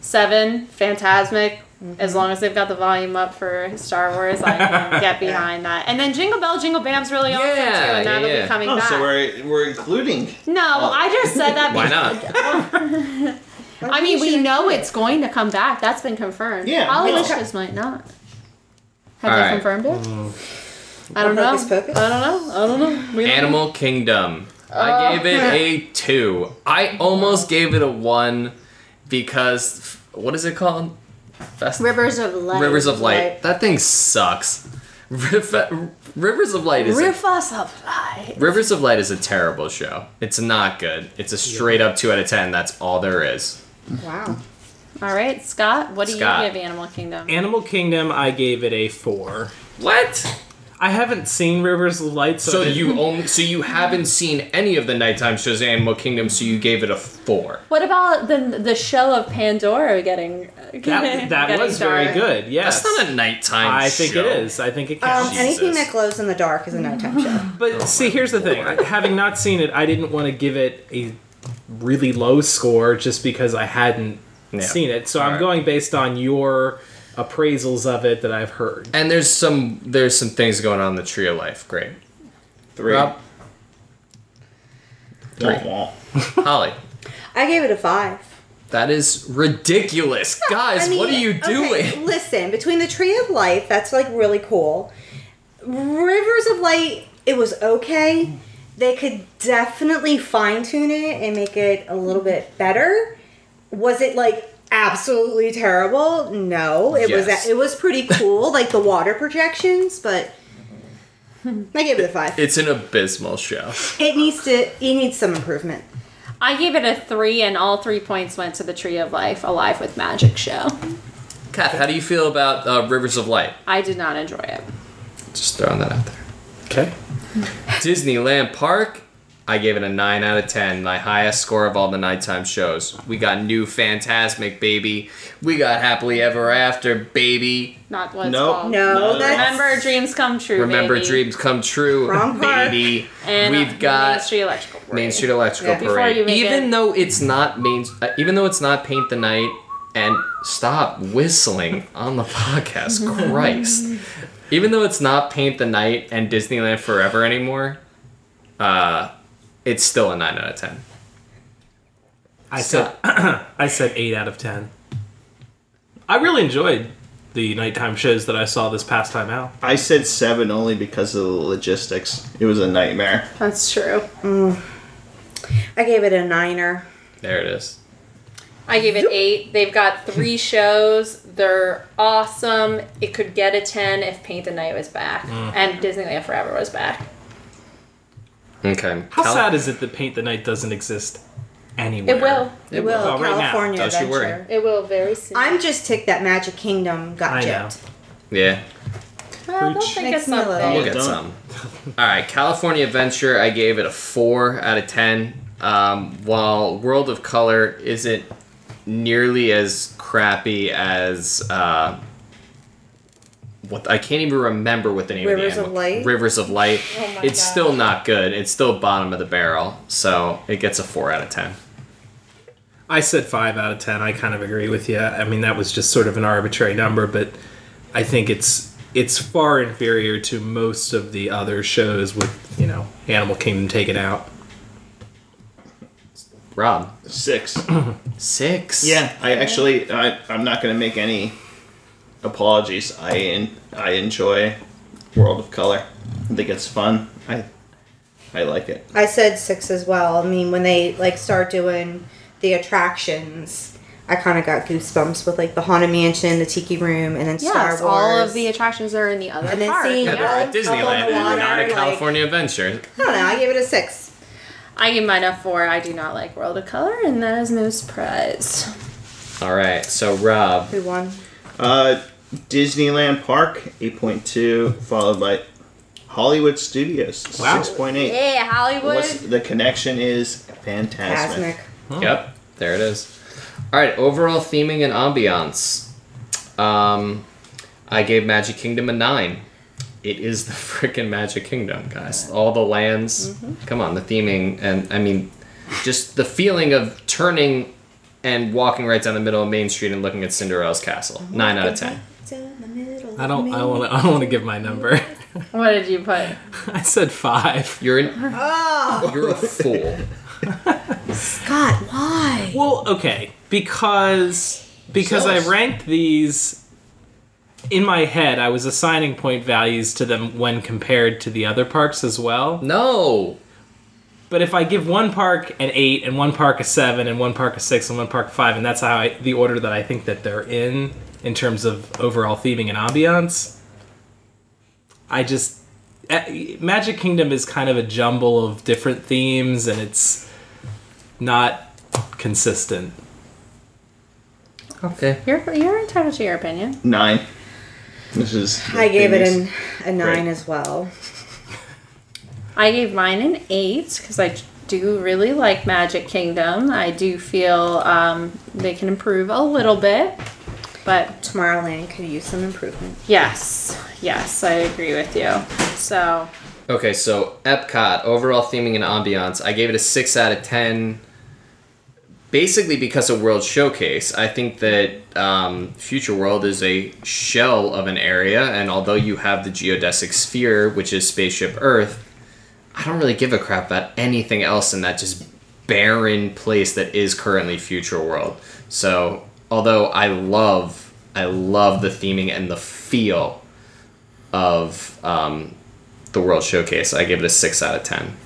F: Seven, Fantasmic. As long as they've got the volume up for Star Wars, I can get behind that. And then Jingle Bell, Jingle Bam's really awesome too,
D: Yeah,
F: and
D: yeah,
F: that'll
D: yeah.
F: be coming
B: Oh,
F: back.
B: so we're, we're including.
F: no, I just said that.
D: Why
F: because-
D: not?
F: I mean, we know it's going to come back. That's been confirmed.
B: Yeah,
F: All
B: yeah.
F: of us might not. Have
D: All
F: they
D: right.
F: confirmed it?
B: Mm.
F: I don't know.
C: Hocus Pocus?
F: I don't know. I don't know. We don't know.
D: Animal Kingdom. I gave it a two. I almost gave it a one because f- what is it called? Fest-
F: Rivers of Light.
D: Rivers of Light.
C: Light.
D: That thing sucks. Rif- Rivers of Light is a
F: Riff us up light.
D: Rivers of Light is a terrible show. It's not good. It's a straight up two out of ten. That's all there is.
C: Wow.
F: All right, Scott. What do
D: Scott.
F: you give Animal Kingdom?
E: Animal Kingdom, I gave it a four.
D: What?
E: I haven't seen Rivers of Light, so,
D: So
E: I didn't-
D: you only so you haven't seen any of the nighttime shows in Animal Kingdom, so you gave it a four.
F: What about the the show of Pandora getting
E: that, that was very good. Yes,
D: That's not a nighttime.
E: I think
D: show.
E: it is. I think it
C: Um,
E: counts.
C: anything
D: Jesus.
C: that glows in the dark is a nighttime show.
E: But see, here's the thing. I- Having not seen it, I didn't want to give it a really low score just because I hadn't
D: Yeah.
E: seen it. So I'm
D: Alright.
E: going based on your appraisals of it that I've heard.
D: And there's some there's some things going on in the Tree of Life. Great.
B: Three.
D: Rob,
B: Wah, wah.
D: Holly,
C: I gave it a five.
D: that is ridiculous, guys.
C: I mean,
D: what are you doing?
C: okay, listen, between the Tree of Life, that's like really cool. Rivers of Light, it was okay. They could definitely fine tune it and make it a little bit better. Was it like absolutely terrible? No, it
D: Yes.
C: was. It was pretty cool, like the water projections, but. I gave it a five.
D: It's an abysmal show.
C: It needs to. It needs some improvement.
F: I gave it a three, and all three points went to the Tree of Life, Alive with Magic show.
D: Kat, how do you feel about uh, Rivers of Light?
F: I did not enjoy it.
D: Just throwing that out there.
E: Okay.
D: Disneyland Park, I gave it a 9 out of 10, my highest score of all the nighttime shows. We got New Fantasmic, baby. We got Happily Ever After, baby.
F: Not what it's
B: Nope.
E: Oh,
F: called.
C: No,
B: No.
C: that's
F: Remember, dreams come true.
D: Remember
F: baby.
D: Dreams Come True,
C: Wrong park.
D: baby.
F: And uh,
D: We've got
F: Main Street Electrical. Parade.
D: Main Street Electrical
C: Yeah.
F: Before you
D: Parade.
F: make
D: Even
F: it-
D: though it's not main, uh, even though it's not Paint the Night, and stop whistling on the podcast, Christ. Even though it's not Paint the Night and Disneyland Forever anymore, uh, it's still a nine out of ten.
E: I
D: So-
E: said I said eight out of ten. I really enjoyed the nighttime shows that I saw this past time out.
B: I said seven only because of the logistics. It was a nightmare.
F: That's true.
C: I gave it a niner.
D: There it is.
F: I gave it eight. They've got three shows. They're awesome. It could get a ten if Paint the Night was back
D: Mm.
F: and Disneyland Forever was back.
D: Okay.
E: How
D: Cal-
E: sad is it that Paint the Night doesn't exist anywhere?
F: It will.
C: It will
E: Oh, right now.
C: California
D: Don't you worry.
C: adventure.
F: It will very soon.
C: I'm just ticked that Magic Kingdom got
E: I know.
C: gypped.
D: Yeah,
F: Well, they'll
E: Preach.
F: think of
C: Makes me a little-
D: we'll
F: something.
D: get
B: don't.
D: some. All right, California Adventure. I gave it a four out of ten. Um, while World of Color isn't nearly as crappy as uh, what I can't even remember what the name of
C: Rivers
D: the
C: of
D: animal-
C: Light?
D: Rivers of Light.
F: Oh my
D: it's
F: gosh.
D: still not good. It's still bottom of the barrel. So it gets a four out of ten.
E: I said five out of ten. I kind of agree with you. I mean, that was just sort of an arbitrary number, but I think it's it's far inferior to most of the other shows with you know Animal Kingdom taken out.
D: Rob,
B: Six.
D: six.
B: yeah, I actually, I, I'm not going to make any apologies. I en- I enjoy World of Color. I think it's fun. I I like it.
C: I said six as well. I mean, when they like start doing the attractions, I kind of got goosebumps with like the haunted mansion, the tiki room, and then Star Wars.
F: Yes, all of the attractions are in the other
C: And then
F: park.
C: seeing
D: Yeah,
F: yeah.
D: they're at
C: Up on the
D: Disneyland, not
C: water,
D: at
C: like-
D: California Adventure.
C: I don't know. I gave it a six.
F: I give mine a four. I do not like World of Color, and that is no surprise.
D: All right, so Rob,
C: Who won?
B: Uh, Disneyland Park, 8.2, followed by Hollywood Studios,
E: Wow.
B: 6.8.
F: Yeah, Hollywood.
B: What's, the connection is
C: Asmic.
B: fantastic.
D: Yep, there it is. All right, overall theming and ambiance. Um, I gave Magic Kingdom a nine. It is the freaking Magic Kingdom, guys. All the lands. Come on, the theming and I mean, just the feeling of turning and walking right down the middle of Main Street and looking at Cinderella's castle. Nine out of ten.
E: I don't. I want. I don't want to give my number.
F: What did you put?
E: I said five.
D: You're an,
C: Oh
D: you're a fool.
C: God, why?
E: Well, okay, because because
D: Jealous.
E: I ranked these in my head. I was assigning point values to them when compared to the other parks as well.
D: No,
E: But if I give one park an eight and one park a seven and one park a six and one park a five, and that's how I, the order that I think that they're in in terms of overall theming and ambiance, I just eh, Magic Kingdom is kind of a jumble of different themes and it's not consistent.
D: okay.
F: You're you're entitled to your opinion.
B: Nine. This is.
C: I gave it
B: thing
C: an, a nine
E: Great.
C: as well.
F: I gave mine an eight because I do really like Magic Kingdom. I do feel um, they can improve a little bit, but
C: Tomorrowland could use some improvement.
F: yes, yes, I agree with you. So
D: Okay, so Epcot overall theming and ambiance, I gave it a six out of ten. Basically, because of World Showcase, I think that um, Future World is a shell of an area, and although you have the geodesic sphere, which is Spaceship Earth, I don't really give a crap about anything else in that just barren place that is currently Future World. So, although I love, I love the theming and the feel of um, the World Showcase. I give it a six out of ten.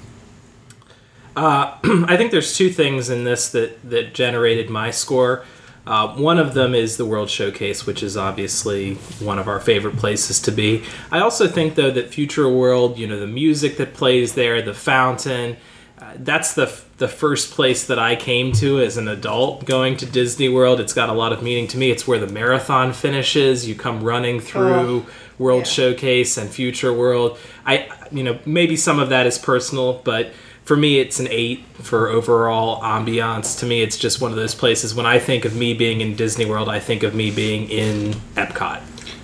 E: Um, I think there's two things in this that that generated my score. Uh, one of them is the World Showcase, which is obviously one of our favorite places to be. I also think, though, that Future World, you know, the music that plays there, the fountain, uh, that's the f- the first place that I came to as an adult going to Disney World. It's got a lot of meaning to me. It's where the marathon finishes. You come running through World Showcase and Future World. I, you know, maybe some of that is personal, but for me, it's an eight for overall ambiance. To me, it's just one of those places. When I think of me being in Disney World, I think of me being in Epcot.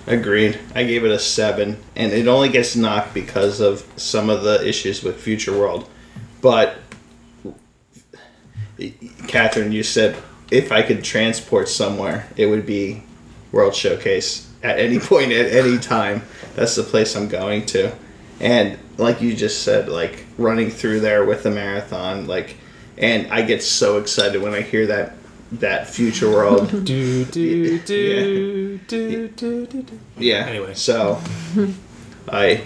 B: Agreed. I gave it a seven, and it only gets knocked because of some of the issues with Future World. But Catherine, you said if I could transport somewhere, it would be World Showcase at any point, at any time. That's the place I'm going to. And like you just said, like running through there with the marathon, like, and I get so excited when I hear that that Future World
E: Do do do
B: do,
E: do do do.
B: Yeah.
E: Anyway.
B: so I,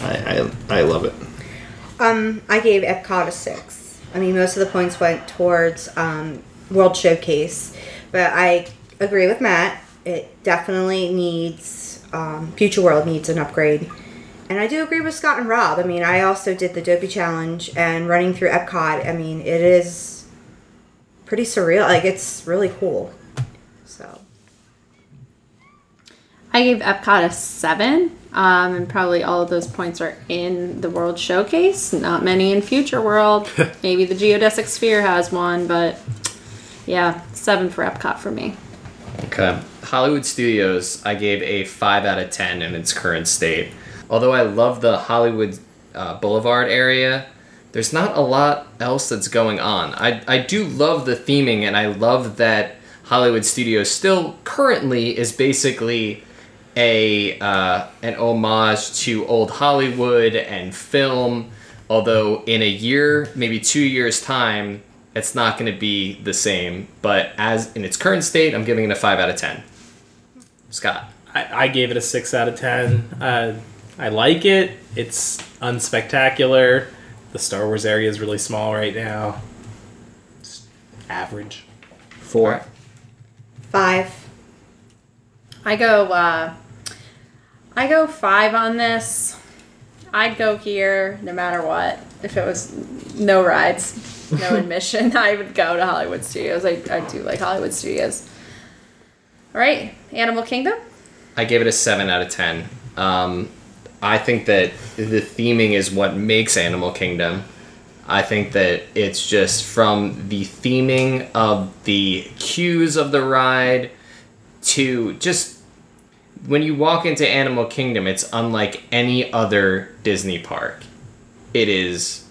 B: I, I, I love it.
C: Um, I gave Epcot a six. I mean, most of the points went towards um, World Showcase, but I agree with Matt. It definitely needs um, Future World needs an upgrade, and I do agree with Scott and Rob. I mean, I also did the Dopey Challenge and running through Epcot. I mean, it is pretty surreal. Like, it's really cool. So,
F: I gave Epcot a seven, um, and probably all of those points are in the World Showcase. Not many in Future World. Maybe the geodesic sphere has one, but yeah, seven for Epcot for me.
D: Okay. Hollywood Studios, I gave a five out of ten in its current state. Although I love the Hollywood uh, Boulevard area, there's not a lot else that's going on. I I do love the theming, and I love that Hollywood Studios still currently is basically a uh, an homage to old Hollywood and film. Although in a year, maybe two years time, it's not going to be the same. But as in its current state, I'm giving it a five out of ten. Scott,
E: I, I gave it a six out of ten. Uh, I like it. It's unspectacular. The Star Wars area is really small right now. It's average.
B: Four.
C: five.
F: I go uh I go 5 on this. I'd go here no matter what. If it was no rides, no admission, I would go to Hollywood Studios. I, I do like Hollywood Studios. All right, Animal Kingdom.
D: I gave it a seven out of ten. Um, I think that the theming is what makes Animal Kingdom. I think that it's just from the theming of the cues of the ride to just when you walk into Animal Kingdom, it's unlike any other Disney park. It is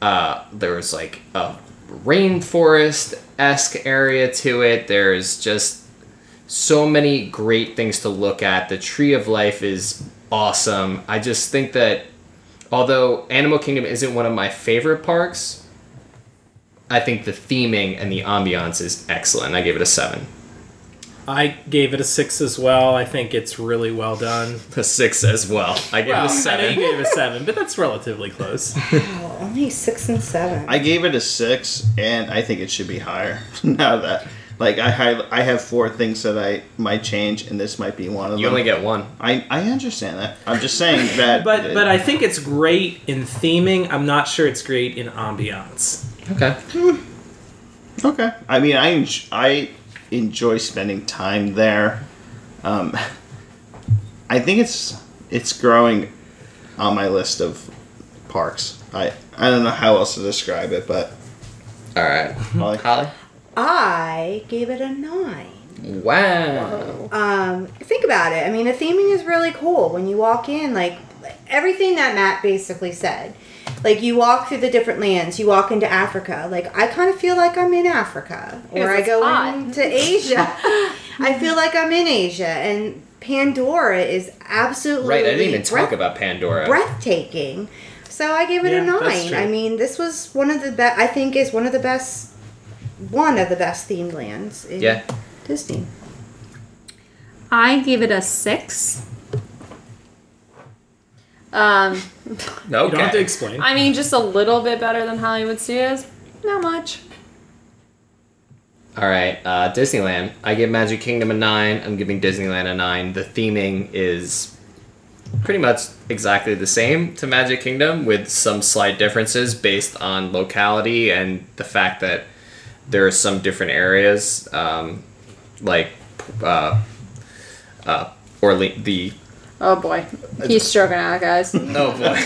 D: uh, there was like a rainforest esque area to it. There's just so many great things to look at. The Tree of Life is awesome. I just think that although Animal Kingdom isn't one of my favorite parks, I think the theming and the ambiance is excellent. I gave it a seven.
E: I gave it a six as well. I think it's really well done.
D: A six as well. I gave it a
E: I know you
D: seven.
E: gave it a seven, but that's relatively close.
C: Oh, only six and seven.
B: I gave it a six, and I think it should be higher. now that, like, I have, I have four things that I might change, and this might be one of
D: You
B: them.
D: only get one.
B: I, I understand that. I'm just saying that.
E: But but I think it's great in theming. I'm not sure it's great in ambiance.
D: Okay.
B: okay. I mean, I, enj- I enjoy spending time there. Um, I I think it's it's growing on my list of parks. I I don't know how else to describe it, but
D: All right,
B: like,
D: Holly.
C: I gave it a nine.
D: Wow.
C: um, think about it. I mean, the theming is really cool. When you walk in, like everything that Matt basically said, like you walk through the different lands. You walk into Africa. Like I kind of feel like I'm in Africa,
F: Yes,
C: or I
F: it's
C: go
F: hot.
C: into Asia. I feel like I'm in Asia, and Pandora is absolutely
D: Right, I didn't even talk
C: breath-
D: about Pandora.
C: breathtaking. So I gave it
E: Yeah,
C: a
E: that's
C: nine.
E: true.
C: I mean, this was one of the best. I think is one of the best, one of the best themed lands in
D: Yeah.
C: Disney.
F: I gave it a six. Um,
E: You don't have to
D: Okay.
E: explain.
F: I mean, just a little bit better than Hollywood Studios. Not much.
D: All right, uh, Disneyland. I give Magic Kingdom a nine. I'm giving Disneyland a nine. The theming is pretty much exactly the same to Magic Kingdom, with some slight differences based on locality and the fact that there are some different areas, um, like uh, uh, Orle- the
F: Oh boy, he's stroking out, guys.
D: Oh boy.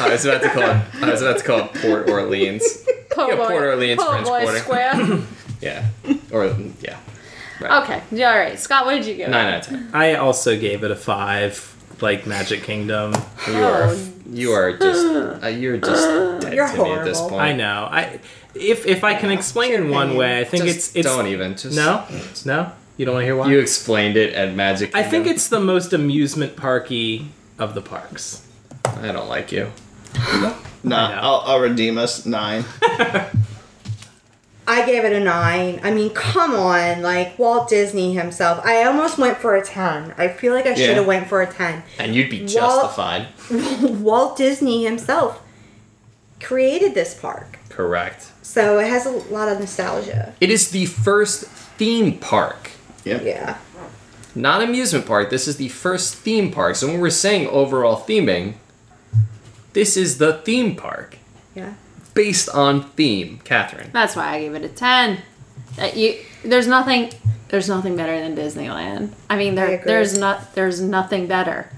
D: I was about to call it. I was about to call it Port Orleans.
F: Po'
D: Yeah,
F: boy-
D: Port Orleans,
F: po'
D: French
F: boy
D: Quarter.
F: Square.
D: Yeah. Or yeah.
F: okay, yeah, all right. Scott, what did you give? it?
D: Nine out of ten.
E: I also gave it a five, like Magic Kingdom.
D: You are.
F: Oh.
D: You are just. Uh, you're just dead
C: You're
D: to me at this
C: horrible.
D: point.
E: I know. I if if I can explain in one way, I think
D: Just
E: it's it's
D: don't even. Just
E: no, no. You don't want to hear why?
D: You explained it at Magic.
E: I think
D: Kingdom.
E: it's the most amusement parky of the parks.
D: I don't like you.
B: nah,
E: I know.
B: I'll, I'll redeem us nine.
C: I gave it a nine. I mean, come on, like Walt Disney himself. I almost went for a ten. I feel like I should have went for a ten.
D: And you'd be
C: Walt-
D: justified.
C: Walt Disney himself created this park,
D: Correct.
C: so it has a lot of nostalgia.
D: It is the first theme park.
B: Yeah.
C: Yeah,
D: not amusement park. This is the first theme park. So when we're saying overall theming, this is the theme park
C: yeah.
D: based on theme. Catherine,
F: That's why I gave it a ten. That you, there's nothing, there's nothing better than Disneyland. I mean,
C: I
F: there,
C: agree.
F: there's not, there's nothing better.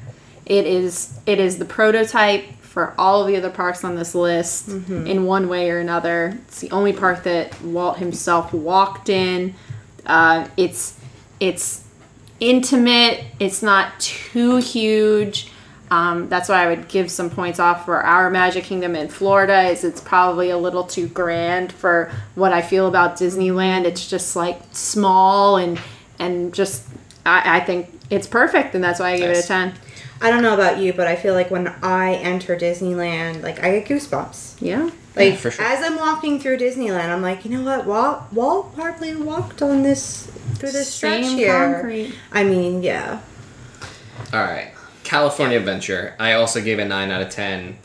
F: It is, it is the prototype for all of the other parks on this list
C: Mm-hmm.
F: in one way or another. It's the only park that Walt himself walked in. Uh, it's, it's intimate. It's not too huge. Um, that's why I would give some points off for our Magic Kingdom in Florida. Is it's probably a little too grand for what I feel about Disneyland. It's just like small and and just I, I think it's perfect, and that's why I gave it
D: Nice.
F: a ten.
C: I don't know about you, but I feel like when I enter Disneyland, like I get goosebumps.
F: Yeah,
C: Like
D: for sure.
C: as I'm walking through Disneyland, I'm like, you know what? Walt Walt hardly walked on this through this stretch
F: Same
C: here.
F: concrete.
C: I mean, yeah.
D: all right. California Adventure. I also gave a nine out of ten.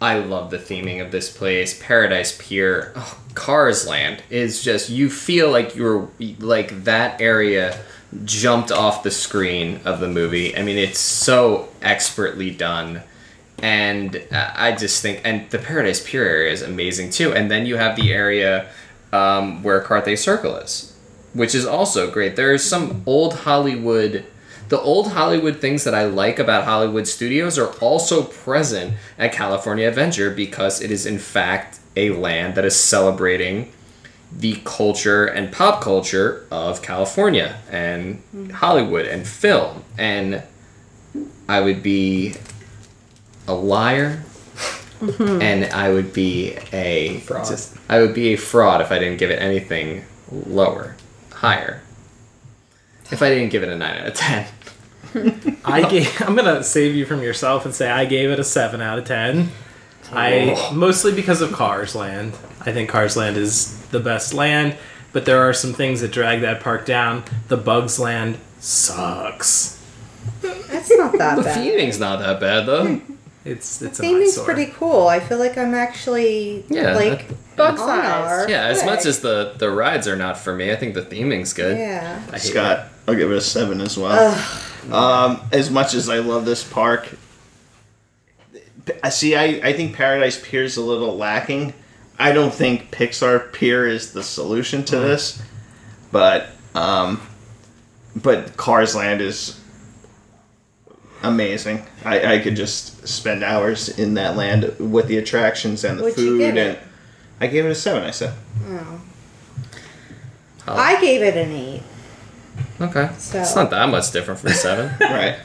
D: I love the theming of this place. Paradise Pier, oh, Cars Land is just you feel like you're like that area jumped off the screen of the movie. I mean, it's so expertly done. and uh, I just think and the Paradise Pier area is amazing too. And then you have the area um, where Carthay Circle is, which is also great. There's some old Hollywood. The old Hollywood things that I like about Hollywood studios are also present at California Adventure because it is in fact a land that is celebrating the culture and pop culture of California and Hollywood and film. And I would be a liar
C: Mm-hmm.
D: and I would be a fraud. I would be a fraud if I didn't give it anything lower, higher. If I didn't give it a 9 out of 10.
E: I gave, I'm gonna save you from yourself and say I gave it a seven out of ten. I mostly because of Cars Land. I think Cars Land is the best land, but there are some things that drag that park down. The Bugs Land sucks.
C: That's not that
D: The
C: bad.
D: theming's not that bad though.
C: Mm-hmm.
E: It's it's an
C: Theming's
E: eyesore.
C: pretty cool. I feel like I'm actually
D: Yeah,
C: like
F: bug
C: on
F: size.
C: our
D: Yeah, as much
C: pick.
D: as the the rides are not for me, I think the theming's good.
C: yeah.
D: I hate it.
B: Scott, I'll give it a seven as well. Um, as much as I love this park, I see. I, I think Paradise Pier is a little lacking. I don't think Pixar Pier is the solution to
D: Mm-hmm.
B: this, but um, but Cars Land is amazing. I, I could just spend hours in that land with the attractions and the
C: What'd you
B: food.
C: give
B: and
C: it?
B: I gave it a seven. I said
C: Oh.
D: Oh.
C: I gave it an eight.
D: Okay.
C: So-
D: It's not that much different from seven.
B: right.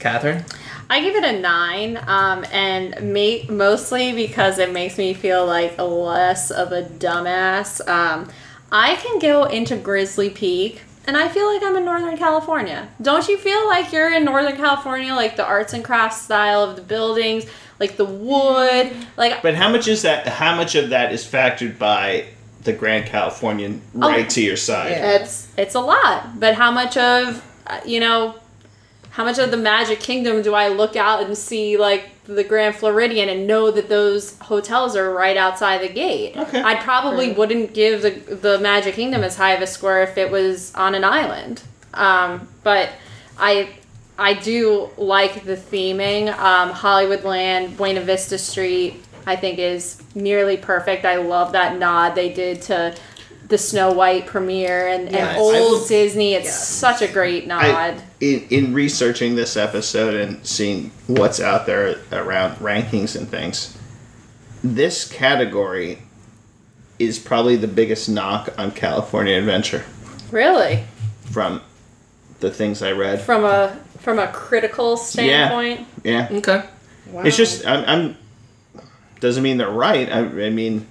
D: Catherine?
F: I give it a nine, um, and ma- mostly because it makes me feel like less of a dumbass. Um, I can go into Grizzly Peak, and I feel like I'm in Northern California. Don't you feel like you're in Northern California, like the arts and crafts style of the buildings, like the wood, like
B: But how much is that? How much of that is factored by the Grand Californian right
F: Oh.
B: to your side?
C: Yeah.
F: it's it's a lot. But how much of uh, you know, how much of the Magic Kingdom do I look out and see like the Grand Floridian and know that those hotels are right outside the gate?
B: Okay.
F: I probably wouldn't give the the Magic Kingdom as high of a score if it was on an island. Um, but I I do like the theming. Um, Hollywoodland, Buena Vista Street, I think is nearly perfect. I love that nod they did to the Snow White premiere and,
C: Yes.
F: and old
B: I've-
F: Disney. It's
C: Yes.
F: such a great nod.
B: I, in, in researching this episode and seeing what's out there around rankings and things, this category is probably the biggest knock on California Adventure
F: really,
B: from the things I read.
F: from a from a critical standpoint.
B: Yeah,
D: Okay.
C: Wow.
B: it's just I'm, I'm doesn't mean they're right. I, I mean,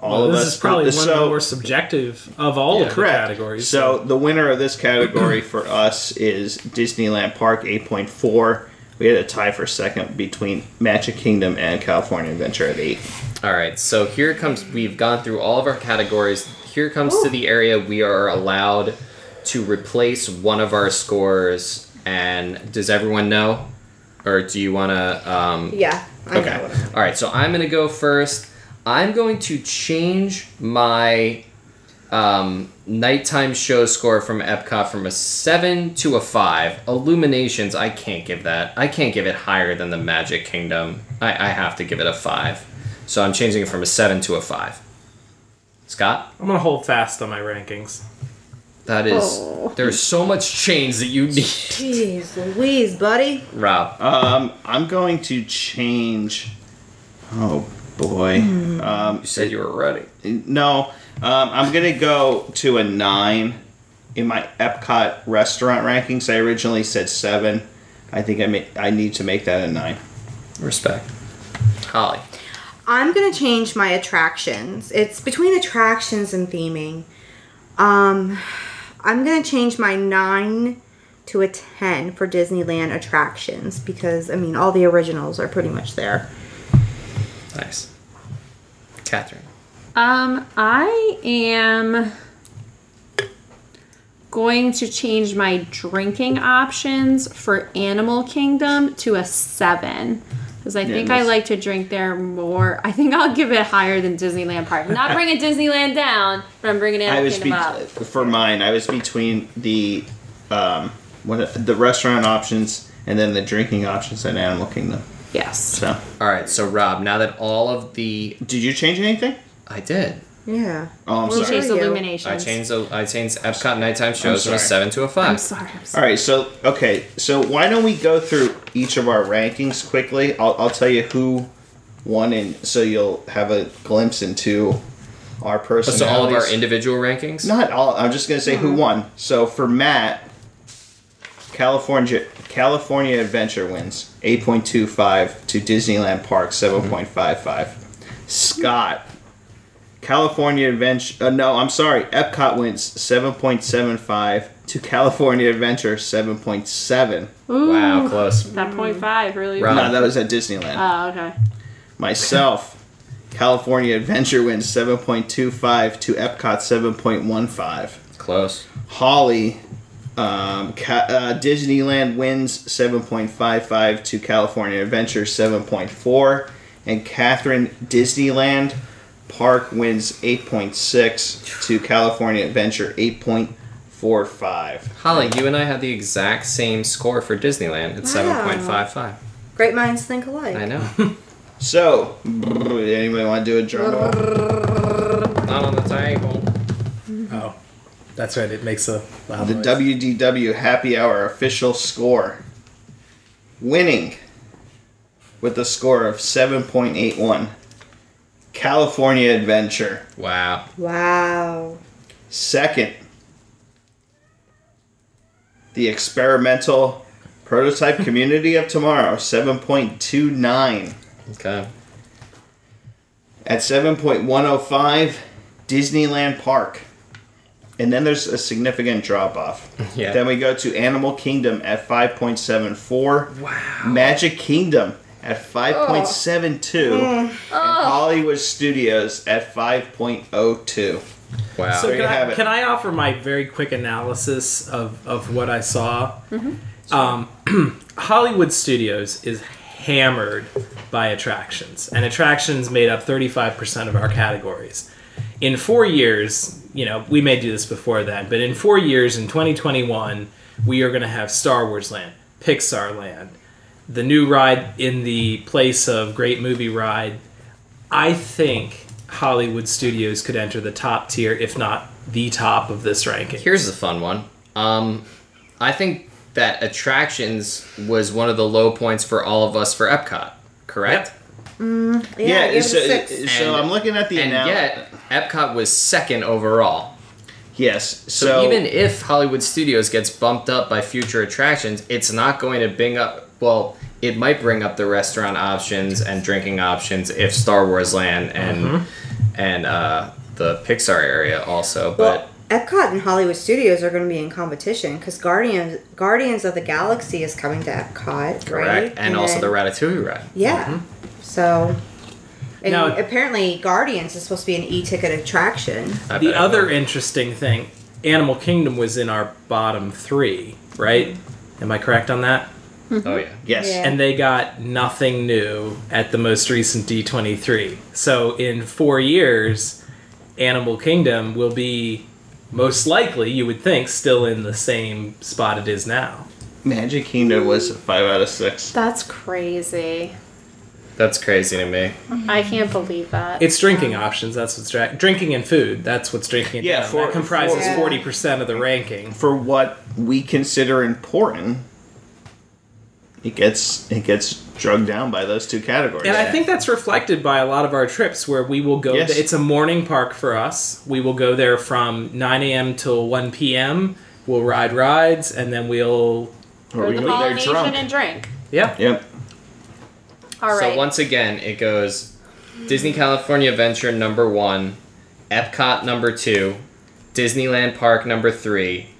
B: all
E: Well,
B: of
E: this
B: us
E: is probably
B: this,
E: one of
B: so,
E: the more subjective of all of the
B: Correct.
E: categories.
B: So the winner of this category for us is Disneyland Park, eight point four. We had a tie for second between Magic Kingdom and California Adventure at eight.
D: All right, so here comes. We've gone through all of our categories. Here comes to the area we are allowed to replace one of our scores. And does everyone know, or do you want to? Um,
C: yeah. I
D: okay.
C: know what it-
D: All right, so I'm going to go first. I'm going to change my um, nighttime show score from Epcot from a seven to a five. Illuminations, I can't give that. I can't give it higher than the Magic Kingdom. I, I have to give it a five. So I'm changing it from a seven to a five. Scott,
E: I'm gonna hold fast on my rankings.
D: that is
F: Oh.
D: there's so much change that you need.
C: Jeez Louise, buddy.
D: Rob,
B: Um, I'm going to change. Oh boy. Um,
D: you said you were ready.
B: no, um, I'm gonna go to a nine in my Epcot restaurant rankings. I originally said seven. I think I may, I need to make that a nine.
D: Respect, Holly.
C: I'm gonna change my attractions. It's between attractions and theming. Um, I'm gonna change my nine to a ten for Disneyland attractions because I mean all the originals are pretty much there.
D: Nice, Catherine.
F: Um, I am going to change my drinking options for Animal Kingdom to a seven. Because I think I
B: that's-
F: like to drink there more. I think I'll give it higher than Disneyland Park. Not bringing Disneyland down, but I'm bringing
B: I
F: Animal
B: was
F: Kingdom
B: be-
F: up.
B: for mine. I was between the um, one of the restaurant options and then the drinking options at Animal Kingdom.
F: Yes.
B: So,
D: All right, so Rob, now that all of the
B: did you change anything?
D: I did.
C: Yeah.
B: Oh, I'm
F: We'll
B: sorry.
F: change
C: Are you?
F: illuminations.
D: I changed the I changed Epcot nighttime shows from a
B: sorry.
D: seven to a
F: I'm
D: five.
F: sorry. I'm
B: All
F: sorry.
B: right, so okay, so why don't we go through each of our rankings quickly? I'll, I'll tell you who won, and so you'll have a glimpse into our personalities.
D: So all of our individual rankings.
B: Not all. I'm just gonna say who won. So for Matt, California California Adventure wins 8.25 to Disneyland Park 7.55. Scott, California Adventure. Uh, no, I'm sorry. Epcot wins 7.75 to California Adventure 7.7.
D: Wow, close.
F: That point five really.
D: Rob.
B: No, that was at Disneyland.
F: Oh, okay.
B: Myself, California Adventure wins 7.25 to Epcot 7.15.
D: Close.
B: Holly, um, ca- uh, Disneyland wins 7.55 to California Adventure 7.4, and Catherine Disneyland Park wins 8.6 to California Adventure 8.45.
D: Holly, you and I had the exact same score for Disneyland at seven point five five.
C: Great minds think alike.
D: I know.
B: So, anybody want to do a drum roll?
D: Not on the table.
E: Oh, That's right. It makes a loud
B: The
E: noise.
B: WDW Happy Hour official score. Winning with a score of 7.81. California Adventure.
D: Wow.
C: Wow.
B: Second, the experimental prototype community of tomorrow, 7.29.
D: Okay.
B: At 7.105, Disneyland Park. And then there's a significant drop off.
D: Yeah.
B: Then we go to Animal Kingdom at 5.74. Wow. Magic Kingdom at 5.72.
D: Oh.
B: And
D: Mm.
B: Hollywood Studios at 5.02.
D: Wow.
E: So
B: There
E: can
B: you
E: I,
B: have it.
E: can I offer my very quick analysis of, of what I saw?
B: Mm-hmm.
E: Um, Hollywood Studios is hammered by attractions, and attractions made up 35% of our categories. In four years, you know, we may do this before that, but in four years, in 2021, we are going to have Star Wars Land, Pixar Land, the new ride in the place of Great Movie Ride, I think Hollywood Studios could enter the top tier, if not the top of this ranking.
D: Here's a fun one. Um, I think that attractions was one of the low points for all of us for Epcot. Correct.
B: Yeah,
C: you have a
B: so,
C: six.
B: so
D: And-
B: I'm looking at the
D: And
B: anal-
D: yet, Epcot was second overall.
B: Yes.
D: So
B: So,
D: even if Hollywood Studios gets bumped up by future attractions, it's not going to bring up. Well, it might bring up the restaurant options and drinking options if Star Wars Land and
E: Mm-hmm.
D: and uh, the Pixar area also. But
C: Well, Epcot and Hollywood Studios are going to be in competition because Guardians Guardians of the Galaxy is coming to Epcot, right?
D: correct, and, also
C: then-
D: the Mm-hmm. Ratatouille ride.
C: yeah. So, and
E: Now-
C: apparently Guardians is supposed to be an e-ticket attraction.
D: I
E: the
D: bet it
E: other
D: will.
E: interesting thing Animal Kingdom was in our bottom three, right?
D: Mm-hmm.
E: Am I correct on that?
D: oh yeah,
B: yes.
C: Yeah.
E: And they got nothing new at the most recent D23. So in four years, Animal Kingdom will be most likely, you would think, still in the same spot it is now.
B: Magic Kingdom was a five out of six.
F: That's crazy.
D: that's crazy to me.
F: I can't believe that.
E: It's drinking options. That's what's dra- drinking and food. That's what's drinking. And
B: Yeah,
E: yeah,
B: for-
E: that comprises
C: for-
E: forty percent of the ranking.
B: For what we consider important, it gets it gets drugged down by those two categories.
E: And I think that's reflected by a lot of our trips where we will go.
B: Yes.
E: it's a morning park for us. We will go there from nine a.m. till one p.m. We'll ride rides, and then we'll
B: Or
F: Go
B: we
F: to
B: go there
F: Polynesian
B: drunk.
F: and drink.
E: yeah.
B: yep.
F: All right.
D: So once again, it goes Disney California Adventure number one, Epcot number two, Disneyland Park number three,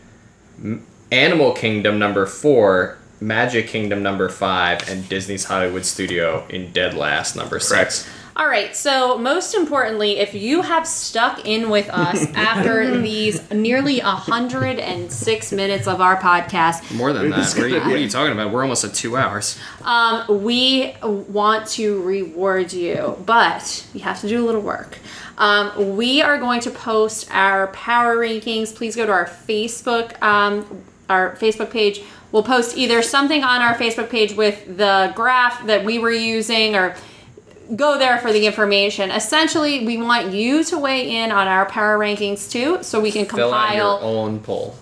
D: M- Animal Kingdom number four, Magic Kingdom number five, and Disney's Hollywood Studio in dead last number six.
B: Correct.
F: All right, so most importantly, if you have stuck in with us after these nearly 106 minutes of our podcast,
D: More than that,
B: It's
D: what are, you,
B: gonna
D: what are
B: be-
D: you talking about? We're almost at two hours.
F: um, we want to reward you, but you have to do a little work. Um, we are going to post our power rankings. Please go to our Facebook, um, our Facebook page. We'll post either something on our Facebook page with the graph that we were using or go there for the information. Essentially, we want you to weigh in on our power rankings too, so we can
D: Fill out your
F: compile.
D: own poll.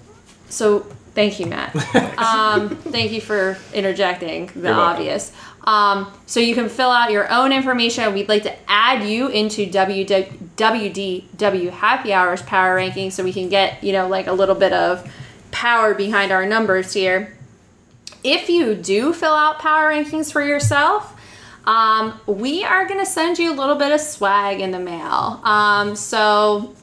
F: So, thank you, Matt. um, thank you for interjecting the
D: You're welcome.
F: obvious. Um, so you can fill out your own information. We'd like to add you into WW- WDW Happy Hours power rankings, so we can get you know like a little bit of power behind our numbers here if you do fill out power rankings for yourself, um, we are going to send you a little bit of swag in the mail. Um, so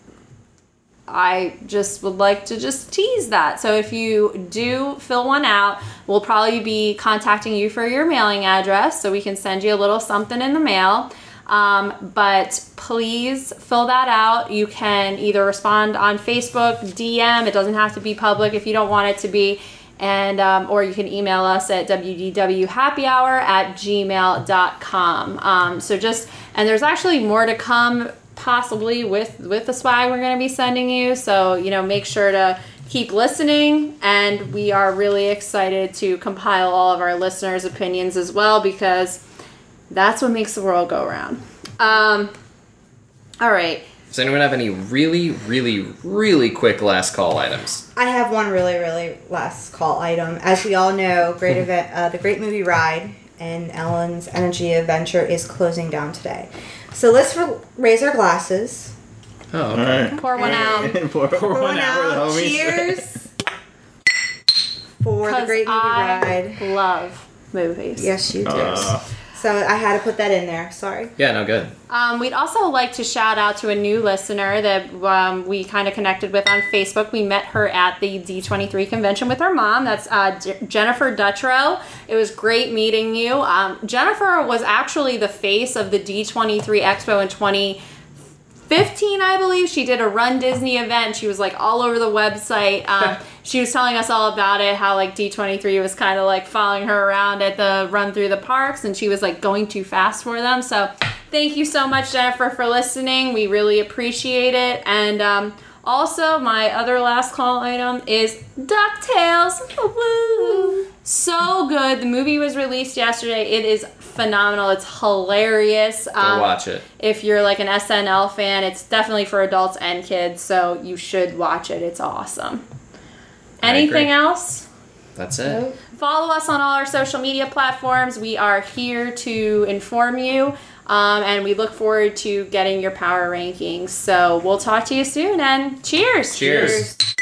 F: I just would like to just tease that. So if you do fill one out, we'll probably be contacting you for your mailing address so we can send you a little something in the mail. Um, but please fill that out. You can either respond on Facebook, DM, it doesn't have to be public if you don't want it to be. And, um, or you can email us at wdwhappyhour at gmail.com. Um, so just, and there's actually more to come possibly with with the swag we're going to be sending you so you know make sure to keep listening and we are really excited to compile all of our listeners opinions as well because that's what makes the world go round um, all right
D: Does anyone have any really, really, really quick last call items?
C: I have one really, really last call item. As we all know, great
D: Hmm.
C: event, uh, the Great Movie Ride and Ellen's Energy Adventure is closing down today. So let's re- raise our glasses.
D: Oh,
B: All right.
F: Pour one out.
B: Pour-
E: Pour
C: Pour
E: one
C: one
E: out.
B: the
C: out.
B: homies.
C: Cheers for the
F: Because
C: Great Movie
F: I
C: Ride.
F: love movies.
C: Yes, you do.
B: Uh,
C: so I had to put that in there. Sorry.
D: Yeah, no good.
F: Um, we'd also like to shout out to a new listener that um, we kind of connected with on Facebook. We met her at the D23 convention with her mom. That's uh, J- Jennifer Dutrow. It was great meeting you. Um, Jennifer was actually the face of the D23 Expo in 20- 15, I believe, she did a Run Disney event. She was like all over the website. Um, she was telling us all about it, how like D23 was kind of like following her around at the run through the parks and she was like going too fast for them. So thank you so much, Jennifer, for listening. We really appreciate it. And um, also, my other last call item is DuckTales. Woo! So good. The movie was released yesterday. It is phenomenal. It's hilarious.
D: Go
F: Um,
D: watch it.
F: if you're like an SNL fan, it's definitely for adults and kids, so you should watch it. It's awesome.
D: I agree.
F: Anything else?
D: That's it.
F: Follow us on all our social media platforms. We are here to inform you, um, and we look forward to getting your power rankings. So we'll talk to you soon, and cheers!
D: Cheers.
C: Cheers.